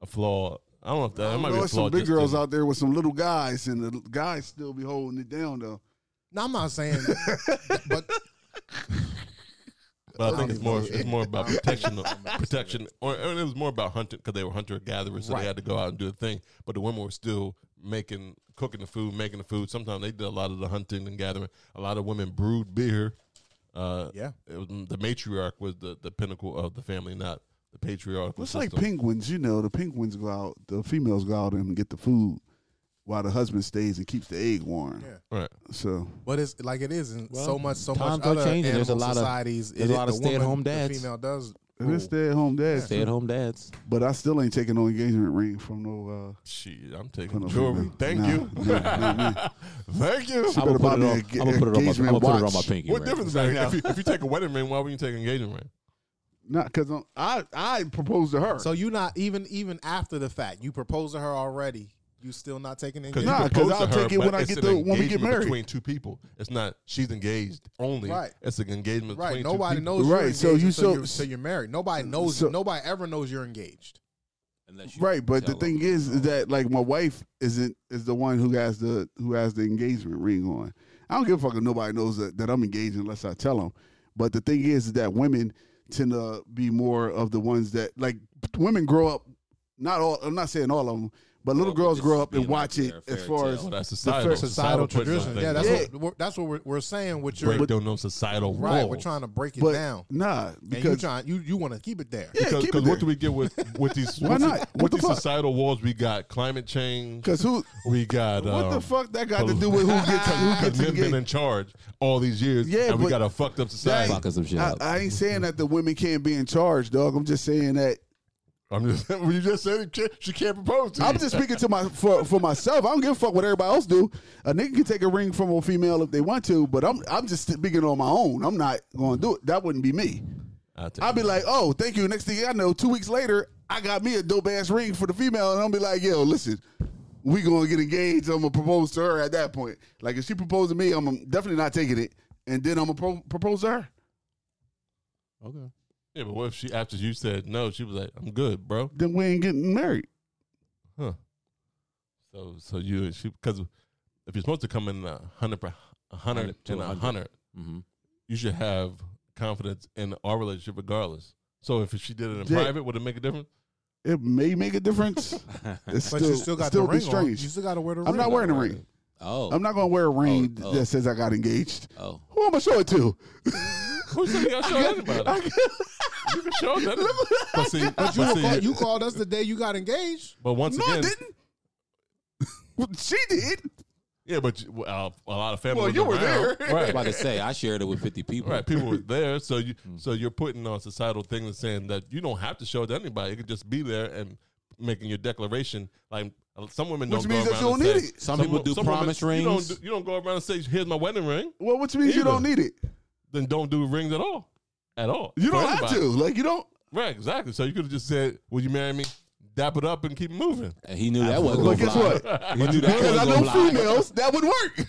a flaw. I don't know if that, that
I
might
know
be a
there's
flaw.
some big
just in-
girls out there with some little guys, and the guys still be holding it down though.
No, I'm not saying, but
but I
don't
think it's
even
more
know.
it's more about protection, protection, or and it was more about hunting because they were hunter gatherers, so
Right.
they had to go out and do the thing. But the women were still making, cooking the food, making the food. Sometimes they did a lot of the hunting and gathering. A lot of women brewed beer. Uh,
Yeah.
it was, the matriarch was the, the pinnacle of the family, not the patriarchal.
It's like
system.
penguins, you know. The penguins go out, the females go out and get the food, while the husband stays and keeps the egg warm.
Yeah.
Right.
So
but it's like it is in so much, so
times
much
are
other
changing. There's a
animal
lot of-
societies.
there's
it-
a lot of
the
stay-at-home
woman, the
dads.
female does.
it is stay at home dad.
Stay at home dads.
But I still ain't taking no engagement ring from no. Uh,
Shit, I'm
from
taking
no
jewelry.
female.
Thank
Nah,
you.
nah, not me.
Thank you.
She
I'm
better
gonna
buy
put it
me a-
on. I'm gonna put it on my. I'm
engagement
gonna put it on my
watch.
pinky.
What
ring.
difference does that make? If you, if you take a wedding ring, why wouldn't you take an engagement ring?
Not because I I proposed to her.
So you not even even after the fact, you proposed to her already. You still not taking it.
Because
Nah,
you
'cause
propose
I'll
to her,
take it
but
when I
it's
get
an
the- when we get
engagement
married.
Between two people, it's not she's engaged only.
Right.
It's an engagement.
Right.
between two
Nobody
people.
knows.
Right,
Right.
so
You're
you
engaged
so-
so you're, so you're married. Nobody knows.
so-
nobody ever knows you're engaged.
Unless you
Right, but the
tell them.
thing is, is that like my wife isn't is the one who has the who has the engagement ring on. I don't give a fuck if nobody knows that, that I'm engaged unless I tell them. But the thing is, is that women tend to be more of the ones that like women grow up. Not all. I'm not saying all of them, but little
Well,
girls
this
grow up and
being like
watch it
their
as
fairy
far
tale.
as
Well, that's societal,
Societal tradition.
thing.
Yeah. That's
Yeah.
what we're, that's what we're, we're saying. With your
break down those societal
right,
rules.
we're trying to break it
but
down.
nah
And you
because
trying you you want to keep it there.
yeah
because
keep
'cause
it
what do
there.
we get with with these
Why
with
not?
these-
What
with
the
these
fuck?
societal wars? We got climate change.
'Cause who
We got
what the
um,
fuck that got to do with who gets who
Because
gets
men been
engaged?
in charge all these years,
Yeah,
and we
but
got a fucked up society.
Fucking some shit
I,
up.
I ain't saying that the women can't be in charge, dog. I'm just saying that
I'm just when you just said it, can't- she can't propose to
I'm
you.
just speaking to my for, for myself. I don't give a fuck what everybody else do. A nigga can take a ring from a female if they want to, but I'm I'm just speaking on my own. I'm not going to do it. That wouldn't be me.
I'll take
I'd be
it.
like, oh, thank you. Next thing I know, two weeks later, I got me a dope ass ring for the female, and I'll be like, yo, listen, we gonna get engaged. I'm gonna propose to her at that point. Like if she proposes to me, I'm definitely not taking it, and then I'm gonna pro- propose to her.
Okay.
yeah, but what if she after you said no, she was like, I'm good, bro.
Then we ain't getting married.
Huh. So so you and she because if you're supposed to come in a hundred per- a hundred
Hundred to
and
a
a
hundred.
hundred,
Mm-hmm.
you should have confidence in our relationship regardless. So if she did it in
Yeah.
private, would it make a difference?
It may make a difference. It's
But
still,
you still got
still
the
be
ring on. You
strange.
still got to wear the
I'm
ring.
not wearing a ring.
Oh.
I'm not gonna wear a ring
Oh, oh.
that says I got engaged.
oh.
Who am I gonna show it to?
Who said you gotta show anybody? You can show them. But see, but,
You,
see,
called, you called us the day you got engaged.
but once
No, I
again,
didn't. Well, she did.
yeah, but you- well, a lot of family.
Well,
was
you were
around.
there.
I'm
right?
about to say I shared it with 50 people.
Right, people were there, so you so you're putting on societal things and saying that you don't have to show it to anybody. It could just be there and making your declaration. Like some women
Which
don't
means
go
that
around
you
and
don't
say-
need it.
Some people do promise
You don't,
rings.
do, you don't go around and say, "Here's my wedding ring."
Well, which means you
Either.
don't need it.
Then don't do rings at all, at all.
You
for
don't have
anybody.
to. Like you don't.
Right, exactly. So you could have just said, "Will you marry me?" Dap it up and keep moving.
And he knew that wasn't
But
going to
guess
fly.
what?
He knew that
Because I
wasn't going
know
to fly.
females, that would work.
Ah,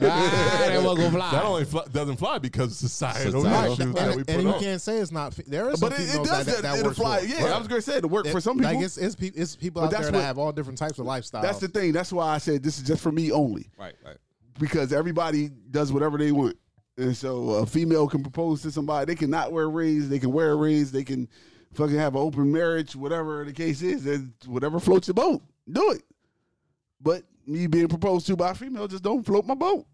that wasn't going to fly.
That only fly, doesn't fly because of societal,
Societal.
issues
And,
that we put
and you
on.
can't say it's not. fe- There is,
but it, it does that.
that, that
it'll
works
fly.
for.
Yeah, I was gonna say it'll work for some
Like
people.
it's, it's, pe- it's people
But
out
that's
there
what-
that have all different types of lifestyles.
That's the thing. That's why I said this is just for me only.
Right, right.
because everybody does whatever they want. And so a female can propose to somebody. They can not wear rings. They can wear rings. They can fucking have an open marriage, whatever the case is. And whatever floats your boat, do it. But me being proposed to by a female just don't float my boat.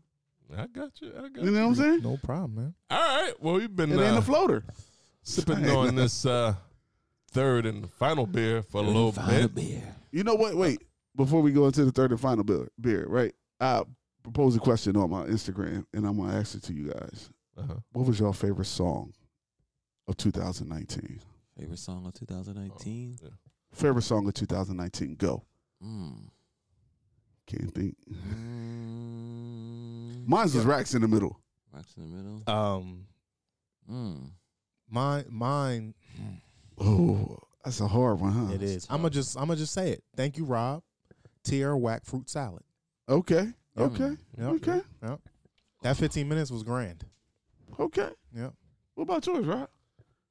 I got you. I got
You
you.
know what I'm saying?
No problem, man.
All right. Well, we've been
It ain't
uh,
a floater.
sipping on this uh, third and final beer for a little bit.
You know what? Wait, before we go into the third and final beer, beer right? I proposed a question on my Instagram, and I'm gonna ask it to you guys.
Uh-huh.
What was your favorite song of 2019?
Favorite song
Oh.
of 2019?
Favorite song of 2019? Go.
Mm.
Can't think.
Mm.
Mine's was racks in the middle.
Rocks in the middle.
Um,
Mm.
mine, mine,
Oh, that's a hard one, huh?
it is. I'm gonna just, I'm gonna just say it. Thank you, Rob. Tierra Whack fruit salad.
Okay. Okay.
Yep.
Okay.
Yep. That 15 minutes was grand.
Okay.
Yep.
What about yours, Rob?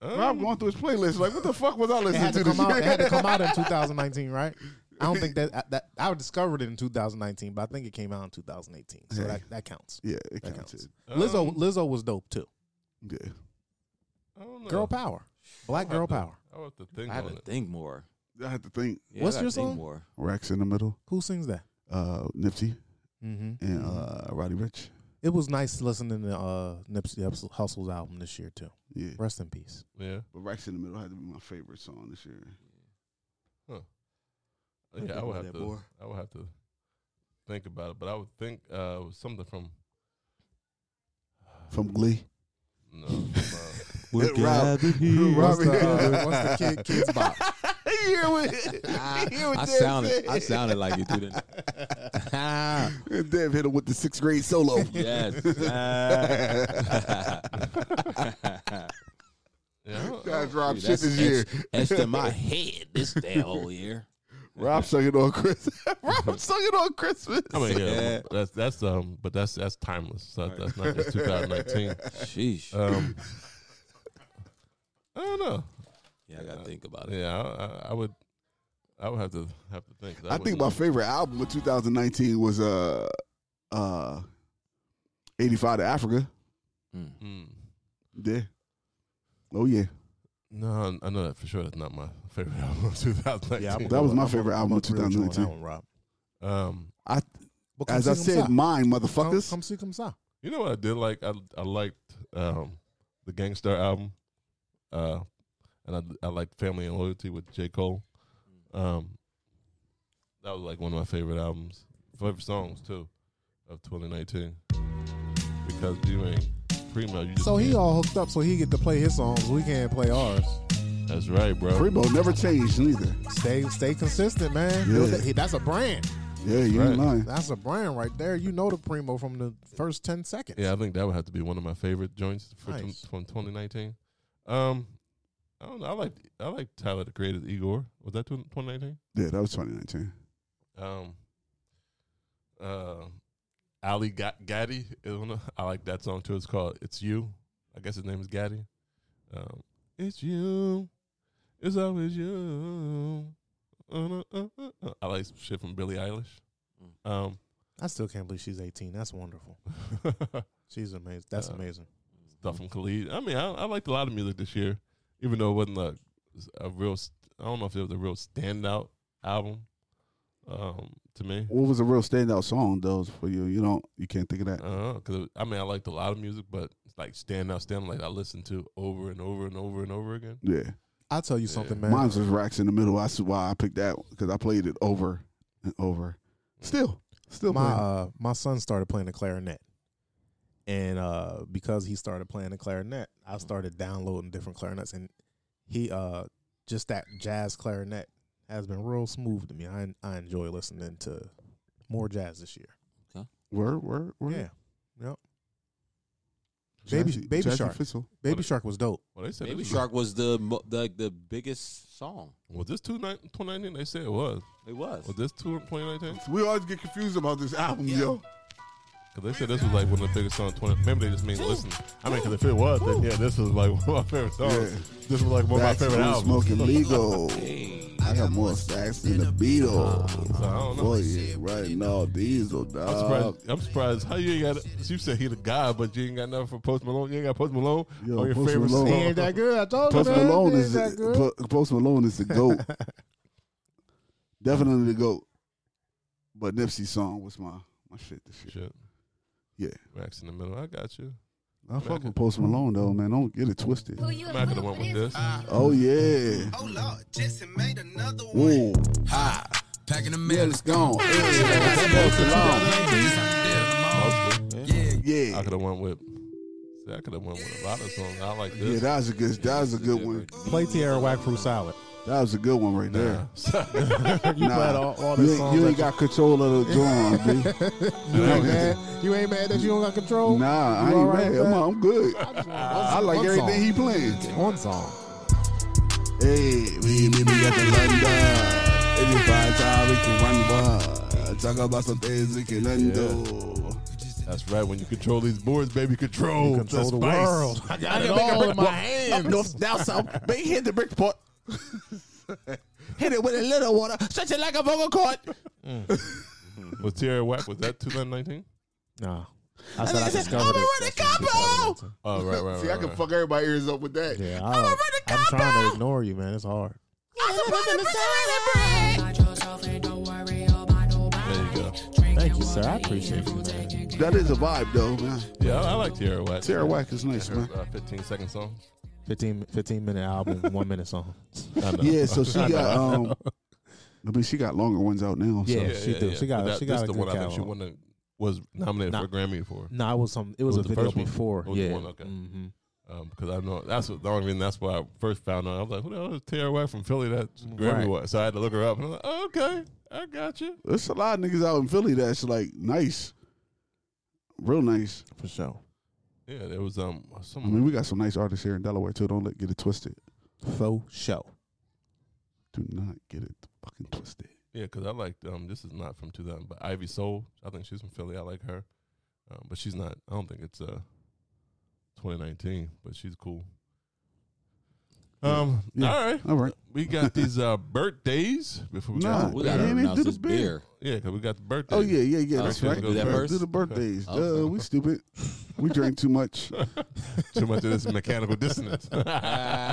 Um,
Rob going through his playlist. Like, what the fuck was I
It
listening
had to
this
come out. It had to
year?
come out in 2019, right? I don't think that that I discovered it in 2019, but I think it came out in 2018, so
Hey.
that, that counts.
yeah, it
That
counted.
counts. Lizzo
um,
Lizzo was dope too.
Yeah.
I don't know.
Girl power, black girl power.
I have to think
I
on
had to
it.
think more.
I had to think.
Yeah, I
What's
gotta
your
think
song?
More.
Racks in the middle.
Who sings that?
Uh, Nipsey
Mm-hmm.
and uh, Roddy Rich.
It was nice listening to uh, Nipsey Hus- Hussle's album this year too.
Yeah.
Rest in peace.
Yeah.
But Racks in the middle had to be my favorite song this year.
Yeah, I would have to. I would have to think about it, but I would think uh, it was something from
From Glee.
no. from, uh,
We're Rob,
What's the, uh, what's the kid, kids bop?
I sounded, I sounded like it, didn't I?
Dev hit him with the sixth grade solo.
yes.
yeah, I don't- I
Guys, Rob shit
That's
this year.
etched- etched in my head this damn whole year.
Rob sung it on Christmas. Rob sung it on Christmas.
I mean, yeah, that's that's um, but that's that's timeless. So That's not just 2019.
Sheesh.
Uh,
Um, I don't know.
yeah, I gotta think about it.
Yeah, I, I, I would, I would have to have to think. 'cause
I think
wouldn't
my
know.
favorite album of 2019 was uh uh 85 to Africa.
Mm.
Yeah. Oh yeah.
No, I know that for sure. That's not my favorite album of 2019.
Yeah, I'm-
That was my
I'm-
favorite
I'm
album of
with you on that
2019.
one, Rob.
Um,
I
But come
as I
see, come
said,
saw.
mine
Come-
motherfuckers.
Come see, come saw.
you know what I did like? I I liked um, the Gangstar album, uh, and I I liked Family and Loyalty with J Cole. Um, that was like one of my favorite albums, favorite songs too, of 2019. Because you ain't primo. You just
So he
can't-
all hooked up, so he get to play his songs. We can't play ours.
That's right, bro.
Primo never changed neither.
Stay, stay consistent, man.
Yeah.
He- That's a brand.
Yeah, you ain't
Right.
lying.
That's a brand right there. You know the primo from the first ten seconds.
Yeah, I think that would have to be one of my favorite joints for tw-
Nice.
from 2019. Um, I don't know. I like I like Tyler the Creator's Igor. Was that 2019?
Yeah, that was 2019.
Um, uh, Ali Ga- Gaddy. is one of- I like that song too. It's called "It's You." I guess his name is Gaddy. Um, it's you. It's always you. Uh, uh, uh, uh. I like shit from Billie Eilish. Um,
I still can't believe she's eighteen. That's wonderful. She's amazing. That's
Uh,
amazing.
stuff from Khalid. I mean, I, I liked a lot of music this year, even though it wasn't a, a real. st- I don't know if it was a real standout album um, to me.
What was a real standout song though for you? You don't you can't think of
Uh,
that.
Because I mean, I liked a lot of music, but it's like standout, standout, like I listened to over and over and over and over again.
Yeah.
I'll tell you something, man.
Mine was racks in the middle. That's why I picked that because I played it over and over. Still. Still
my
playing it.
uh, my son started playing the clarinet, and uh, because he started playing the clarinet, I started downloading different clarinets, and he uh, just that jazz clarinet has been real smooth to me. I I enjoy listening to more jazz this year.
Word, word, word.
Yeah, yep. Baby
Jazzy-
Baby
Jazzy
Shark,
Fizzle.
Baby Shark was dope.
Well, they said
Baby
this was-
Shark was the mo- the, the biggest song.
was this 2019? They said it was.
It was.
Was this 2019?
We always get confused about this album, yo.
Because they said this was like one of the biggest songs. 20, maybe they just mean listen. I mean, because if it was, then yeah, this was like one of my favorite songs.
Yeah.
This was like one of my
That's
favorite
who
albums.
smoking legal. I got more stacks than the Beatles.
So I don't know.
Boy, yeah, right now, diesel,
I'm
dog.
surprised. I'm surprised how you ain't got. You said he the guy, but you ain't got nothing for Post Malone. You ain't got Post Malone
Yo,
or your
Post
favorite
Malone.
He
song.
ain't that good. I told
Post
you, man.
Malone
He ain't
is
that good.
the, Po- Post Malone is the goat. Definitely the goat. But Nipsey's song was my my shit. This shit.
Shit.
Yeah.
Max in the middle. I got you.
I fuck with Post Malone though, man. Don't get it twisted.
I could have went with this.
Oh yeah.
Oh Lord, Jason made another
Ooh.
Packing the
Yeah,
mail,
it's gone.
Mostly. I
Yeah.
could have went with. See, I could have went with a lot of songs. I like
Yeah,
this.
that was a good that was a good one.
Play Tierra Whack Fruit Salad.
That was a good one right there.
You
Nah.
played all, all the
You ain't,
songs.
you
that
ain't got control of the drawing, B.
you, ain't mad. You ain't mad that you don't got control.
Nah, I
You
ain't
all right
mad.
with
I'm,
that?
I'm good. I like
one
everything
song.
he playing.
One song.
Hey, we meet me at the London. If you find time, we can run wild. Talk about some things we can undo.
That's right. When you control these boards, baby, control,
Control the
spice.
world. I got it all in my hands.
north, down south. Big hit the brick pot.
hit it with a little water, stretch it like a vocal cord.
Was Tierra Whack? Was that 2019?
Nah. I said I discovered it.
Oh right, right, right.
See, I can
right.
fuck everybody ears up with that.
Yeah, I, don't- I'm trying to ignore you, man. It's hard.
There you go.
Thank you, sir. I appreciate you, man.
That is a vibe, though, man.
Yeah, I, I like Tierra Whack.
Tierra Whack is nice, man.
Her, uh, 15 second song.
15, 15 minute album, one minute song.
I know.
Yeah, so she got um I mean, she got longer ones out now. So.
Yeah, she do. She got-
But
she got
this
a
the
good
one I think she
catalog.
won the, was nominated for a Grammy for.
No, it was some. It was,
was
a
the
video
first one?
before.
Oh, it was the
yeah.
one, okay.
hmm
because I know that's what, the only reason that's why I first found out. I was like, "Who the hell is Tara White from Philly?" That Grammy
Right.
was. So I had to look her up, and I'm like, oh, "Okay, I got you."
There's a lot of niggas out in Philly that's like nice, real nice.
for sure.
Yeah, there was um
I
some
mean, we got some nice artists here in Delaware too. Don't let get it twisted.
Faux show.
Do not get it fucking twisted.
yeah because I liked um this is not from 2000, but Ivy Soul. I think she's from Philly. I like her, um, but she's not. I don't think it's uh 2019, but she's cool. Um,
Yeah.
all right,
All right.
we got these uh birthdays before we
Nah.
got
We
Yeah,
gotta
they didn't
announce
do the
this
beer.
beer.
yeah because we got the birthdays.
Oh yeah, yeah, yeah.
Oh,
That's
okay.
right.
Do that
Let's
first?
Do the birthdays.
Okay. Okay.
Duh, we stupid. We drank too much.
too much of this mechanical dissonance.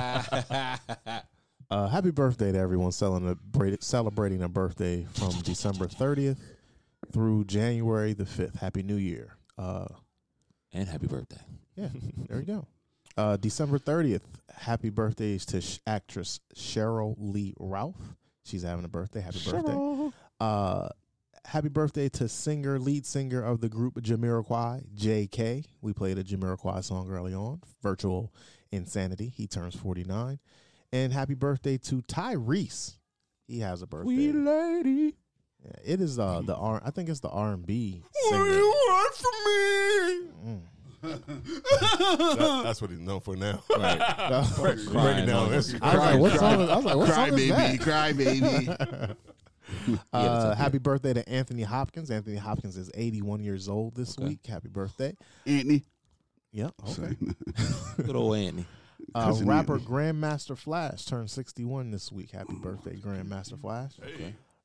Uh, happy birthday to everyone celebrating celebrating a birthday from December 30th through January the 5th. Happy New Year. Uh,
And happy birthday.
yeah, there you go. Uh, December 30th, happy birthdays to sh- actress Cheryl Lee Ralph. She's having a birthday. Happy birthday.
Cheryl.
Uh, happy birthday to singer, lead singer of the group Jamiroquai, J.K. We played a Jamiroquai song early on, Virtual Insanity. He turns 49. And happy birthday to Tyrese. He has a birthday.
lady.
Yeah, it is uh, the R. I think it's the R and B singer.
want from me? that's what he's known for now. Break it down. That's-
I was like, what song? is- I was like, what
Cry
song is
baby,
that?
cry baby.
Uh, happy birthday to Anthony Hopkins. Anthony Hopkins is 81 years old this week. Happy birthday.
Anthony.
Yep. Okay.
Good old Anthony.
Uh,
Cousin
rapper
Anthony.
Grandmaster Flash turned 61 this week. Happy birthday, Grandmaster Flash.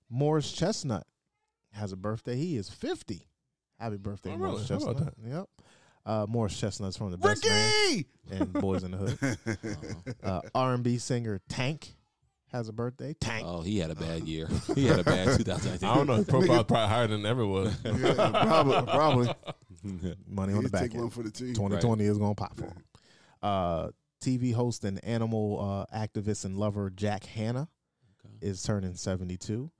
Morris Chestnut has a birthday. He is 50. Happy birthday,
Oh,
Morris
really? How about
Chestnut. Yep. Uh, Morris Chestnut's from the best man. and Boys in the Hood.
Uh-huh.
Uh, R&B singer Tank has a birthday. Tank.
Uh,
Oh, he had a bad year. He had a bad 2019.
I don't know. His profile's probably higher than it ever was.
Yeah, probably, probably.
Money on
You
the back
take one
end.
for the team.
2020 is going to pop for him. Uh, TV host and animal uh, activist and lover Jack Hanna is turning 72.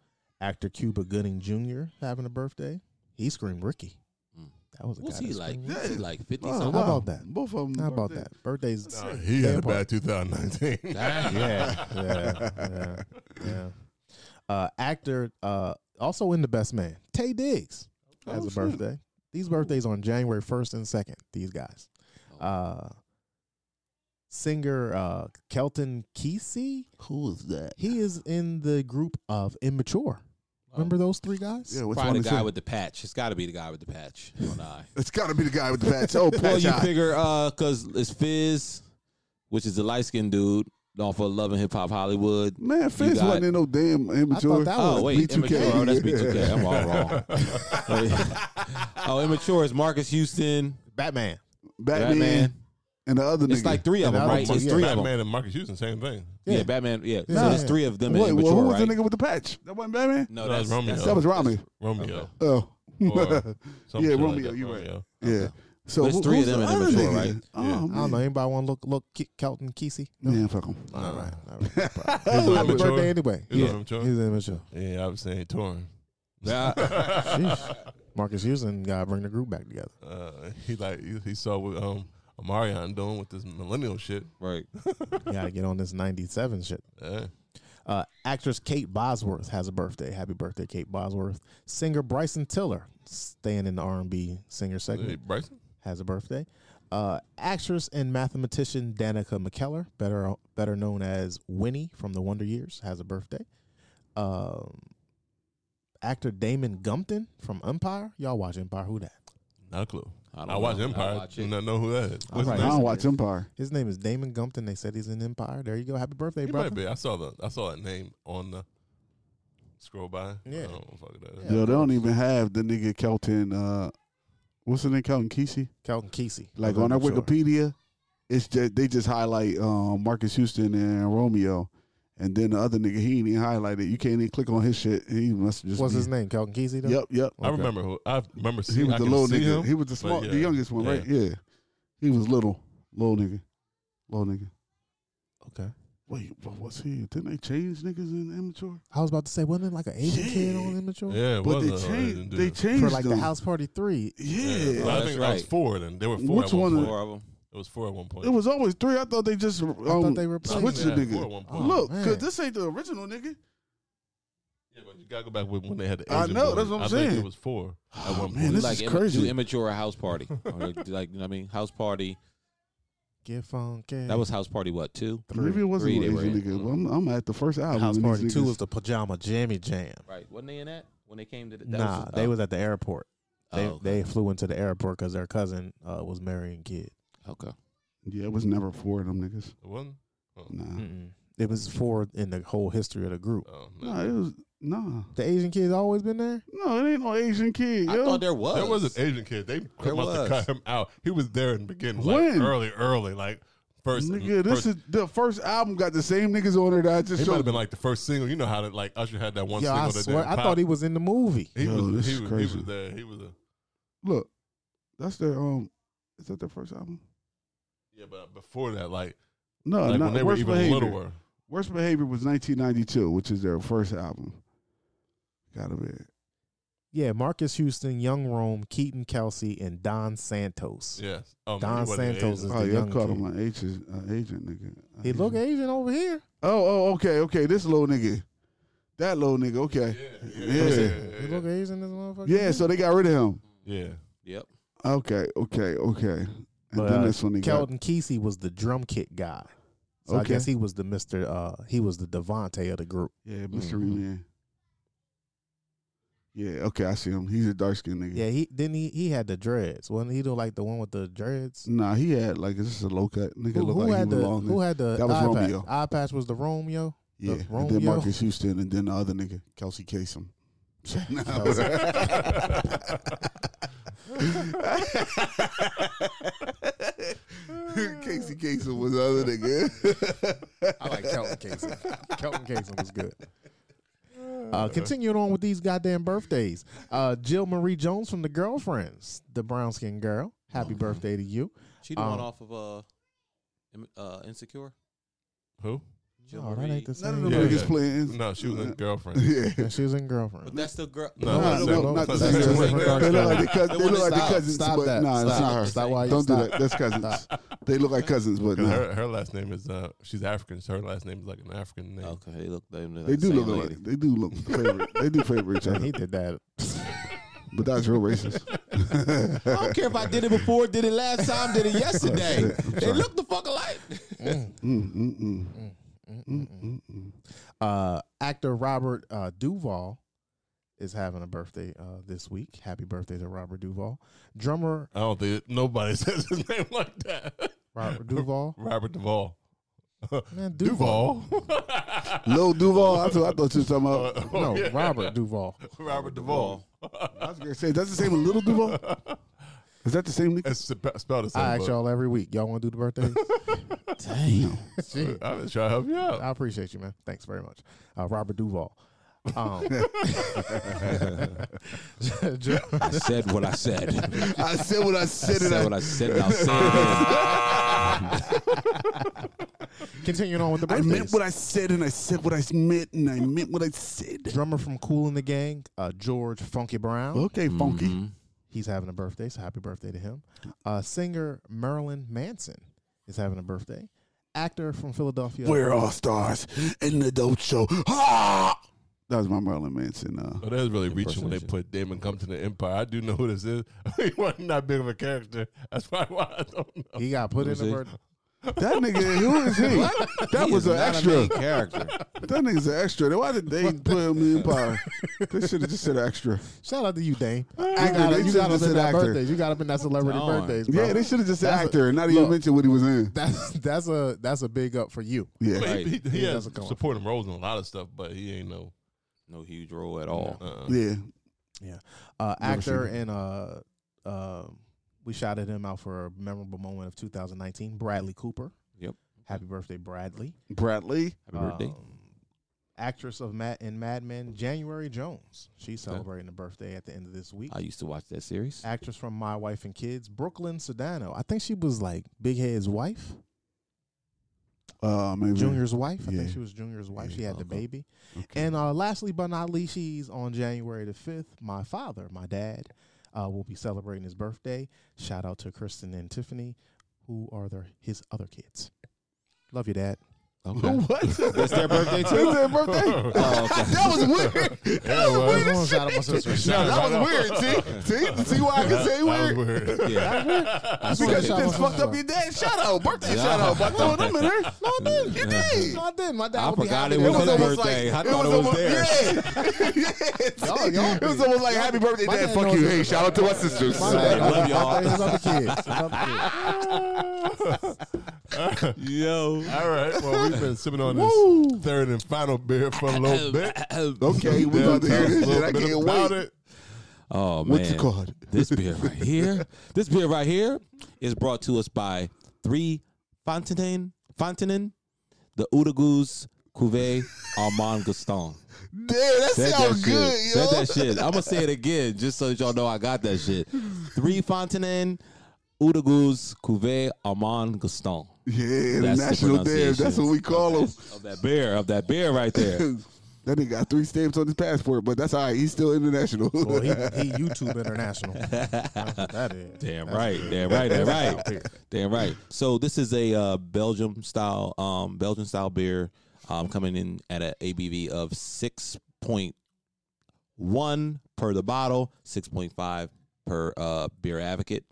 Actor Cuba Gooding Jr. having a birthday. He screamed Ricky. That was a
Hmm. What's
guy
he
that
like?
screamed
What's he like 50
Oh,
How
something?
wow.
about that?
Both of them.
Ricky. How about that? Birthdays.
Nah, he had a
Vampire.
bad 2019.
yeah, yeah, yeah, yeah. Uh, actor, uh, also in the Best Man, Tay Diggs
Oh,
has a birthday. These birthdays on January first and second. These guys.
Oh.
Uh, singer uh, Kelton Kesey.
Who is that?
He is in the group of Immature. Remember those three guys?
Yeah, which
Probably
one
the
is
guy
it?
with the patch. It's got to be the guy with the patch on the eye.
It's got to be the guy with the patch. Oh,
Well,
patch
you
eye.
figure because it's Fizz, which is the light skinned dude off of Love and Hip Hop Hollywood.
Man, Fizz
got-
wasn't in no damn immature.
that
Oh,
was
wait,
B2K.
immature. Oh, that's B2K. I'm all wrong. oh, immature is Marcus Houston,
Batman.
Batman,
Batman.
and the other
It's
nigga.
like three of them,
And
right?
Alamo,
It's
yeah.
three of them.
Batman and Marcus Houston, same thing.
Yeah, Batman. Yeah,
Yeah.
so there's three of them. in
Wait, well,
immature,
who was
right?
the nigga with the patch? That wasn't Batman.
No,
No,
that's,
that's Romeo.
that's-
That was Romeo.
Romeo.
Oh,
Or some shit like
Yeah,
Oh,
Romeo,
that,
you right.
Romeo.
yeah. So
There's
who-
three
who's
of them
the
in
other
immature,
nigga?
right?
Oh
Yeah.
I don't
man,
know. Anybody want to look look Ke- Kelton Kesey?
man, fuck him.
All right.
He
All right.
was
Happy
immature.
birthday anyway.
He was
yeah.
immature.
He's immature.
Yeah, I was saying torn.
Sheesh. Marcus Houston got to bring the group back together.
Uh, he like he, he saw what um Omarion doing with this millennial shit.
Right.
You got to get on this 97 shit.
Yeah.
Uh, actress Kate Bosworth has a birthday. Happy birthday, Kate Bosworth. Singer Bryson Tiller, staying in the R&B singer
Hey,
segment,
Bryson.
has a birthday. Uh, actress and mathematician Danica McKellar, better better known as Winnie from The Wonder Years, has a birthday. Um, actor Damon Gumpton from Empire. Y'all watch Empire? Who that?
Not a clue.
I
I,
don't
watch
know. Oh, I
Empire. I
watch it.
do not know who that is. What's
right.
his
I
name?
don't watch Empire.
His name is Damon Gumpton. They said he's in Empire. There you go. Happy birthday,
He
brother.
might be. I saw the I saw that name on the scroll by.
Yeah.
I don't know what the fuck that is.
Yo, they don't even have the nigga Kelton. Uh, what's the name? Kelton Kesey.
Kelton Kesey.
Like
Of
on our
Immature.
Wikipedia, it's just they just highlight um, Marcus Houston and Romeo, and then the other nigga he ain't even highlighted. You can't even click on his shit. He must just.
What's
be-
his name? Kelton Kesey? Though?
Yep, yep.
I remember who I remember
He
seeing
was
I
the
can
little
see
nigga.
him.
he was the small,
yeah.
the youngest one, right? Yeah, he was little, little nigga, little nigga, little nigga.
Okay.
Wait, what was he? Didn't they change niggas in immature?
I was about to say, wasn't it like an Asian kid on Immature?
Yeah, it
But
was
they
a uh,
changed.
dude.
They changed
For like the
them.
house party three.
Yeah.
I
that's
think that was
right.
four. Then there were four.
Which
at one
one is-
Point.
Four of them.
It was four at one point.
It was always three. I thought they just um,
they replaced
switched the
Yeah, four at
nigga.
one
Oh,
point.
Look,
man.
cause this ain't the original nigga.
Yeah, but you gotta go back with when they had the.
I
Asian
know,
boy.
that's what I'm
I think
saying.
it was four at
Oh,
one point.
man, this
like
is
imma-
crazy.
do immature a house party, Or, like, like you know what I mean, house party.
Get funky.
That was house party. What two?
Maybe it wasn't
Three
no
they were
Asian
in.
nigga. But I'm, I'm at the first album.
house
and these
party two
niggas-
was the pajama jammy jam.
Right? Wasn't they in that when they came to the? that
nah,
just-
they
oh.
was at the airport. They
Oh, okay.
they flew into the airport because their cousin uh, was marrying kid.
okay.
yeah, it was never four of them niggas.
One.
Nah,
mm,
It was four in the whole history of the group.
Oh, no.
nah, it was nah,
The Asian kid's always been there.
no, it ain't no Asian kid.
I
yo.
thought Oh, there was.
There was an Asian kid. They
There
must have
was.
cut him out. He was there in the beginning,
When?
like early, early, like first.
Nigga, this
first-
is the first album got the same niggas on it that I just
He might
showed.
have been like the first single. You know how that like Usher had that one
Yeah, I
single. that
swear.
didn't
I
pop.
thought he was in the movie.
He
Yo,
was.
this
He
is
was, he
crazy.
was there. He was a.
Look, that's their um. Is that their first album?
Yeah, but before that, like,
No,
like
not,
when they were
Worst
even
Behavior.
littler.
Worst Behavior was 1992, which is their first album. Gotta be. it.
Yeah, Marcus Houston, Young Rome, Keaton Kelsey, and Don Santos.
Yes. Um,
Don
he wasn't an
Santos
Asian.
is
Oh,
the
yeah, I
young
called
kid.
him an agent, uh, agent nigga. Uh,
He look
agent.
Asian over here.
Oh, oh, okay, okay. This little nigga, that little nigga. Okay, yeah, yeah.
He look Asian as a motherfucker.
so they got rid of him.
Yeah.
Yep.
Okay, okay, okay. And
But
then
uh,
this one, they got
Kelton Kesey was the drum kit guy. So I
Okay.
guess he was the Mister. Uh, he was the Devontae of the group.
yeah, Mystery Man. Yeah, okay, I see him. He's a dark skinned nigga.
Yeah, he then he he had the dreads. Wasn't he the, like the one with the dreads?
Nah, he had like this is a low cut nigga.
Who,
look
who
like
had
he
the
belonged in-
Who had the
That was
eye patch?
Romeo.
Eye patch was the Romeo. The
Yeah, and then
Romeo.
Marcus Houston, and then the other nigga, Kelsey Kasem. No. Casey Kasem was the other nigga.
I like Kelton Casey. Kelton Casey was good. Uh, continuing on with these goddamn birthdays. Uh, Jill Marie Jones from The Girlfriends, the brown skinned girl. Happy birthday to you.
She the
Um,
one
Oh.
off of uh, Im- uh, Insecure.
Who?
Jill
No, oh, that
Marie.
ain't the
None
same.
of them
Yeah,
niggas
yeah.
playing.
No, she was a girlfriend.
Yeah.
Yeah, she was in
But
Girlfriend.
that's the girl.
No,
No,
that's
no,
different.
not the
That's
same.
different.
They look
They look like they
Girlfriend.
cousins. They look like
Stop,
they cousins,
stop
but
that,
nah, it's
stop.
not her.
Stop while you-
Don't do
stop.
that. That's cousins. They look like cousins, but
Because
nah.
her, her last name is uh she's African, so her last name is like an African name.
Okay, they look. They,
They do look
lady.
like they do look favorite. They do favor each other,
He did that.
but that's real racist.
I don't care if I did it before, did it last time, did it yesterday. they look the fuck alike.
Mm, mm, mm.
Uh, actor Robert uh, Duvall is having a birthday uh, this week. Happy birthday to Robert Duvall. Drummer
I don't think nobody says his name like that.
Robert Duvall.
Robert Duvall.
Man,
Duvall.
Lil Duval. I thought, I thought you was talking about.
No, Oh, Robert Duvall.
Robert Duvall.
I was gonna say, that's the same with Little Duval. Is that the same? nigga?
It's spe- spelled the same.
I ask
but
y'all every week. Y'all want to do the birthdays? Dang.
I'm just trying to help you out.
I appreciate you, man. Thanks very much. Uh, Robert Duvall. Um,
I said what I said.
I said what I
I
said. and
said what I said. and I'll say it again.
continuing on with the
I
birthdays.
meant what I said, and I said what I meant, and I meant what I said.
Drummer from Cool in the Gang, uh, George Funky Brown.
Okay, funky.
He's having a birthday, so happy birthday to him. Uh, singer Marilyn Manson is having a birthday. Actor from Philadelphia.
We're all stars in the dope show. Ah! That was my Marilyn Manson. Uh,
Oh, that's really reaching when they put Damon come to the Empire. I do know who this is. he wasn't that big of a character. That's probably why I don't know.
He got put in the
he?
birth.
that nigga, who is he? That
He
was
is
an
not a
extra.
main character.
That nigga's an extra. Then Why did they put him in the Empire? They should have just said extra.
Shout out to you, Dane. You
Actor,
got,
they
you
should've
got up
just
in
said
that
actor.
birthdays. You got up in that celebrity
Darn.
birthdays, bro.
Yeah, they should have just said
That's a-
actor and not even
look.
mention what he was in.
That's that's a that's a big up for you.
Yeah.
But He, he, he
Yeah,
has
that's a come on.
supporting roles in a lot of stuff, but he ain't no.
No huge role at all.
Uh-uh.
Yeah.
Yeah. Uh,
Never
actor
seen
and uh, uh, we shouted him out for a memorable moment of 2019. Bradley Cooper.
Yep.
Happy birthday, Bradley.
Bradley.
Happy birthday.
Oh.
Um, actress of Matt in Mad Men, January Jones. She's celebrating a birthday at the end of this week.
I used to watch that series.
actress from My Wife and Kids, Brooklyn Sedano. I think she was like Big Head's wife.
Uh, maybe
Junior's wife. I
Yeah.
think she was Junior's wife. She had the baby.
Okay.
And uh, lastly but not least, she's on January the 5th. My father, my dad, uh, will be celebrating his birthday. Shout out to Kristen and Tiffany, who are their, his other kids. Love you, Dad.
What? It's
It's their birthday too.
their birthday. that was weird. That was weird.
Come on,
as shit.
shout out my sister.
No, that was weird. See, see, see why I can say
That
weird.
was weird.
Yeah. I swear
Because
to
you
God.
just fucked up your dad's shout out, birthday shout out by throwing them in there. No, I didn't. You did.
No, I didn't. My dad
I
will be
forgot
happy
it
to
was
know
his
that.
birthday. I thought it was theirs.
Yeah. Yes.
Y'all- y'all
it was
be-
almost like happy birthday,
my
dad.
dad
Fuck
knows
you.
it's
Hey, shout out to my sisters.
My
Right.
bad.
Love
My
y'all.
birthday is other kids. Other kids.
Yo.
All right. Well, we've been sipping on this third and final beer for a little bit.
Okay, we're
Tell
about to hear
us a
this.
little
shit. I
bit
can't
about
wait.
it.
Oh man.
What's it called?
This beer right here. this beer right here is brought to us by Three Fontaine Fontaine, the Oudagouze Cuvée Armand Gaston.
Damn, that
Said
sounds
that
good,
shit.
yo.
Said that shit. I'm gonna say it again just so that y'all know I got that shit. Three Fontaine, Oudagouze Cuvée Armand Gaston.
Yeah, the
That's the
national damn. That's
pronunciation.
what we call him.
Of that beer, of that beer right there.
That nigga got three stamps on his passport, but that's all right. He's still international.
Well, he, he YouTube international. That's what that is.
Damn right, damn right, damn right, damn right. So this is a uh, Belgium style, um, Belgian style beer, um, coming in at an ABV of six point one per the bottle, six point five per uh, beer advocate.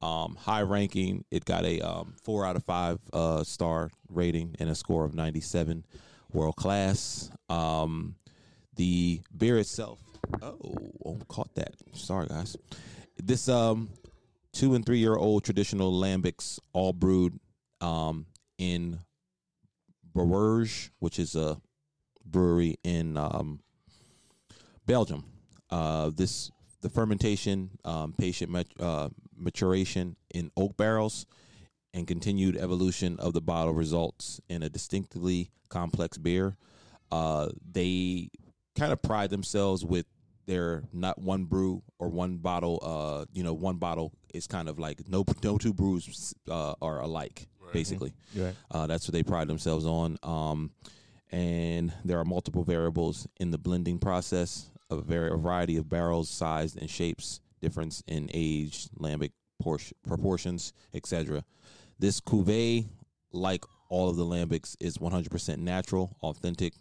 Um, high ranking. It got a um, four out of five uh, star rating and a score of ninety seven, world class. Um, the beer itself. Oh, oh, caught that. Sorry, guys. This um two and three year old traditional lambics, all brewed um in Brewerge, which is a brewery in um Belgium. Uh, this the fermentation, um, patient mat- uh, maturation in oak barrels, and continued evolution of the bottle results in a distinctively complex beer. Uh, they kind of pride themselves with their not one brew or one bottle. Uh, you know, one bottle is kind of like no no two brews uh, are alike, basically.
Right.
Uh, that's what they pride themselves on. Um, and there are multiple variables in the blending process, a, var- a variety of barrels, size, and shapes, difference in age, lambic portion, proportions, etc. This cuvee, like all of the lambics, is 100% natural, authentic,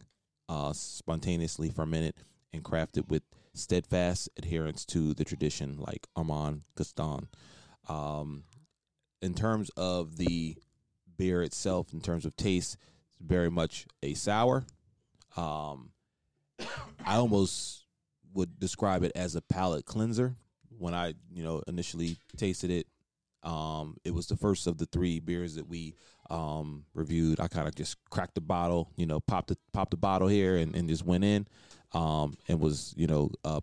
uh, spontaneously fermented, and crafted with steadfast adherence to the tradition, like Armand Gaston. Um, in terms of the beer itself in terms of taste it's very much a sour um i almost would describe it as a palate cleanser when i you know initially tasted it um it was the first of the three beers that we um reviewed i kind of just cracked the bottle you know popped the popped the bottle here and, and just went in um and was you know uh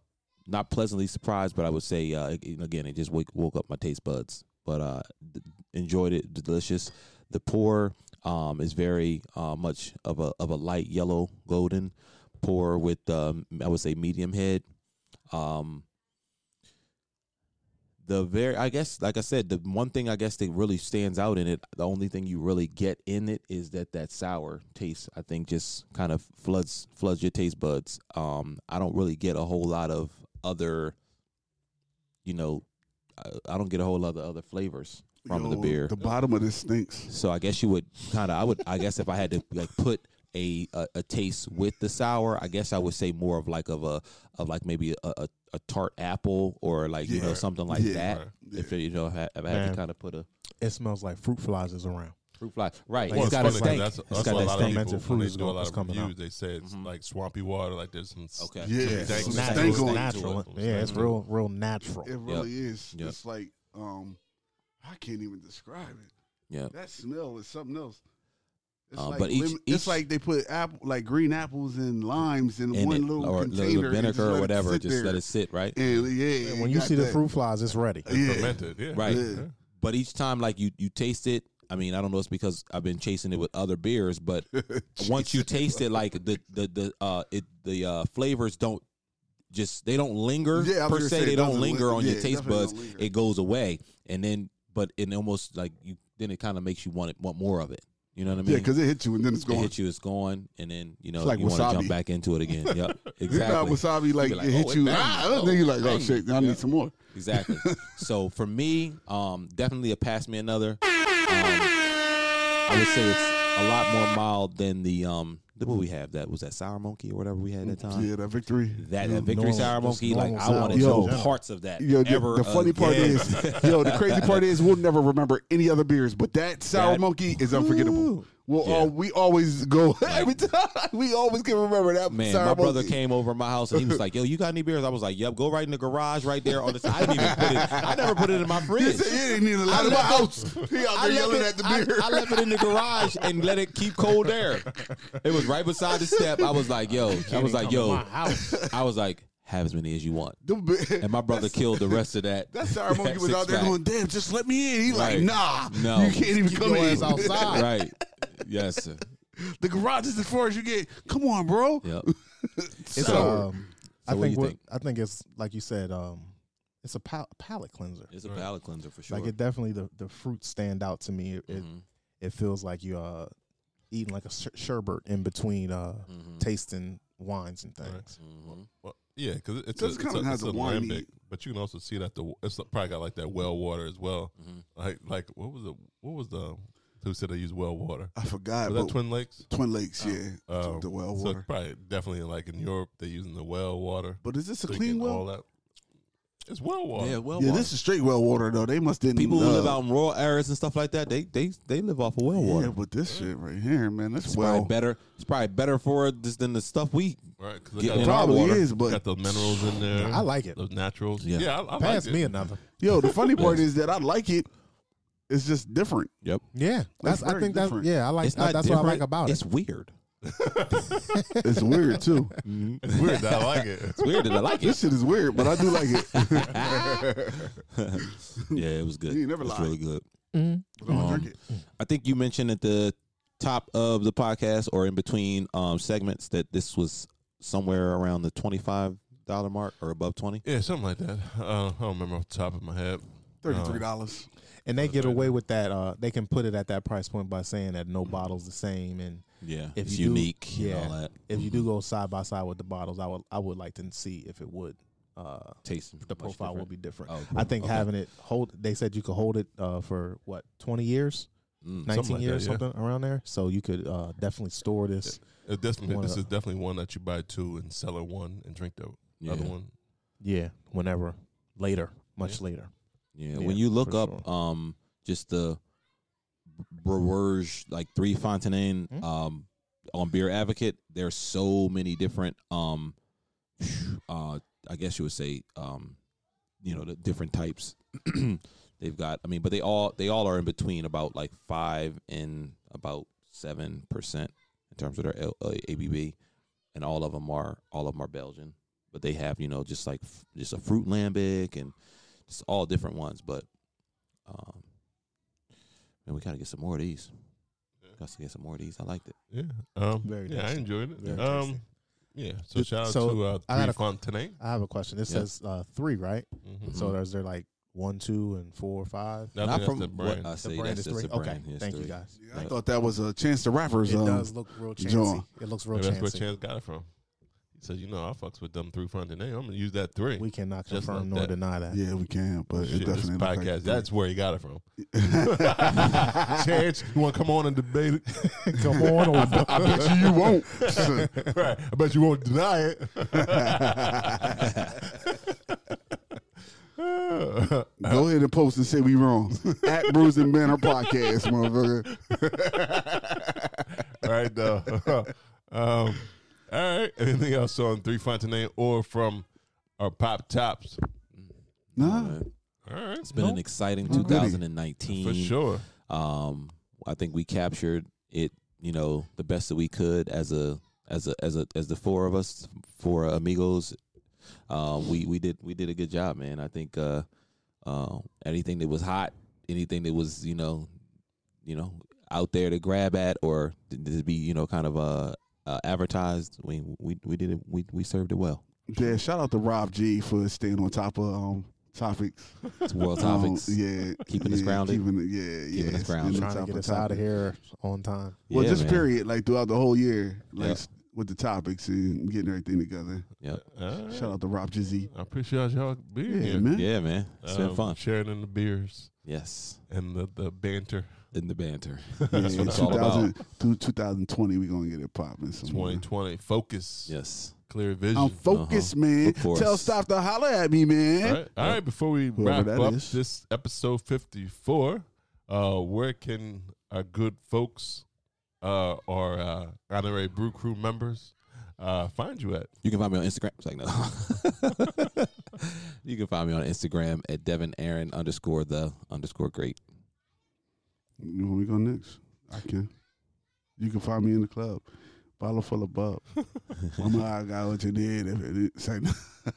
not pleasantly surprised but i would say uh ag- again it just woke, woke up my taste buds but uh d- enjoyed it delicious the pour um, is very uh, much of a of a light yellow golden pour with um, I would say medium head. Um, the very I guess like I said the one thing I guess that really stands out in it the only thing you really get in it is that that sour taste I think just kind of floods floods your taste buds. Um, I don't really get a whole lot of other you know I, I don't get a whole lot of other flavors from the
Yo,
beer.
The bottom of this stinks.
So I guess you would kind of. I would. I guess if I had to like put a, a a taste with the sour, I guess I would say more of like of a of like maybe a a, a tart apple or like you know
Yeah.
something like
Yeah.
that.
Right.
If you know, ha- if I had
Man.
to kind of put a
It smells like fruit flies is around.
fruit fly, right?
Well,
it's
it's
got a
funny 'cause
stank.
That's,
It's
that's
got
what a
that
lot of
stank.
Fermented
people when they
fruit
do
is
a
gonna-
lot
is
of
coming
reviews,
out.
they say it's
Mm-hmm.
Mhm.
like swampy water, like there's some s-
Okay.
Yeah,
Stank
some
on it.
stank
It's
on it.
Stank
natural.
to it.
Yeah, it's real, real natural.
It really is.
Yep.
It's like um, I can't even describe it.
Yeah.
That smell is something else. It's,
Uh,
like
but each-
lemon- it's
each-
like they put apple, like green apples and limes in,
In
one
it,
little
or
container, and
little
just
vinegar
let
or
it
whatever,
sit
just
there.
let it sit, right?
And yeah,
And when you
got
see the
that.
fruit flies, it's ready.
Yeah.
fermented. Yeah.
Right.
Yeah.
But each time, like you, you taste it. I mean, I don't know. It's because I've been chasing it with other beers, but once you taste it, like the the the uh, it the uh, flavors don't just they don't linger
Yeah, I was
per
gonna
se.
say,
they
it
don't
doesn't
linger
lin-
on
yeah,
your
it
taste
definitely
buds.
don't linger.
It goes away, and then but it almost like you then it kind of makes you want it want more of it. You know what I mean?
Yeah, because it hit you and then it's
it
gone.
hit you, it's gone, and then you know
like
you want to
wasabi.
jump back into it again. yep,
It's not
exactly.
wasabi like,
You be like,
it hit
"Oh, it
you.
banged.
Ah,
Oh,
then you're like, oh
banged."
shit, I need some more.
Exactly. so for me, um, definitely a pass me another. Um, I would say it's a lot more mild than the um the what we have that was that sour monkey or whatever we had that time.
Yeah, that victory.
That,
Yeah,
that victory
normal-
sour
just
monkey, like
normal
I
sour
wanted
Yo.
no parts of that.
Yo, the,
ever
the funny part
again.
is, yo, the crazy part is, we'll never remember any other beers, but that sour
That-
monkey is unforgettable. We'll
Yeah.
all, we always go every time. We always can remember that
Man,
sour
my brother
monkey.
came over to my house and he was like, "Yo, you got any beers?" I was like, "Yep, go right in the garage right there on the side." I didn't even put it. I never put it in my
He
fridge.
said, "Yeah, they need a lot of my house." He out
I
there
left,
yelling
it,
at the
I-
beer.
I, left it in the garage and let it keep cold there. It was right beside the step. I was like, "Yo," I was like, "Yo," I was like, "Have as many as you want."
The beer-
And my brother killed the rest of that.
That sour monkey was out there
six-pack.
going, "Damn, just let me in." He
Right.
like, "Nah,
No.
you can't even come
your
in."
ass outside.
right? Yes, sir.
the garage is as far as you get. Come on, bro.
Yep.
It's
So-
um, I
what
think
you
what
think?
I think it's like you said. Um, it's a pal- palate cleanser.
It's a palate cleanser for sure.
Like it definitely the the fruits stand out to me. It it,
Mhm.
it feels like you uh eating like a sh- sherbet in between uh
Mm-hmm.
tasting wines and things.
Well, yeah, because it's,
So
a,
it's
it's,
kinda
a,
has
it's
a
a
winey-
lambic, but you can also see that the it's probably got like that well water as well.
Mm-hmm.
Like like what was the what was the who said they use well water?
I forgot.
Was that
but-
Twin Lakes?
Twin Lakes,
Oh,
yeah,
Um,
the well
So
water.
it's probably definitely like in Europe they're using the well water.
but is this a
so you
clean
get
well?
all that- It's well water.
yeah, well,
Yeah,
water.
this is straight well water though. They must didn't.
people who
uh,
live out in rural areas and stuff like that, they they they live off of well water.
Yeah, but this shit right here, man, that's
It's
well.
probably better. It's probably better for it just than the stuff we.
Right, 'cause it
Get
got-
in our
Probably
water.
is, but
got the minerals in there.
I like it.
those naturals.
Yeah.
Yeah, I, I liked
Pass
it.
me another.
yo, the funny part is that I like it. It's just different.
Yep.
Yeah,
That's
that's, I
very
think that's
different.
yeah. I like
It's
that-
not.
that's
different.
what I like about
It's
it.
weird.
It's weird too.
It's weird. that I like it.
It's weird that I like
this
it.
shit is weird, but I do like it.
Yeah, it was good.
You never
It's
lie.
really good.
I'm gonna
Um,
Mm-hmm. drink it.
I think you mentioned at the top of the podcast or in between um, segments that this was somewhere around the twenty five dollar mark or above twenty.
Yeah, something like that. Uh, I don't remember off the top of my head.
Thirty-three dollars.
and they get away with that. Uh, they can put it at that price point by saying that no bottle's the same, and
Yeah,
if
it's
you do-
unique. and
yeah,
all that Mm-hmm.
if you do go side by side with the bottles, I would I would like to see if it would. Uh,
taste,
the profile will be different.
Oh,
I think
okay.
having it hold, they said you could hold it uh, for what twenty years,
Mm,
nineteen
something like
years,
that, yeah.
something around there. So you could uh, definitely store this.
It definitely,
One
this
of-
is definitely one that you buy two and sell it one and drink the
Yeah.
other one.
Yeah, whenever later, much later.
Yeah,
Yeah,
when you look
for
up um just the brewerage like three Fontaine
Hmm?
um on Beer Advocate, there's so many different um uh I guess you would say um you know the different types they've got. I mean, but they all they all are in between about like five and about seven percent in terms of their L- uh, ABV, and all of them are all of them are Belgian, but they have you know just like f- just a fruit lambic and just all different ones. But um, man, we gotta get some more of these. Got to get some more of these. I liked it.
Yeah, um,
Very
yeah, I
tasty.
enjoyed it.
Very
um, yeah, so
Th-
shout out
so
to uh,
I had
Three
a-
Fontaine.
I have a question. This
Yeah.
says uh, three, right?
Mm-hmm.
So there's there like one, two, and four, five.
I
Not
think
from
that's the brand.
what I
The
see.
brand
That's
is
just
three.
the
Okay,
brand. It's
thank you
three.
guys.
I thought that was a chance to rappers.
It
um,
does look real chancy.
John.
It looks real
Maybe that's where
chancy.
Chance got it from. He said, "You know, I fucks with them Three Fontaine. I'm gonna use that three.
We cannot
Just like
confirm nor
that.
deny that.
yeah, we can, but
Shit,
it
this
definitely
podcast.
looked like-
that's where he got it from. Chance, you want to come on and debate it?
Come on, over.
I bet you you won't.
right. I bet you won't deny it.
Go ahead and post and say we wrong at Bruce and Banner Podcast, motherfucker.
All right, though. um, all right. Anything else on Three Fontaine or from our Pop Tops?
Nah,
All right.
It's been an exciting
goody.
2019.
for sure.
Um, I think we captured it, you know, the best that we could as a as a as a as the four of us, four amigos. Uh, we we did we did a good job, man. I think uh, uh, anything that was hot, anything that was you know, you know, out there to grab at or to, to be you know kind of uh, uh advertised. We we we did it. We we served it well.
yeah. Shout out to Rob G for staying on top of um, topics.
It's world
Um,
topics.
yeah.
Keeping us
yeah,
grounded.
Keeping it, yeah, yeah.
Keeping us
it's
grounded.
been
Trying
Trying
on
to
top
get
of
us out of
topic.
here on time.
Well,
Yeah,
just
man.
period, like throughout the whole year, like
Yeah.
s- with the topics and getting everything together.
Yep.
All
Shout out to Rob Jizzy.
I appreciate y'all being
Yeah,
here.
man.
Yeah, man. It's been
Um,
fun.
Sharing in the beers
Yes.
and the, the banter.
In the banter.
That's
what it's all about.
Through 2020, we're gonna get it popping. somewhere.
2020. Focus.
Yes.
Oh,
Clear vision.
Uh-huh.
I'm focused, man.
Look for
Tell
us.
Stop to holler at me, man.
All right. All right. Before we
Whoever
wrap
that
up
is.
this episode 54, uh, where can our good folks, uh, our uh, honorary brew crew members, uh, find you at?
You can find me on Instagram. It's like no. you can find me on Instagram at Devin Aaron underscore the underscore great.
You want me to go next? I can. You can find me in the club. Bottle full of bub. Mama, I got what you need. If it is- say no.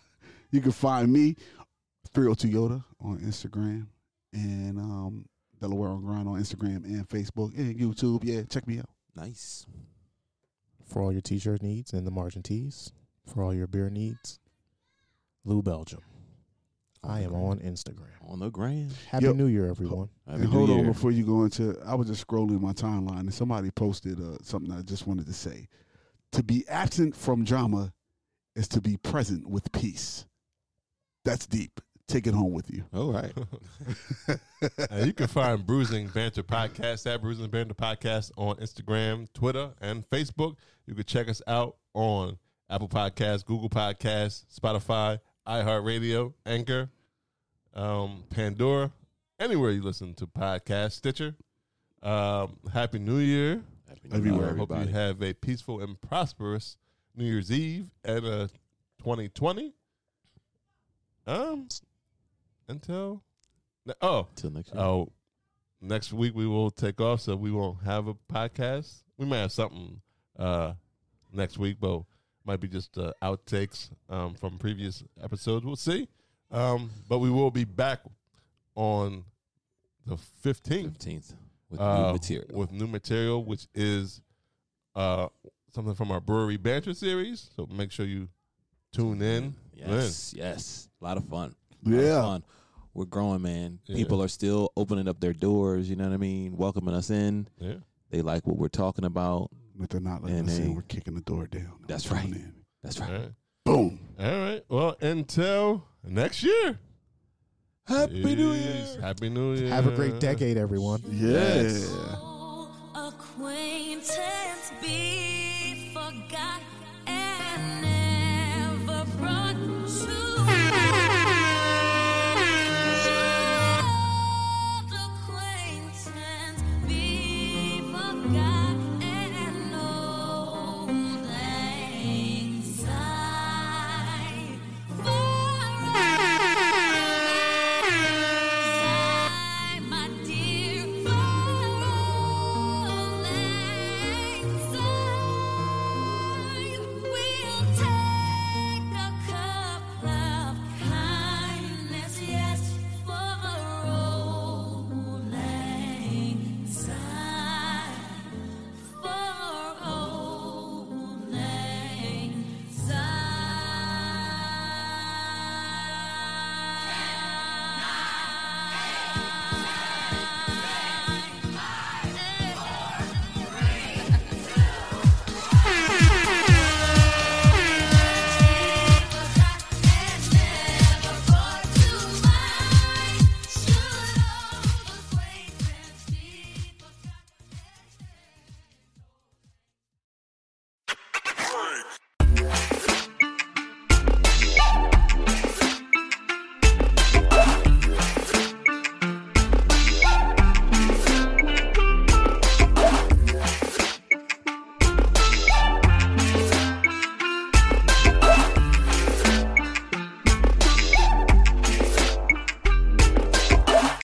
you can find me, 302 Yoda, on Instagram and um, Delaware on Grind on Instagram and Facebook and YouTube. Yeah, check me out.
Nice.
For all your t shirt needs and the margin tees, for all your beer needs, Lou Belgium. I am on Instagram.
On the gram.
Happy
Yo.
New Year, everyone.
and
Happy New
hold on
Year.
before you go into I was just scrolling my timeline and somebody posted uh, something I just wanted to say. To be absent from drama is to be present with peace. That's deep. Take it home with you.
All right.
And you can find Bruising Banter Podcast at Bruising Banter Podcast on Instagram, Twitter, and Facebook. You can check us out on Apple Podcasts, Google Podcasts, Spotify, iHeartRadio, Anchor, um, Pandora, anywhere you listen to podcasts, Stitcher. Um, Happy New Year.
Happy
Everywhere.
I hope you have a peaceful and prosperous New Year's Eve and a 2020. Um, until oh
Till next year.
oh, next week we will take off, so we won't have a podcast. We might have something uh next week, but might be just uh, outtakes um from previous episodes. We'll see. Um, but we will be back on the fifteenth
Fifteenth with
uh,
new material.
With new material, which is uh, something from our brewery banter series. So make sure you tune in.
Mm-hmm. Yes, yes. A lot of fun. A lot of
Yeah.
fun. We're growing, man.
Yeah.
People are still opening up their doors, you know what I mean? Welcoming us in.
Yeah.
They like what we're talking about.
But they're not letting
And
us
they-
in. We're kicking the door down.
That's
Come
right.
in.
That's
All
right.
right.
Boom.
All right. Well, until next year.
Happy New Year.
Peace. Happy New Year.
Have a great decade, everyone.
Yeah.
Yes.
Acquaintance be